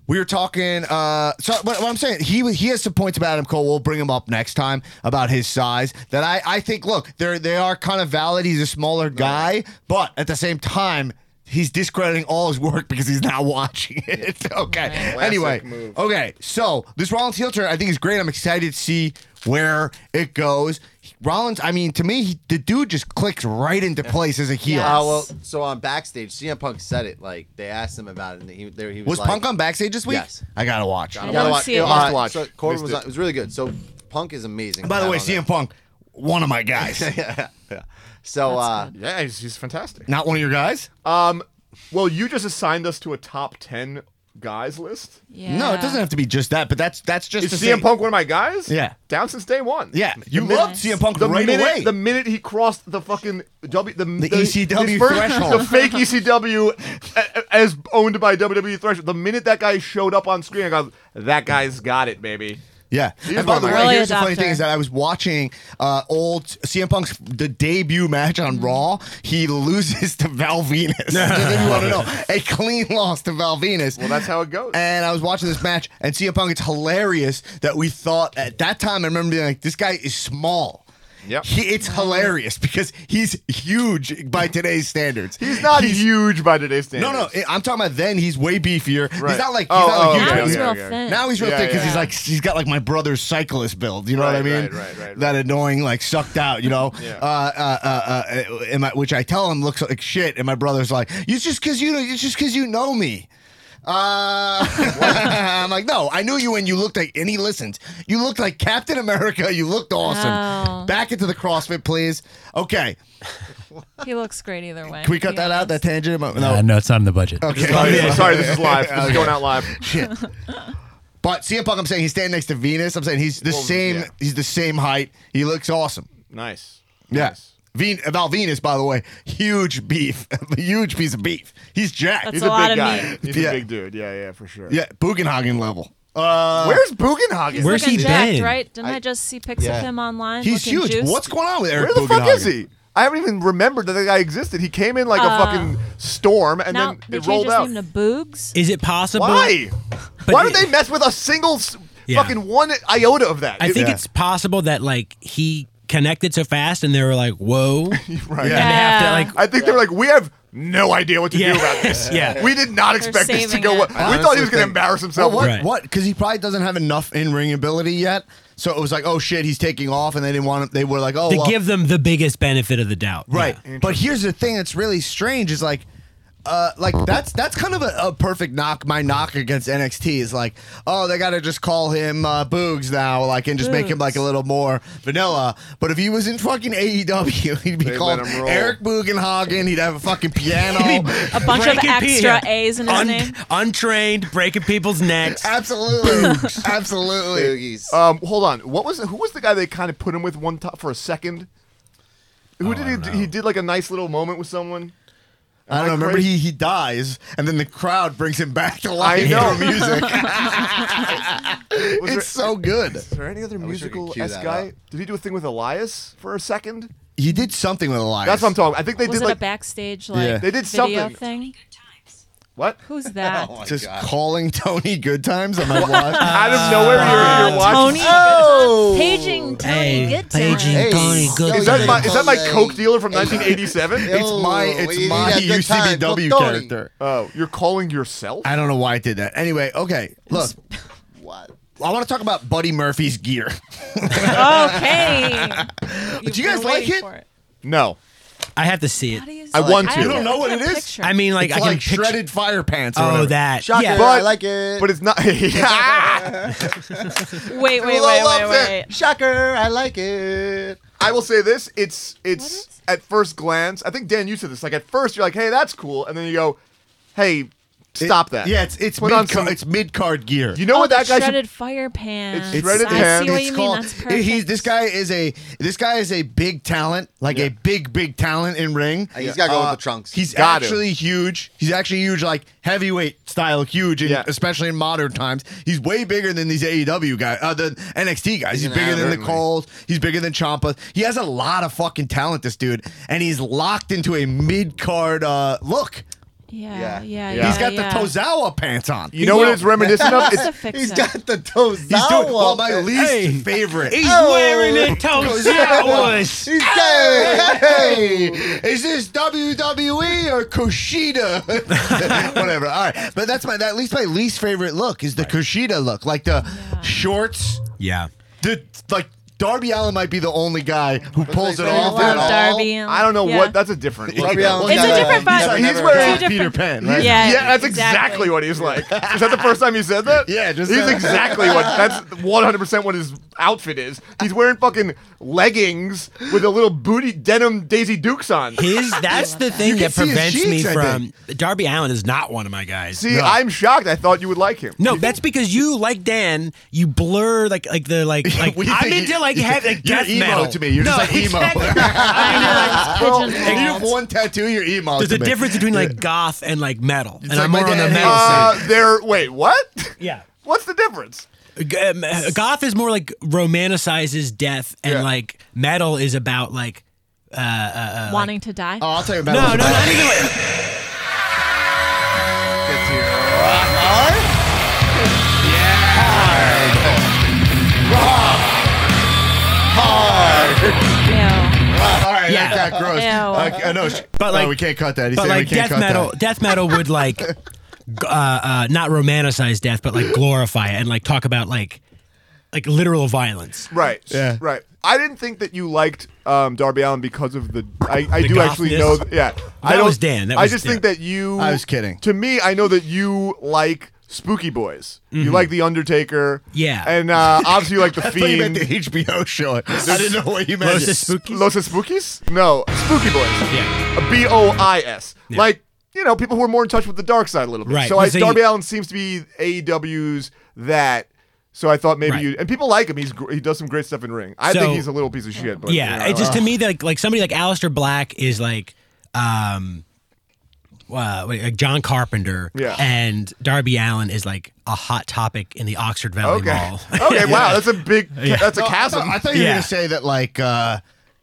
[SPEAKER 2] we were talking. Uh, so what, what I'm saying, he wa- he has some points about Adam Cole. We'll bring him up next time about his size. That I I think. Look, they're they are kind of valid. He's a smaller guy, but at the same time. He's discrediting all his work because he's not watching it. Okay. Anyway. Okay. So this Rollins heel turn, I think is great. I'm excited to see where it goes. Rollins, I mean, to me, he, the dude just clicks right into place as a heel.
[SPEAKER 8] Yeah.
[SPEAKER 4] Oh, well, so on backstage, CM Punk said it. Like they asked him about it, and he, there, he was,
[SPEAKER 2] Was
[SPEAKER 4] like,
[SPEAKER 2] Punk on backstage this week?
[SPEAKER 4] Yes.
[SPEAKER 2] I gotta watch.
[SPEAKER 8] I
[SPEAKER 4] You gotta
[SPEAKER 8] don't
[SPEAKER 4] watch.
[SPEAKER 8] see it.
[SPEAKER 4] uh,
[SPEAKER 1] Must watch.
[SPEAKER 4] So Corbin
[SPEAKER 1] Missed
[SPEAKER 4] was
[SPEAKER 1] it.
[SPEAKER 4] on, it was really good. So Punk is amazing.
[SPEAKER 2] By the way,
[SPEAKER 4] I don't know.
[SPEAKER 2] CM Punk, one of my guys.
[SPEAKER 4] So uh,
[SPEAKER 1] Yeah, he's, he's fantastic.
[SPEAKER 2] Not one of your guys?
[SPEAKER 1] Um, well, you just assigned us to a top ten guys list.
[SPEAKER 8] Yeah.
[SPEAKER 2] No, it doesn't have to be just that, but that's that's just
[SPEAKER 1] Is
[SPEAKER 2] to
[SPEAKER 1] CM
[SPEAKER 2] say-
[SPEAKER 1] Punk one of my guys?
[SPEAKER 2] Yeah.
[SPEAKER 1] down since day one.
[SPEAKER 2] Yeah, you
[SPEAKER 1] The min-
[SPEAKER 2] loved CM Punk
[SPEAKER 1] The
[SPEAKER 2] right
[SPEAKER 1] minute,
[SPEAKER 2] away.
[SPEAKER 1] the minute he crossed the fucking W, the, the,
[SPEAKER 2] ECW
[SPEAKER 1] his first-
[SPEAKER 2] threshold.
[SPEAKER 1] the fake ECW a- a- as owned by WWE threshold. The minute that guy showed up on screen, I go, that guy's got it, baby.
[SPEAKER 2] Yeah.
[SPEAKER 1] He's
[SPEAKER 2] and by
[SPEAKER 1] one
[SPEAKER 2] the
[SPEAKER 1] of
[SPEAKER 2] way,
[SPEAKER 1] my
[SPEAKER 8] guys.
[SPEAKER 2] here's the funny
[SPEAKER 8] Early
[SPEAKER 2] thing is
[SPEAKER 8] adopter.
[SPEAKER 2] that I was watching uh, old CM Punk's the debut match on Raw. He loses to Val Venus. Just if you want to know, a clean loss to Val Venus.
[SPEAKER 1] Well, that's how it goes.
[SPEAKER 2] And I was watching this match, and CM Punk. It's hilarious that we thought at that time. I remember being like, "This guy is small."
[SPEAKER 1] Yep.
[SPEAKER 2] He, it's hilarious because he's huge by today's standards.
[SPEAKER 1] He's not huge by today's standards.
[SPEAKER 2] No, no. I'm talking about then. He's way beefier. He's
[SPEAKER 1] Right.
[SPEAKER 2] not like he's
[SPEAKER 1] Oh,
[SPEAKER 2] not like
[SPEAKER 1] oh,
[SPEAKER 2] huge.
[SPEAKER 8] Now
[SPEAKER 1] okay,
[SPEAKER 8] he's
[SPEAKER 1] okay,
[SPEAKER 8] real
[SPEAKER 1] okay.
[SPEAKER 8] thin.
[SPEAKER 2] Now he's real
[SPEAKER 1] Yeah,
[SPEAKER 2] thick because
[SPEAKER 1] yeah.
[SPEAKER 2] he's like he's got like my brother's cyclist build. You know what I
[SPEAKER 1] Right,
[SPEAKER 2] mean?
[SPEAKER 1] right, right, right,
[SPEAKER 2] That annoying, like sucked out. You know,
[SPEAKER 1] Yeah.
[SPEAKER 2] uh, uh, uh, uh, and my, which I tell him looks like shit, and my brother's like, "It's just because you know, it's just because you know me." Uh, I'm like, no, I knew you when you looked like, and he listens. You looked like Captain America. You looked awesome.
[SPEAKER 8] Oh.
[SPEAKER 2] Back into the CrossFit, please. Okay,
[SPEAKER 8] He looks great either way.
[SPEAKER 2] can we cut
[SPEAKER 8] Yeah.
[SPEAKER 2] that out? That tangent? No,
[SPEAKER 7] Uh, no, it's not in the budget.
[SPEAKER 2] Okay.
[SPEAKER 1] Sorry, sorry, this is live. This is going out live.
[SPEAKER 2] Shit. But CM Punk, I'm saying he's standing next to Venus. I'm saying he's the
[SPEAKER 1] Well,
[SPEAKER 2] same.
[SPEAKER 1] yeah.
[SPEAKER 2] He's the same height. He looks awesome.
[SPEAKER 1] Nice.
[SPEAKER 2] Yes. Ven- about Venus, by the way, huge beef, a huge piece of beef. He's jacked.
[SPEAKER 8] That's
[SPEAKER 1] He's
[SPEAKER 8] a
[SPEAKER 1] a,
[SPEAKER 8] lot
[SPEAKER 1] big
[SPEAKER 8] of
[SPEAKER 1] guy.
[SPEAKER 8] meat.
[SPEAKER 1] He's
[SPEAKER 2] Yeah.
[SPEAKER 1] a big dude. Yeah, yeah, for sure.
[SPEAKER 2] yeah, Bugenhagen level.
[SPEAKER 1] Where's Bugenhagen?
[SPEAKER 8] He's
[SPEAKER 7] Where's
[SPEAKER 8] looking
[SPEAKER 7] he
[SPEAKER 8] jacked,
[SPEAKER 7] been?
[SPEAKER 8] Right? Didn't I, just see pics
[SPEAKER 4] Yeah.
[SPEAKER 8] of him online?
[SPEAKER 2] He's
[SPEAKER 8] looking
[SPEAKER 2] huge.
[SPEAKER 8] Juiced?
[SPEAKER 2] What's going on with Eric?
[SPEAKER 1] Where the fuck
[SPEAKER 2] Bugenhagen?
[SPEAKER 1] is he? I haven't even remembered that the guy existed. He came in like a fucking storm and
[SPEAKER 8] now
[SPEAKER 1] then
[SPEAKER 8] they
[SPEAKER 1] it
[SPEAKER 8] changed
[SPEAKER 1] rolled
[SPEAKER 8] his
[SPEAKER 1] out.
[SPEAKER 8] name to Boogs.
[SPEAKER 9] Is it possible?
[SPEAKER 1] Why?
[SPEAKER 9] But
[SPEAKER 1] Why did
[SPEAKER 9] it-
[SPEAKER 1] they mess with a single s
[SPEAKER 9] Yeah.
[SPEAKER 1] fucking one iota of that?
[SPEAKER 9] I
[SPEAKER 1] It-
[SPEAKER 9] think
[SPEAKER 1] Yeah.
[SPEAKER 9] it's possible that like he connected so fast, and they were like, "Whoa!"
[SPEAKER 1] right.
[SPEAKER 9] And they have to
[SPEAKER 8] Yeah.
[SPEAKER 9] like
[SPEAKER 1] I think they're like, we have no idea what to
[SPEAKER 9] Yeah.
[SPEAKER 1] do about this.
[SPEAKER 9] Yeah.
[SPEAKER 1] We did not expect this to
[SPEAKER 8] saving
[SPEAKER 1] go
[SPEAKER 8] it.
[SPEAKER 1] well.
[SPEAKER 8] I
[SPEAKER 1] We thought
[SPEAKER 4] honestly
[SPEAKER 1] he was going to
[SPEAKER 4] think-
[SPEAKER 1] embarrass
[SPEAKER 2] Well,
[SPEAKER 1] himself.
[SPEAKER 2] what?
[SPEAKER 9] Right.
[SPEAKER 2] What? Because he probably doesn't have enough in ring ability yet. So it was like, oh shit, he's taking off, and they didn't want him. They were like, oh,
[SPEAKER 9] to
[SPEAKER 2] well,
[SPEAKER 9] give them the biggest benefit of the doubt.
[SPEAKER 2] Right.
[SPEAKER 9] Yeah.
[SPEAKER 2] But here's the thing that's really strange is like uh, like that's that's kind of a, a perfect knock. My knock against NXT is like, oh, they got to just call him uh, Boogs now, like, and just make him like a little more vanilla. But if he was in fucking AEW, he'd be
[SPEAKER 1] They'd let
[SPEAKER 2] called
[SPEAKER 1] him roll.
[SPEAKER 2] Eric Bugenhagen. He'd have a fucking piano.
[SPEAKER 8] A bunch
[SPEAKER 9] Breaking
[SPEAKER 8] of
[SPEAKER 9] people.
[SPEAKER 8] extra A's in his
[SPEAKER 9] Un-
[SPEAKER 8] name.
[SPEAKER 9] Untrained, breaking people's necks.
[SPEAKER 2] Absolutely, absolutely. Uh,
[SPEAKER 4] Boogies.
[SPEAKER 1] Um, hold on. What was who was the guy they kind of put him with one time for a second?
[SPEAKER 4] Oh,
[SPEAKER 1] Who did he? He did like a nice little moment with someone.
[SPEAKER 2] I don't know.
[SPEAKER 1] Am I
[SPEAKER 2] Remember,
[SPEAKER 1] crazy?
[SPEAKER 2] he he dies, and then the crowd brings him back to
[SPEAKER 1] I
[SPEAKER 2] life.
[SPEAKER 1] know.
[SPEAKER 2] through music.
[SPEAKER 1] Was
[SPEAKER 2] it's
[SPEAKER 1] there,
[SPEAKER 2] so good.
[SPEAKER 1] is there any other
[SPEAKER 4] wish I could
[SPEAKER 1] musical
[SPEAKER 4] cue
[SPEAKER 1] S
[SPEAKER 4] that
[SPEAKER 1] guy?
[SPEAKER 4] up.
[SPEAKER 1] Did he do a thing with Elias for a second?
[SPEAKER 2] He did something with Elias.
[SPEAKER 1] That's what I'm talking. about. I think they
[SPEAKER 8] Was
[SPEAKER 1] did
[SPEAKER 8] it
[SPEAKER 1] like
[SPEAKER 8] a backstage like
[SPEAKER 2] Yeah.
[SPEAKER 1] They did
[SPEAKER 8] video
[SPEAKER 1] something.
[SPEAKER 8] thing?
[SPEAKER 1] what?
[SPEAKER 8] Who's that?
[SPEAKER 1] Oh
[SPEAKER 2] Just calling Tony Good Times on my watch.
[SPEAKER 1] Out
[SPEAKER 4] Uh,
[SPEAKER 1] of nowhere, you're, you're watching.
[SPEAKER 8] Tony. Oh. Paging Tony Good Times.
[SPEAKER 4] Tony Goodtime.
[SPEAKER 1] Is that my is that my coke dealer from 1987?
[SPEAKER 2] It's my it's
[SPEAKER 4] we
[SPEAKER 2] my
[SPEAKER 4] had a good time.
[SPEAKER 2] UCBW
[SPEAKER 4] Look, Tony.
[SPEAKER 2] character.
[SPEAKER 1] Oh, you're calling yourself?
[SPEAKER 2] I don't know why I did that. Anyway, okay. Look, I want to talk about Buddy Murphy's gear.
[SPEAKER 8] Okay. You've
[SPEAKER 2] you guys
[SPEAKER 8] been
[SPEAKER 2] like
[SPEAKER 8] waiting
[SPEAKER 2] it?
[SPEAKER 8] for
[SPEAKER 1] No.
[SPEAKER 9] I have to see
[SPEAKER 8] How do
[SPEAKER 9] it.
[SPEAKER 8] you
[SPEAKER 1] I
[SPEAKER 8] see-
[SPEAKER 1] want to.
[SPEAKER 8] have
[SPEAKER 1] You don't
[SPEAKER 8] look
[SPEAKER 2] know what
[SPEAKER 8] at a
[SPEAKER 2] it is?
[SPEAKER 8] picture.
[SPEAKER 9] I mean, like
[SPEAKER 2] It's
[SPEAKER 9] I can
[SPEAKER 2] like
[SPEAKER 9] picture.
[SPEAKER 2] shredded fire pants. Or
[SPEAKER 9] oh,
[SPEAKER 2] whatever.
[SPEAKER 9] that.
[SPEAKER 4] Shocker,
[SPEAKER 9] Yeah.
[SPEAKER 1] But-
[SPEAKER 4] I like it.
[SPEAKER 1] But it's not. Yeah.
[SPEAKER 8] Wait, wait, wait,
[SPEAKER 1] loves
[SPEAKER 8] wait,
[SPEAKER 1] it.
[SPEAKER 8] wait.
[SPEAKER 4] Shocker, I like it.
[SPEAKER 1] I will say this: it's
[SPEAKER 8] What
[SPEAKER 1] it's
[SPEAKER 8] is-
[SPEAKER 1] at first glance. I think Dan, you said this. Like at first, you're like, "Hey, that's cool," and then you go, "Hey,
[SPEAKER 2] It-
[SPEAKER 1] stop that."
[SPEAKER 2] Yeah, it's it's
[SPEAKER 1] Put
[SPEAKER 2] mid
[SPEAKER 1] on some-
[SPEAKER 2] it's mid card gear.
[SPEAKER 1] You know
[SPEAKER 8] oh,
[SPEAKER 1] what that
[SPEAKER 8] the
[SPEAKER 1] guy?
[SPEAKER 8] shredded
[SPEAKER 1] Should,
[SPEAKER 8] fire pants.
[SPEAKER 1] It's shredded
[SPEAKER 8] I
[SPEAKER 1] pants.
[SPEAKER 8] see what
[SPEAKER 2] It's
[SPEAKER 8] you
[SPEAKER 2] called-
[SPEAKER 8] mean. That's perfect.
[SPEAKER 2] He's this guy is a this guy is a big talent, like a big big talent in ring.
[SPEAKER 4] Uh, he's gotta go with the trunks.
[SPEAKER 2] He's
[SPEAKER 1] Got to.
[SPEAKER 2] actually huge. He's actually huge, like heavyweight style, huge, in,
[SPEAKER 1] Yeah.
[SPEAKER 2] especially in modern times. He's way bigger than these AEW guys, uh, the NXT guys. He's,
[SPEAKER 4] an
[SPEAKER 2] bigger than the
[SPEAKER 4] animal.
[SPEAKER 2] Coles. He's bigger than Champa. He has a lot of fucking talent, this dude, and he's locked into a mid card uh, look.
[SPEAKER 8] Yeah, yeah,
[SPEAKER 4] Yeah.
[SPEAKER 8] yeah.
[SPEAKER 2] he's got
[SPEAKER 8] yeah.
[SPEAKER 2] the Tozawa pants on.
[SPEAKER 1] you know what it's reminiscent of?
[SPEAKER 8] That's
[SPEAKER 1] It's,
[SPEAKER 8] the fix
[SPEAKER 4] He's
[SPEAKER 8] it.
[SPEAKER 4] got the toes.
[SPEAKER 2] He's doing well, my least
[SPEAKER 9] Hey.
[SPEAKER 2] favorite.
[SPEAKER 9] He's wearing it. Tozawa's.
[SPEAKER 4] He's gay.
[SPEAKER 2] Hey, is this WWE or Kushida? Whatever. All right, but that's my that, at least my least favorite look is the Kushida look, like the shorts.
[SPEAKER 9] Yeah.
[SPEAKER 2] The like Darby Allen might be the only guy who pulls it
[SPEAKER 4] say?
[SPEAKER 2] off.
[SPEAKER 4] Love
[SPEAKER 2] at all.
[SPEAKER 8] Darby. and-
[SPEAKER 1] I don't know
[SPEAKER 8] yeah.
[SPEAKER 1] what. That's a different. Look at
[SPEAKER 4] Darby
[SPEAKER 1] that.
[SPEAKER 4] Allen's
[SPEAKER 8] It's
[SPEAKER 4] got
[SPEAKER 8] a different
[SPEAKER 4] never-
[SPEAKER 8] vibe.
[SPEAKER 1] He's
[SPEAKER 4] never-
[SPEAKER 1] wearing-
[SPEAKER 8] Two different-
[SPEAKER 2] Peter Pan, right?
[SPEAKER 8] Yeah,
[SPEAKER 1] Yeah, that's exactly what he's like. Is that the first time you said that?
[SPEAKER 2] Yeah, just uh,
[SPEAKER 1] he's
[SPEAKER 2] said-
[SPEAKER 1] exactly what. That's 100 percent what his outfit is. He's wearing fucking leggings with a little booty denim Daisy Dukes on.
[SPEAKER 9] His that's the thing
[SPEAKER 2] can
[SPEAKER 9] that
[SPEAKER 2] see his
[SPEAKER 9] prevents me
[SPEAKER 2] cheeks, I
[SPEAKER 9] from Darby Allen is not one of my guys.
[SPEAKER 1] See, I'm shocked. I thought you would like him.
[SPEAKER 9] No, that's because you like Dan. You blur like like the like like
[SPEAKER 2] We
[SPEAKER 9] I'm
[SPEAKER 2] think
[SPEAKER 9] into
[SPEAKER 2] you-
[SPEAKER 9] like heavy like
[SPEAKER 2] You're
[SPEAKER 9] death
[SPEAKER 2] emo
[SPEAKER 9] metal
[SPEAKER 2] to me. You're
[SPEAKER 9] no,
[SPEAKER 2] just like emo.
[SPEAKER 9] exactly.
[SPEAKER 8] I know, it's
[SPEAKER 2] You
[SPEAKER 8] pigeonholed.
[SPEAKER 2] have one tattoo. You're emo.
[SPEAKER 9] There's
[SPEAKER 2] to
[SPEAKER 9] a
[SPEAKER 2] me.
[SPEAKER 9] difference between like goth and like metal, and I'm
[SPEAKER 2] like
[SPEAKER 9] more
[SPEAKER 2] my
[SPEAKER 9] on
[SPEAKER 2] dad
[SPEAKER 9] the metal side.
[SPEAKER 1] Uh, there. Wait, what?
[SPEAKER 9] Yeah.
[SPEAKER 1] What's the difference?
[SPEAKER 9] G- um, uh, goth is more like romanticizes death, and
[SPEAKER 1] Yeah.
[SPEAKER 9] like metal is about like
[SPEAKER 8] wanting to die.
[SPEAKER 2] Oh, I'll tell you about
[SPEAKER 9] no, no,
[SPEAKER 2] it.
[SPEAKER 9] not even like
[SPEAKER 8] Ew.
[SPEAKER 2] All right,
[SPEAKER 9] Yeah.
[SPEAKER 2] that got gross.
[SPEAKER 8] Ew.
[SPEAKER 2] Uh, no, sh-
[SPEAKER 9] But,
[SPEAKER 2] no,
[SPEAKER 9] like-
[SPEAKER 2] we can't cut that. He
[SPEAKER 9] but
[SPEAKER 2] said we
[SPEAKER 9] like
[SPEAKER 2] can't
[SPEAKER 9] death
[SPEAKER 2] cut
[SPEAKER 9] metal.
[SPEAKER 2] That.
[SPEAKER 9] Death metal would like g- uh, uh, not romanticize death, but like glorify it and like talk about like like literal violence.
[SPEAKER 1] Right.
[SPEAKER 2] Yeah.
[SPEAKER 1] Right. I didn't think that you liked um, Darby Allen because of the. I, I
[SPEAKER 9] The
[SPEAKER 1] do actually
[SPEAKER 9] gothness?
[SPEAKER 1] know. That, yeah. I
[SPEAKER 9] That
[SPEAKER 1] don't,
[SPEAKER 9] was Dan. That
[SPEAKER 1] I
[SPEAKER 9] was
[SPEAKER 1] just think
[SPEAKER 9] Dan.
[SPEAKER 1] that you.
[SPEAKER 2] I was kidding.
[SPEAKER 1] To me, I know that you like spooky boys. You like the Undertaker.
[SPEAKER 9] Mm-hmm. Yeah.
[SPEAKER 1] And uh, obviously, you like the
[SPEAKER 2] I thought you meant
[SPEAKER 1] Fiend.
[SPEAKER 2] the HBO show. I didn't know what you meant.
[SPEAKER 9] Los Spookies?
[SPEAKER 1] Los Spookies? No, spooky boys.
[SPEAKER 9] Yeah.
[SPEAKER 1] B O I S. Like, you know, people who are more in touch with the dark side a little bit.
[SPEAKER 9] Right,
[SPEAKER 1] So I,
[SPEAKER 9] 'cause they-
[SPEAKER 1] Darby Allen seems to be AEW's that. So I thought maybe
[SPEAKER 9] Right.
[SPEAKER 1] you and people like him. He's gr- he does some great stuff in ring. I
[SPEAKER 9] So-
[SPEAKER 1] think he's a little piece of shit. But
[SPEAKER 9] yeah,
[SPEAKER 1] you know, uh,
[SPEAKER 9] it's just to me that like, like somebody like Alistair Black is like um uh, wait, like John Carpenter
[SPEAKER 1] Yeah.
[SPEAKER 9] and Darby Allen is like a hot topic in the Oxford Valley
[SPEAKER 1] okay.
[SPEAKER 9] Mall.
[SPEAKER 1] okay, wow, that's a big that's a
[SPEAKER 2] No, Oh, I
[SPEAKER 1] chasm.
[SPEAKER 2] thought, I thought you were
[SPEAKER 9] Yeah.
[SPEAKER 2] going to say that, like, uh,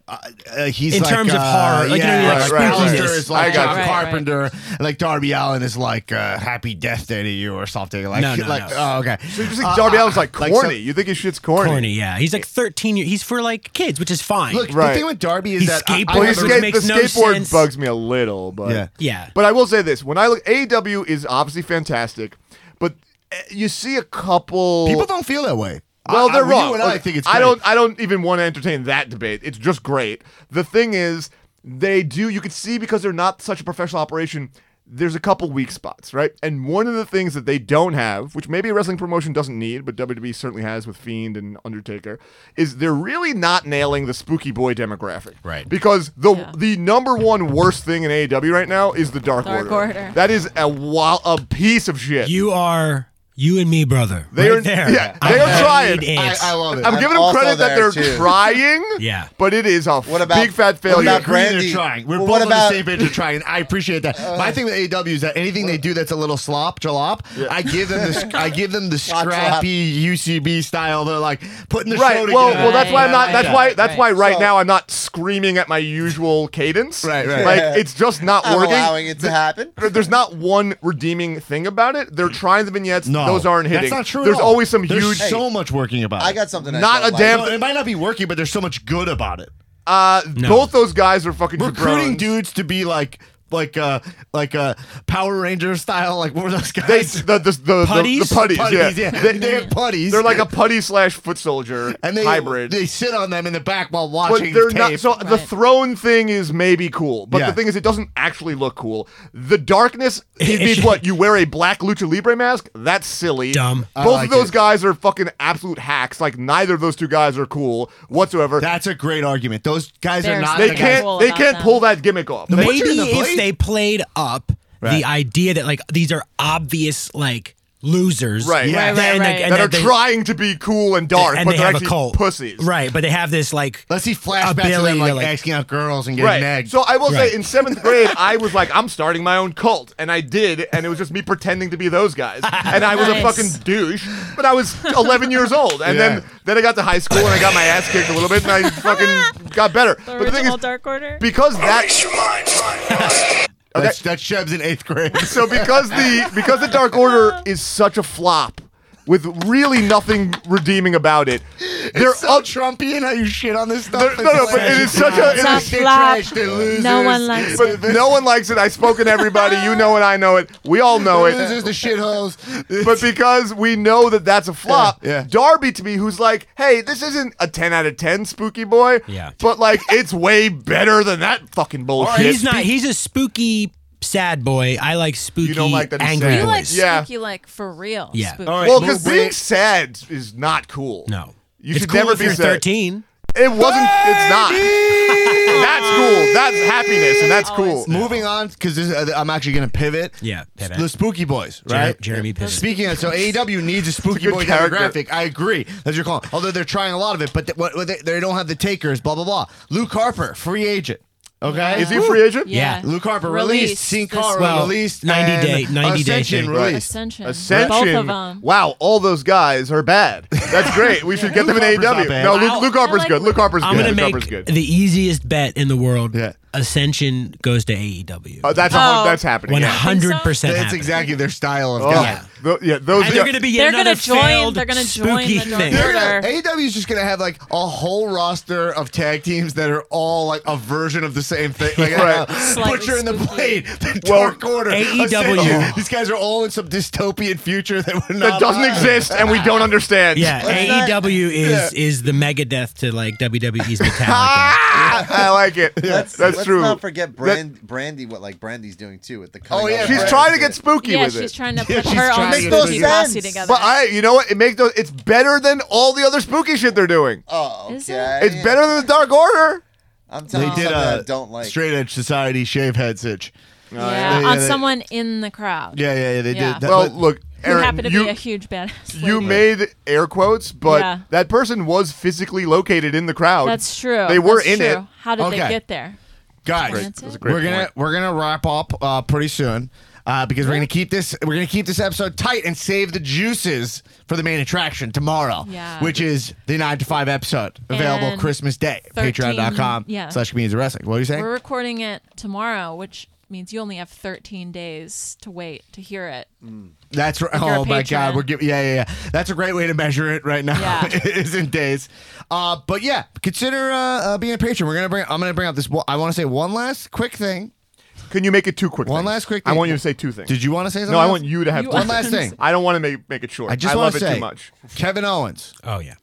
[SPEAKER 2] uh, uh, he's
[SPEAKER 9] In
[SPEAKER 2] like,
[SPEAKER 9] terms of
[SPEAKER 2] uh,
[SPEAKER 9] horror, like, you know,
[SPEAKER 2] yeah,
[SPEAKER 9] like
[SPEAKER 2] like Alistair
[SPEAKER 9] spookiness.
[SPEAKER 2] is like
[SPEAKER 1] I got
[SPEAKER 2] John
[SPEAKER 1] you.
[SPEAKER 8] Right, right.
[SPEAKER 2] Carpenter, and, like Darby Allen is like uh, Happy Death Day to you or something. Like,
[SPEAKER 9] No, no,
[SPEAKER 2] like
[SPEAKER 9] no.
[SPEAKER 2] oh, okay.
[SPEAKER 1] so you just think Darby Allen's like
[SPEAKER 2] like
[SPEAKER 1] corny.
[SPEAKER 2] some-
[SPEAKER 1] you think his shit's corny?
[SPEAKER 9] Corny, yeah. He's like 13 years. He's for like kids, which is fine.
[SPEAKER 2] Look,
[SPEAKER 1] Right.
[SPEAKER 2] the thing with Darby is
[SPEAKER 9] He
[SPEAKER 2] that I- I
[SPEAKER 1] Well,
[SPEAKER 9] skateboards
[SPEAKER 1] his
[SPEAKER 2] never-
[SPEAKER 9] skate-
[SPEAKER 1] skate, the
[SPEAKER 9] makes no
[SPEAKER 1] skateboard
[SPEAKER 9] sense.
[SPEAKER 1] bugs me a little, but
[SPEAKER 2] Yeah.
[SPEAKER 9] Yeah.
[SPEAKER 1] But I will say this: when I look, AEW is obviously fantastic, but eh, you see a couple
[SPEAKER 2] people don't feel that way.
[SPEAKER 1] Well,
[SPEAKER 2] I-
[SPEAKER 1] they're
[SPEAKER 2] I,
[SPEAKER 1] wrong.
[SPEAKER 2] You and I
[SPEAKER 1] Look,
[SPEAKER 2] think it's.
[SPEAKER 1] I
[SPEAKER 2] great.
[SPEAKER 1] don't. I don't even want to entertain that debate. It's just great. The thing is, they do. You could see because they're not such a professional operation. there's a couple weak spots, right? And one of the things that they don't have, which maybe a wrestling promotion doesn't need, but WWE certainly has with Fiend and Undertaker, is they're really not nailing the spooky boy demographic.
[SPEAKER 9] Right.
[SPEAKER 1] Because the the number one worst thing in AEW right now is the Dark,
[SPEAKER 8] Dark Order.
[SPEAKER 1] That is a wa- a piece of shit.
[SPEAKER 9] You are you and me, brother.
[SPEAKER 1] They
[SPEAKER 9] right
[SPEAKER 1] are-
[SPEAKER 9] there.
[SPEAKER 1] yeah,
[SPEAKER 9] I
[SPEAKER 1] they are
[SPEAKER 9] don't
[SPEAKER 1] trying.
[SPEAKER 9] need
[SPEAKER 2] I,
[SPEAKER 9] ants.
[SPEAKER 2] I love it.
[SPEAKER 1] I'm,
[SPEAKER 4] I'm
[SPEAKER 1] giving them
[SPEAKER 4] also
[SPEAKER 1] credit that
[SPEAKER 4] there,
[SPEAKER 1] they're
[SPEAKER 4] too.
[SPEAKER 1] trying.
[SPEAKER 9] Yeah.
[SPEAKER 1] But it is a
[SPEAKER 4] about-
[SPEAKER 1] big fat
[SPEAKER 4] what
[SPEAKER 1] failure.
[SPEAKER 4] about Grant-
[SPEAKER 2] Agree
[SPEAKER 4] Brandy.
[SPEAKER 2] They're trying. We're
[SPEAKER 4] Well,
[SPEAKER 2] both
[SPEAKER 4] what
[SPEAKER 2] on the
[SPEAKER 4] about-
[SPEAKER 2] same page. They're trying. I appreciate that.
[SPEAKER 1] Uh,
[SPEAKER 2] My thing with AEW is that anything they do that's a little slop, jalop, I give them the sc- I give them the
[SPEAKER 4] Slop, jalop.
[SPEAKER 2] scrappy UCB style. They're like putting the show
[SPEAKER 1] Right.
[SPEAKER 2] together.
[SPEAKER 1] Well, well, that's why I'm
[SPEAKER 8] Right,
[SPEAKER 1] not. That's why.
[SPEAKER 8] right,
[SPEAKER 1] That's why
[SPEAKER 8] right.
[SPEAKER 1] right
[SPEAKER 4] So-
[SPEAKER 1] now I'm not screaming at my usual cadence.
[SPEAKER 2] Right, right.
[SPEAKER 1] Like it's just not
[SPEAKER 4] I'm
[SPEAKER 1] working.
[SPEAKER 4] allowing it to happen.
[SPEAKER 1] There- There's not one redeeming thing about it. They're trying the vignettes.
[SPEAKER 2] No,
[SPEAKER 1] Those aren't hitting.
[SPEAKER 2] That's not true. at
[SPEAKER 1] There's
[SPEAKER 2] all.
[SPEAKER 1] always some
[SPEAKER 2] There's
[SPEAKER 1] huge.
[SPEAKER 2] so much working about.
[SPEAKER 4] I
[SPEAKER 2] it.
[SPEAKER 4] got something. I
[SPEAKER 1] Not
[SPEAKER 4] don't
[SPEAKER 1] a
[SPEAKER 4] like.
[SPEAKER 1] damn-
[SPEAKER 2] No, it might not be working, but there's so much good about it.
[SPEAKER 1] Uh, Both those guys are fucking
[SPEAKER 2] Recruiting
[SPEAKER 1] jabronis.
[SPEAKER 2] dudes to be like like uh like uh Power Ranger style. Like what were those
[SPEAKER 1] They
[SPEAKER 2] guys?
[SPEAKER 1] the the the, the
[SPEAKER 9] Putties?
[SPEAKER 1] the putties,
[SPEAKER 2] putties,
[SPEAKER 1] yeah.
[SPEAKER 2] yeah.
[SPEAKER 1] They,
[SPEAKER 2] They, have putties.
[SPEAKER 1] they're like a putty slash foot soldier
[SPEAKER 2] and they
[SPEAKER 1] hybrid.
[SPEAKER 2] They sit on them in the back while
[SPEAKER 1] but
[SPEAKER 2] watching.
[SPEAKER 1] they're not.
[SPEAKER 2] tape.
[SPEAKER 1] So the
[SPEAKER 8] Right.
[SPEAKER 1] throne thing is maybe cool, but the
[SPEAKER 2] Yeah.
[SPEAKER 1] thing is, it doesn't actually look cool. The darkness it means what? You wear a black lucha libre mask? That's silly.
[SPEAKER 9] Dumb.
[SPEAKER 1] Both
[SPEAKER 2] I like
[SPEAKER 1] of those
[SPEAKER 2] it.
[SPEAKER 1] guys are fucking absolute hacks. Like neither of those two guys are cool whatsoever.
[SPEAKER 2] That's a great argument. Those guys
[SPEAKER 8] They're
[SPEAKER 2] are not.
[SPEAKER 1] they
[SPEAKER 2] the
[SPEAKER 1] can't.
[SPEAKER 8] cool
[SPEAKER 1] they
[SPEAKER 8] about
[SPEAKER 1] can't
[SPEAKER 8] them.
[SPEAKER 1] pull that gimmick off. They-
[SPEAKER 9] Maybe
[SPEAKER 2] Butcher and the
[SPEAKER 9] if
[SPEAKER 2] Blade?
[SPEAKER 9] they played up
[SPEAKER 2] Right.
[SPEAKER 9] the idea that like these are obvious like losers,
[SPEAKER 1] Right. Right,
[SPEAKER 8] right,
[SPEAKER 9] then,
[SPEAKER 8] right.
[SPEAKER 9] Like, and
[SPEAKER 1] that are
[SPEAKER 9] then they-
[SPEAKER 1] trying to be cool and dark,
[SPEAKER 9] and
[SPEAKER 1] but
[SPEAKER 9] they
[SPEAKER 1] are
[SPEAKER 9] have a
[SPEAKER 1] actually
[SPEAKER 9] cult,
[SPEAKER 1] pussies.
[SPEAKER 9] right? But they have this like
[SPEAKER 2] Let's see flashbacks of
[SPEAKER 9] ability
[SPEAKER 2] them
[SPEAKER 9] to,
[SPEAKER 2] like,
[SPEAKER 9] like-
[SPEAKER 2] asking out girls and getting
[SPEAKER 1] Right.
[SPEAKER 2] nagged.
[SPEAKER 1] So I will
[SPEAKER 9] Right.
[SPEAKER 1] say, in seventh grade, I was like, I'm starting my own cult, and I did, and it was just me pretending to be those guys, and I was a
[SPEAKER 8] Nice.
[SPEAKER 1] fucking douche, but I was 11 years old, and
[SPEAKER 2] Yeah.
[SPEAKER 1] then then I got to high school and I got my ass kicked a little bit, and I fucking got better.
[SPEAKER 8] The
[SPEAKER 1] but the thing
[SPEAKER 8] original
[SPEAKER 1] is,
[SPEAKER 8] Dark Order.
[SPEAKER 1] because that
[SPEAKER 3] Erase your mind.
[SPEAKER 2] that's, that's Sheb's in eighth grade.
[SPEAKER 1] so because the because the Dark Order is such a flop. With really nothing redeeming about it, they're
[SPEAKER 2] They're so Trumpian how you shit on this
[SPEAKER 1] They're-
[SPEAKER 2] stuff.
[SPEAKER 1] no, no, but it is such a- it
[SPEAKER 8] It's a
[SPEAKER 1] is-
[SPEAKER 2] They're
[SPEAKER 8] flop.
[SPEAKER 2] trash, they're losers.
[SPEAKER 8] No one likes it.
[SPEAKER 1] but no one likes it. I've spoken to everybody. You know it. I know it. We all know
[SPEAKER 2] They're
[SPEAKER 1] it.
[SPEAKER 2] losers, the shitholes.
[SPEAKER 1] but because we know that that's a flop,
[SPEAKER 2] Yeah, yeah.
[SPEAKER 1] Darby to me, who's like, hey, this isn't a 10 out of 10 spooky boy,
[SPEAKER 9] Yeah.
[SPEAKER 1] but like, it's way better than that fucking bullshit.
[SPEAKER 9] he's not. He's a spooky sad boy. I like spooky
[SPEAKER 1] You don't like that he's
[SPEAKER 9] angry
[SPEAKER 1] sad.
[SPEAKER 8] you
[SPEAKER 9] boys.
[SPEAKER 8] like
[SPEAKER 1] Yeah.
[SPEAKER 8] spooky, like for real.
[SPEAKER 9] Yeah.
[SPEAKER 8] Spooky.
[SPEAKER 9] All right.
[SPEAKER 1] Well, because
[SPEAKER 2] Move
[SPEAKER 1] being
[SPEAKER 2] it.
[SPEAKER 1] sad is not cool.
[SPEAKER 9] no,
[SPEAKER 1] You
[SPEAKER 9] it's
[SPEAKER 1] should
[SPEAKER 9] cool
[SPEAKER 1] never
[SPEAKER 9] if
[SPEAKER 1] be
[SPEAKER 9] you're
[SPEAKER 1] sad.
[SPEAKER 9] thirteen.
[SPEAKER 1] It wasn't, it's not. that's cool. That's happiness, and that's cool.
[SPEAKER 2] Moving on, because I'm actually going to pivot.
[SPEAKER 9] Yeah, pivot.
[SPEAKER 2] The Spooky Boys,
[SPEAKER 9] Jer-
[SPEAKER 2] right?
[SPEAKER 9] Jeremy Pivot.
[SPEAKER 2] Speaking of, so AEW needs a Spooky
[SPEAKER 1] good
[SPEAKER 2] Boy
[SPEAKER 1] character.
[SPEAKER 2] demographic. I agree. That's your call. Although they're trying a lot of it, but they, what, what they, they don't have the takers, blah, blah, blah. Luke Harper, free agent. Okay?
[SPEAKER 1] Is he a free agent?
[SPEAKER 9] Yeah.
[SPEAKER 2] Luke Harper released, Sin
[SPEAKER 8] this
[SPEAKER 2] Cara
[SPEAKER 9] Well,
[SPEAKER 2] released,
[SPEAKER 9] 90
[SPEAKER 2] and
[SPEAKER 9] day- 90 day
[SPEAKER 2] Ascension
[SPEAKER 9] thing.
[SPEAKER 2] released.
[SPEAKER 8] Ascension.
[SPEAKER 1] Ascension.
[SPEAKER 8] Both of them.
[SPEAKER 1] Wow, all those guys are bad. That's great. We should get them in
[SPEAKER 2] Luke Harper's not
[SPEAKER 1] AEW.
[SPEAKER 2] bad.
[SPEAKER 1] No, Luke,
[SPEAKER 9] Wow.
[SPEAKER 1] Luke Harper's
[SPEAKER 8] I like
[SPEAKER 1] good. Luke Harper's
[SPEAKER 9] I'm
[SPEAKER 1] good.
[SPEAKER 9] gonna
[SPEAKER 1] Luke Harper's
[SPEAKER 9] make
[SPEAKER 1] good.
[SPEAKER 9] the easiest bet in the world.
[SPEAKER 2] Yeah.
[SPEAKER 9] Ascension goes to AEW.
[SPEAKER 1] Uh, that's a
[SPEAKER 8] Oh.
[SPEAKER 1] hun- that's happening.
[SPEAKER 9] One
[SPEAKER 1] yeah.
[SPEAKER 9] hundred percent.
[SPEAKER 2] That's exactly their style of
[SPEAKER 1] Oh,
[SPEAKER 2] guy.
[SPEAKER 1] tho- yeah,
[SPEAKER 2] Oh,
[SPEAKER 9] And
[SPEAKER 1] those yeah.
[SPEAKER 9] they're gonna be yet
[SPEAKER 8] They're
[SPEAKER 9] another
[SPEAKER 8] gonna join-
[SPEAKER 9] failed
[SPEAKER 8] they're gonna join
[SPEAKER 9] spooky
[SPEAKER 8] the Dark
[SPEAKER 9] thing.
[SPEAKER 8] Order.
[SPEAKER 2] AEW is just gonna have like a whole roster of tag teams that are all like a version of the same thing. Like
[SPEAKER 1] Right.
[SPEAKER 2] uh,
[SPEAKER 8] Slightly
[SPEAKER 2] Butcher and the
[SPEAKER 8] spooky.
[SPEAKER 2] Blade, the
[SPEAKER 1] Well, E
[SPEAKER 2] Dark Order,
[SPEAKER 9] AEW.
[SPEAKER 2] Ascension. These guys are all in some dystopian future that we're not.
[SPEAKER 1] that doesn't
[SPEAKER 2] alive.
[SPEAKER 1] exist and we don't understand.
[SPEAKER 9] Yeah, AEW is is the Megadeth to like WWE's Metallica.
[SPEAKER 1] Ah, I like it.
[SPEAKER 4] Let's,
[SPEAKER 1] That's
[SPEAKER 4] let's
[SPEAKER 1] true.
[SPEAKER 4] not forget Brand, Brandy, what like Brandy's doing too with the.
[SPEAKER 2] Oh, yeah,
[SPEAKER 1] That-
[SPEAKER 4] coming
[SPEAKER 1] she's
[SPEAKER 4] out.
[SPEAKER 1] trying to get spooky
[SPEAKER 8] Yeah,
[SPEAKER 1] with
[SPEAKER 8] she's
[SPEAKER 1] it.
[SPEAKER 8] trying to
[SPEAKER 2] Yeah,
[SPEAKER 8] put
[SPEAKER 2] she's
[SPEAKER 8] her on
[SPEAKER 2] trying to
[SPEAKER 8] the
[SPEAKER 2] get
[SPEAKER 8] spooky
[SPEAKER 4] those
[SPEAKER 8] posse
[SPEAKER 4] sense.
[SPEAKER 8] together.
[SPEAKER 1] But I, you know what? It makes those. It's better than all the other spooky shit they're doing.
[SPEAKER 4] Oh, okay.
[SPEAKER 8] Is
[SPEAKER 1] It's better than the Dark Order.
[SPEAKER 4] I'm telling
[SPEAKER 2] They
[SPEAKER 4] you
[SPEAKER 2] did
[SPEAKER 4] something
[SPEAKER 2] a
[SPEAKER 4] I don't like.
[SPEAKER 2] straight edge society shave head sitch.
[SPEAKER 8] yeah,
[SPEAKER 2] yeah,
[SPEAKER 8] on
[SPEAKER 2] they-
[SPEAKER 8] someone in the crowd
[SPEAKER 2] Yeah, yeah, yeah. They
[SPEAKER 8] Yeah.
[SPEAKER 2] did. That,
[SPEAKER 1] well,
[SPEAKER 2] but-
[SPEAKER 1] look,
[SPEAKER 8] who
[SPEAKER 1] Aaron,
[SPEAKER 8] happened to
[SPEAKER 1] you
[SPEAKER 8] be a huge badass.
[SPEAKER 1] you
[SPEAKER 8] lady.
[SPEAKER 1] made air quotes, but
[SPEAKER 8] Yeah.
[SPEAKER 1] that person was physically located in the crowd.
[SPEAKER 8] That's true.
[SPEAKER 1] They were
[SPEAKER 8] That's
[SPEAKER 1] in
[SPEAKER 8] true.
[SPEAKER 1] it.
[SPEAKER 8] How did they
[SPEAKER 2] Okay.
[SPEAKER 8] get there?
[SPEAKER 2] guys,
[SPEAKER 8] That's it?
[SPEAKER 1] great
[SPEAKER 2] we're gonna we're gonna wrap up uh, pretty soon uh, because we're gonna keep this we're gonna keep this episode tight and save the juices for the main attraction tomorrow,
[SPEAKER 8] Yeah.
[SPEAKER 2] which is the nine to five episode available
[SPEAKER 8] And
[SPEAKER 2] Christmas Day.
[SPEAKER 8] 13
[SPEAKER 2] Patreon.com
[SPEAKER 8] yeah.
[SPEAKER 2] slash comedians of wrestling. What are you saying?
[SPEAKER 8] We're recording it tomorrow, which means you only have 13 days to wait to hear it.
[SPEAKER 2] That's right.
[SPEAKER 8] you're a
[SPEAKER 2] Oh my
[SPEAKER 8] patron.
[SPEAKER 2] God, we're giving. Yeah, yeah, yeah. That's a great way to measure it right now.
[SPEAKER 8] Yeah.
[SPEAKER 2] is in days. Uh, but yeah, consider uh, uh, being a patron. We're gonna bring. I'm gonna bring up this. one- I want to say one last quick thing.
[SPEAKER 1] Can you make it two quick?
[SPEAKER 2] One
[SPEAKER 1] things?
[SPEAKER 2] last quick
[SPEAKER 1] I
[SPEAKER 2] thing.
[SPEAKER 1] want you to say two things.
[SPEAKER 2] Did you want to say something?
[SPEAKER 1] No, I
[SPEAKER 2] else?
[SPEAKER 1] want you to have
[SPEAKER 8] You
[SPEAKER 1] two
[SPEAKER 8] want-
[SPEAKER 2] One last thing.
[SPEAKER 1] I don't want to make make it short.
[SPEAKER 2] I just want
[SPEAKER 1] love it
[SPEAKER 2] to say
[SPEAKER 1] too much.
[SPEAKER 2] Kevin Owens.
[SPEAKER 9] oh yeah.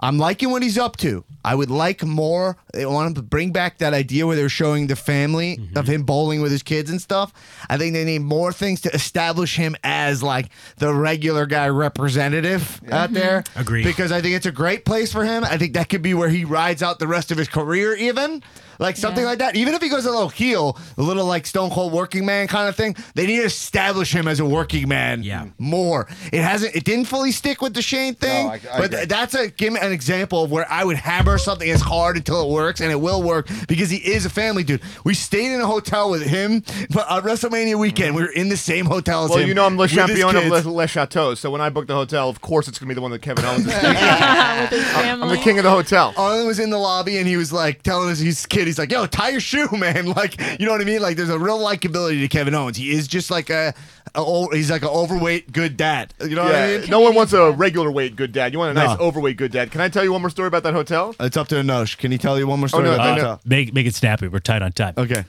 [SPEAKER 2] I'm liking what he's up to. I would like more. They want to bring back that idea where they're showing the family of
[SPEAKER 9] Mm-hmm.
[SPEAKER 2] him bowling with his kids and stuff. I think they need more things to establish him as like the regular guy representative out there.
[SPEAKER 9] Mm-hmm. Agreed.
[SPEAKER 2] Because I think it's a great place for him. I think that could be where he rides out the rest of his career, even like something
[SPEAKER 8] Yeah.
[SPEAKER 2] like that. Even if he goes a little heel, a little like Stone Cold Working Man kind of thing, they need to establish him as a working man.
[SPEAKER 9] Yeah.
[SPEAKER 2] more. It hasn't. It didn't fully stick with the Shane thing,
[SPEAKER 1] Oh,
[SPEAKER 4] No, I- I
[SPEAKER 2] but
[SPEAKER 4] agree.
[SPEAKER 2] that's a give me an example of where I would hammer something as hard until it works, and it will work because he is a family dude. We stayed in a hotel with him, but on WrestleMania weekend we were in the same hotel as
[SPEAKER 1] Well,
[SPEAKER 2] him.
[SPEAKER 1] you know I'm Le
[SPEAKER 2] with his
[SPEAKER 1] Champion of
[SPEAKER 2] kids.
[SPEAKER 1] Le, Le Chateau, so when I book the hotel, of course it's gonna be the one that Kevin Owens is
[SPEAKER 8] with his family.
[SPEAKER 1] I'm the king of the hotel.
[SPEAKER 2] Arlen was in the lobby and he was like telling his, his kid, he's like, "Yo, tie your shoe, man." Like, you know what I mean? Like, there's a real likability to Kevin Owens. He is just like a, a o- he's like an overweight good dad. You know what I
[SPEAKER 1] Yeah,
[SPEAKER 2] mean?
[SPEAKER 1] no one wants a regular weight good dad. You want a nice
[SPEAKER 2] No.
[SPEAKER 1] overweight good dad. Can I tell you one more story about that hotel?
[SPEAKER 2] It's up to Anosh. Can he tell you one more story?
[SPEAKER 1] Oh, no,
[SPEAKER 2] about
[SPEAKER 1] I
[SPEAKER 2] that
[SPEAKER 1] know.
[SPEAKER 2] hotel?
[SPEAKER 7] Uh, Make make it snappy. We're tight on time.
[SPEAKER 2] Okay.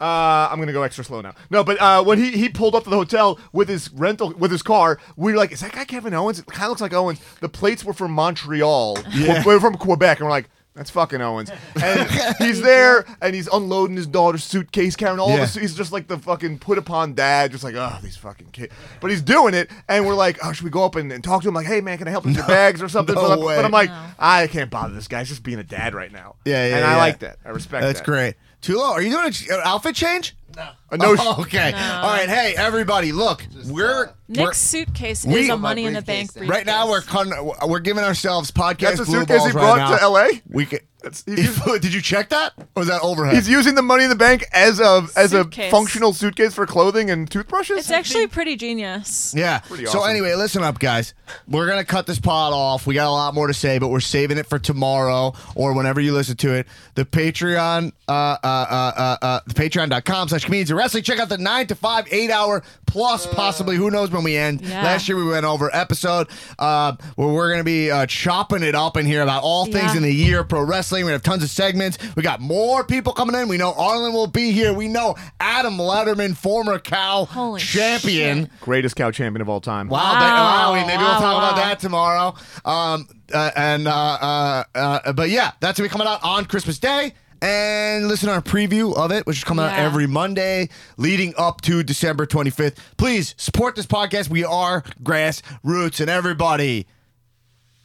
[SPEAKER 1] Uh, I'm gonna go extra slow now. No, but uh, when he, he pulled up to the hotel with his rental with his car, we were like, "Is that guy Kevin Owens? It kind of looks like Owens." The plates were from Montreal,
[SPEAKER 2] Yeah.
[SPEAKER 1] we're, we're from Quebec, and we're like. That's fucking Owens. And he's there, and he's unloading his daughter's suitcase, carrying all
[SPEAKER 2] Yeah.
[SPEAKER 1] the. su- He's just like the fucking put upon dad, just like oh these fucking kids. But he's doing it, and we're like, oh, should we go up and, and talk to him? Like, hey man, can I help with your bags or something?
[SPEAKER 2] no
[SPEAKER 1] but, I'm,
[SPEAKER 2] way.
[SPEAKER 1] but I'm like,
[SPEAKER 8] No.
[SPEAKER 1] I can't bother this guy. He's just being a dad right now.
[SPEAKER 2] Yeah, yeah,
[SPEAKER 1] And I
[SPEAKER 2] yeah.
[SPEAKER 1] like that. I respect
[SPEAKER 2] That's
[SPEAKER 1] that.
[SPEAKER 2] great. Tulo, are you doing an outfit change?
[SPEAKER 1] Uh, no,
[SPEAKER 2] Oh, okay. All right. Hey, everybody, look, we're. we're-
[SPEAKER 8] Nick's suitcase
[SPEAKER 2] we-
[SPEAKER 8] is a Money in the Bank
[SPEAKER 4] briefcase
[SPEAKER 8] briefcase.
[SPEAKER 2] Right now we're con- we're giving ourselves podcast.
[SPEAKER 1] That's a
[SPEAKER 2] blue
[SPEAKER 1] suitcase he
[SPEAKER 2] balls right
[SPEAKER 1] brought
[SPEAKER 2] now.
[SPEAKER 1] to LA?
[SPEAKER 2] We could,
[SPEAKER 1] That's- he just-
[SPEAKER 2] did you check that? Or was that overhead?
[SPEAKER 1] He's using the money in the bank as a as a
[SPEAKER 8] Suitcase.
[SPEAKER 1] functional suitcase for clothing and toothbrushes.
[SPEAKER 8] It's actually pretty genius.
[SPEAKER 2] Yeah.
[SPEAKER 1] Pretty
[SPEAKER 2] So
[SPEAKER 1] awesome.
[SPEAKER 2] anyway, listen up, guys. We're gonna cut this pod off. We got a lot more to say, but we're saving it for tomorrow or whenever you listen to it. The Patreon, uh, uh, uh, uh, uh the Patreon.com slash Comedians in Wrestling. Check out the nine to five, eight hour plus, possibly. Who knows when we end?
[SPEAKER 8] Yeah.
[SPEAKER 2] Last year we went over episode uh, where we're gonna be uh, chopping it up in here about all things
[SPEAKER 8] Yeah.
[SPEAKER 2] in the year of pro wrestling. We have tons of segments. We got more people coming in. We know Arlen will be here. We know Adam Letterman, former cow
[SPEAKER 8] Holy
[SPEAKER 2] champion.
[SPEAKER 8] shit.
[SPEAKER 1] Greatest cow champion of all time.
[SPEAKER 2] Wow,
[SPEAKER 8] Wow,
[SPEAKER 2] wow, maybe we'll
[SPEAKER 8] wow,
[SPEAKER 2] talk about
[SPEAKER 8] wow.
[SPEAKER 2] that tomorrow. Um, uh, and uh, uh, uh, but yeah, that's gonna be coming out on Christmas Day. And listen to our preview of it, which is coming out
[SPEAKER 8] Yeah.
[SPEAKER 2] every Monday leading up to December 25th. Please support this podcast. We are grassroots, and everybody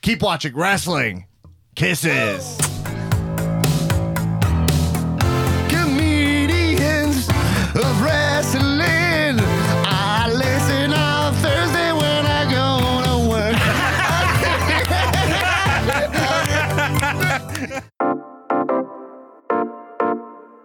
[SPEAKER 2] keep watching wrestling. Kisses. Comedians of wrestling. I listen on Thursday when I go to work.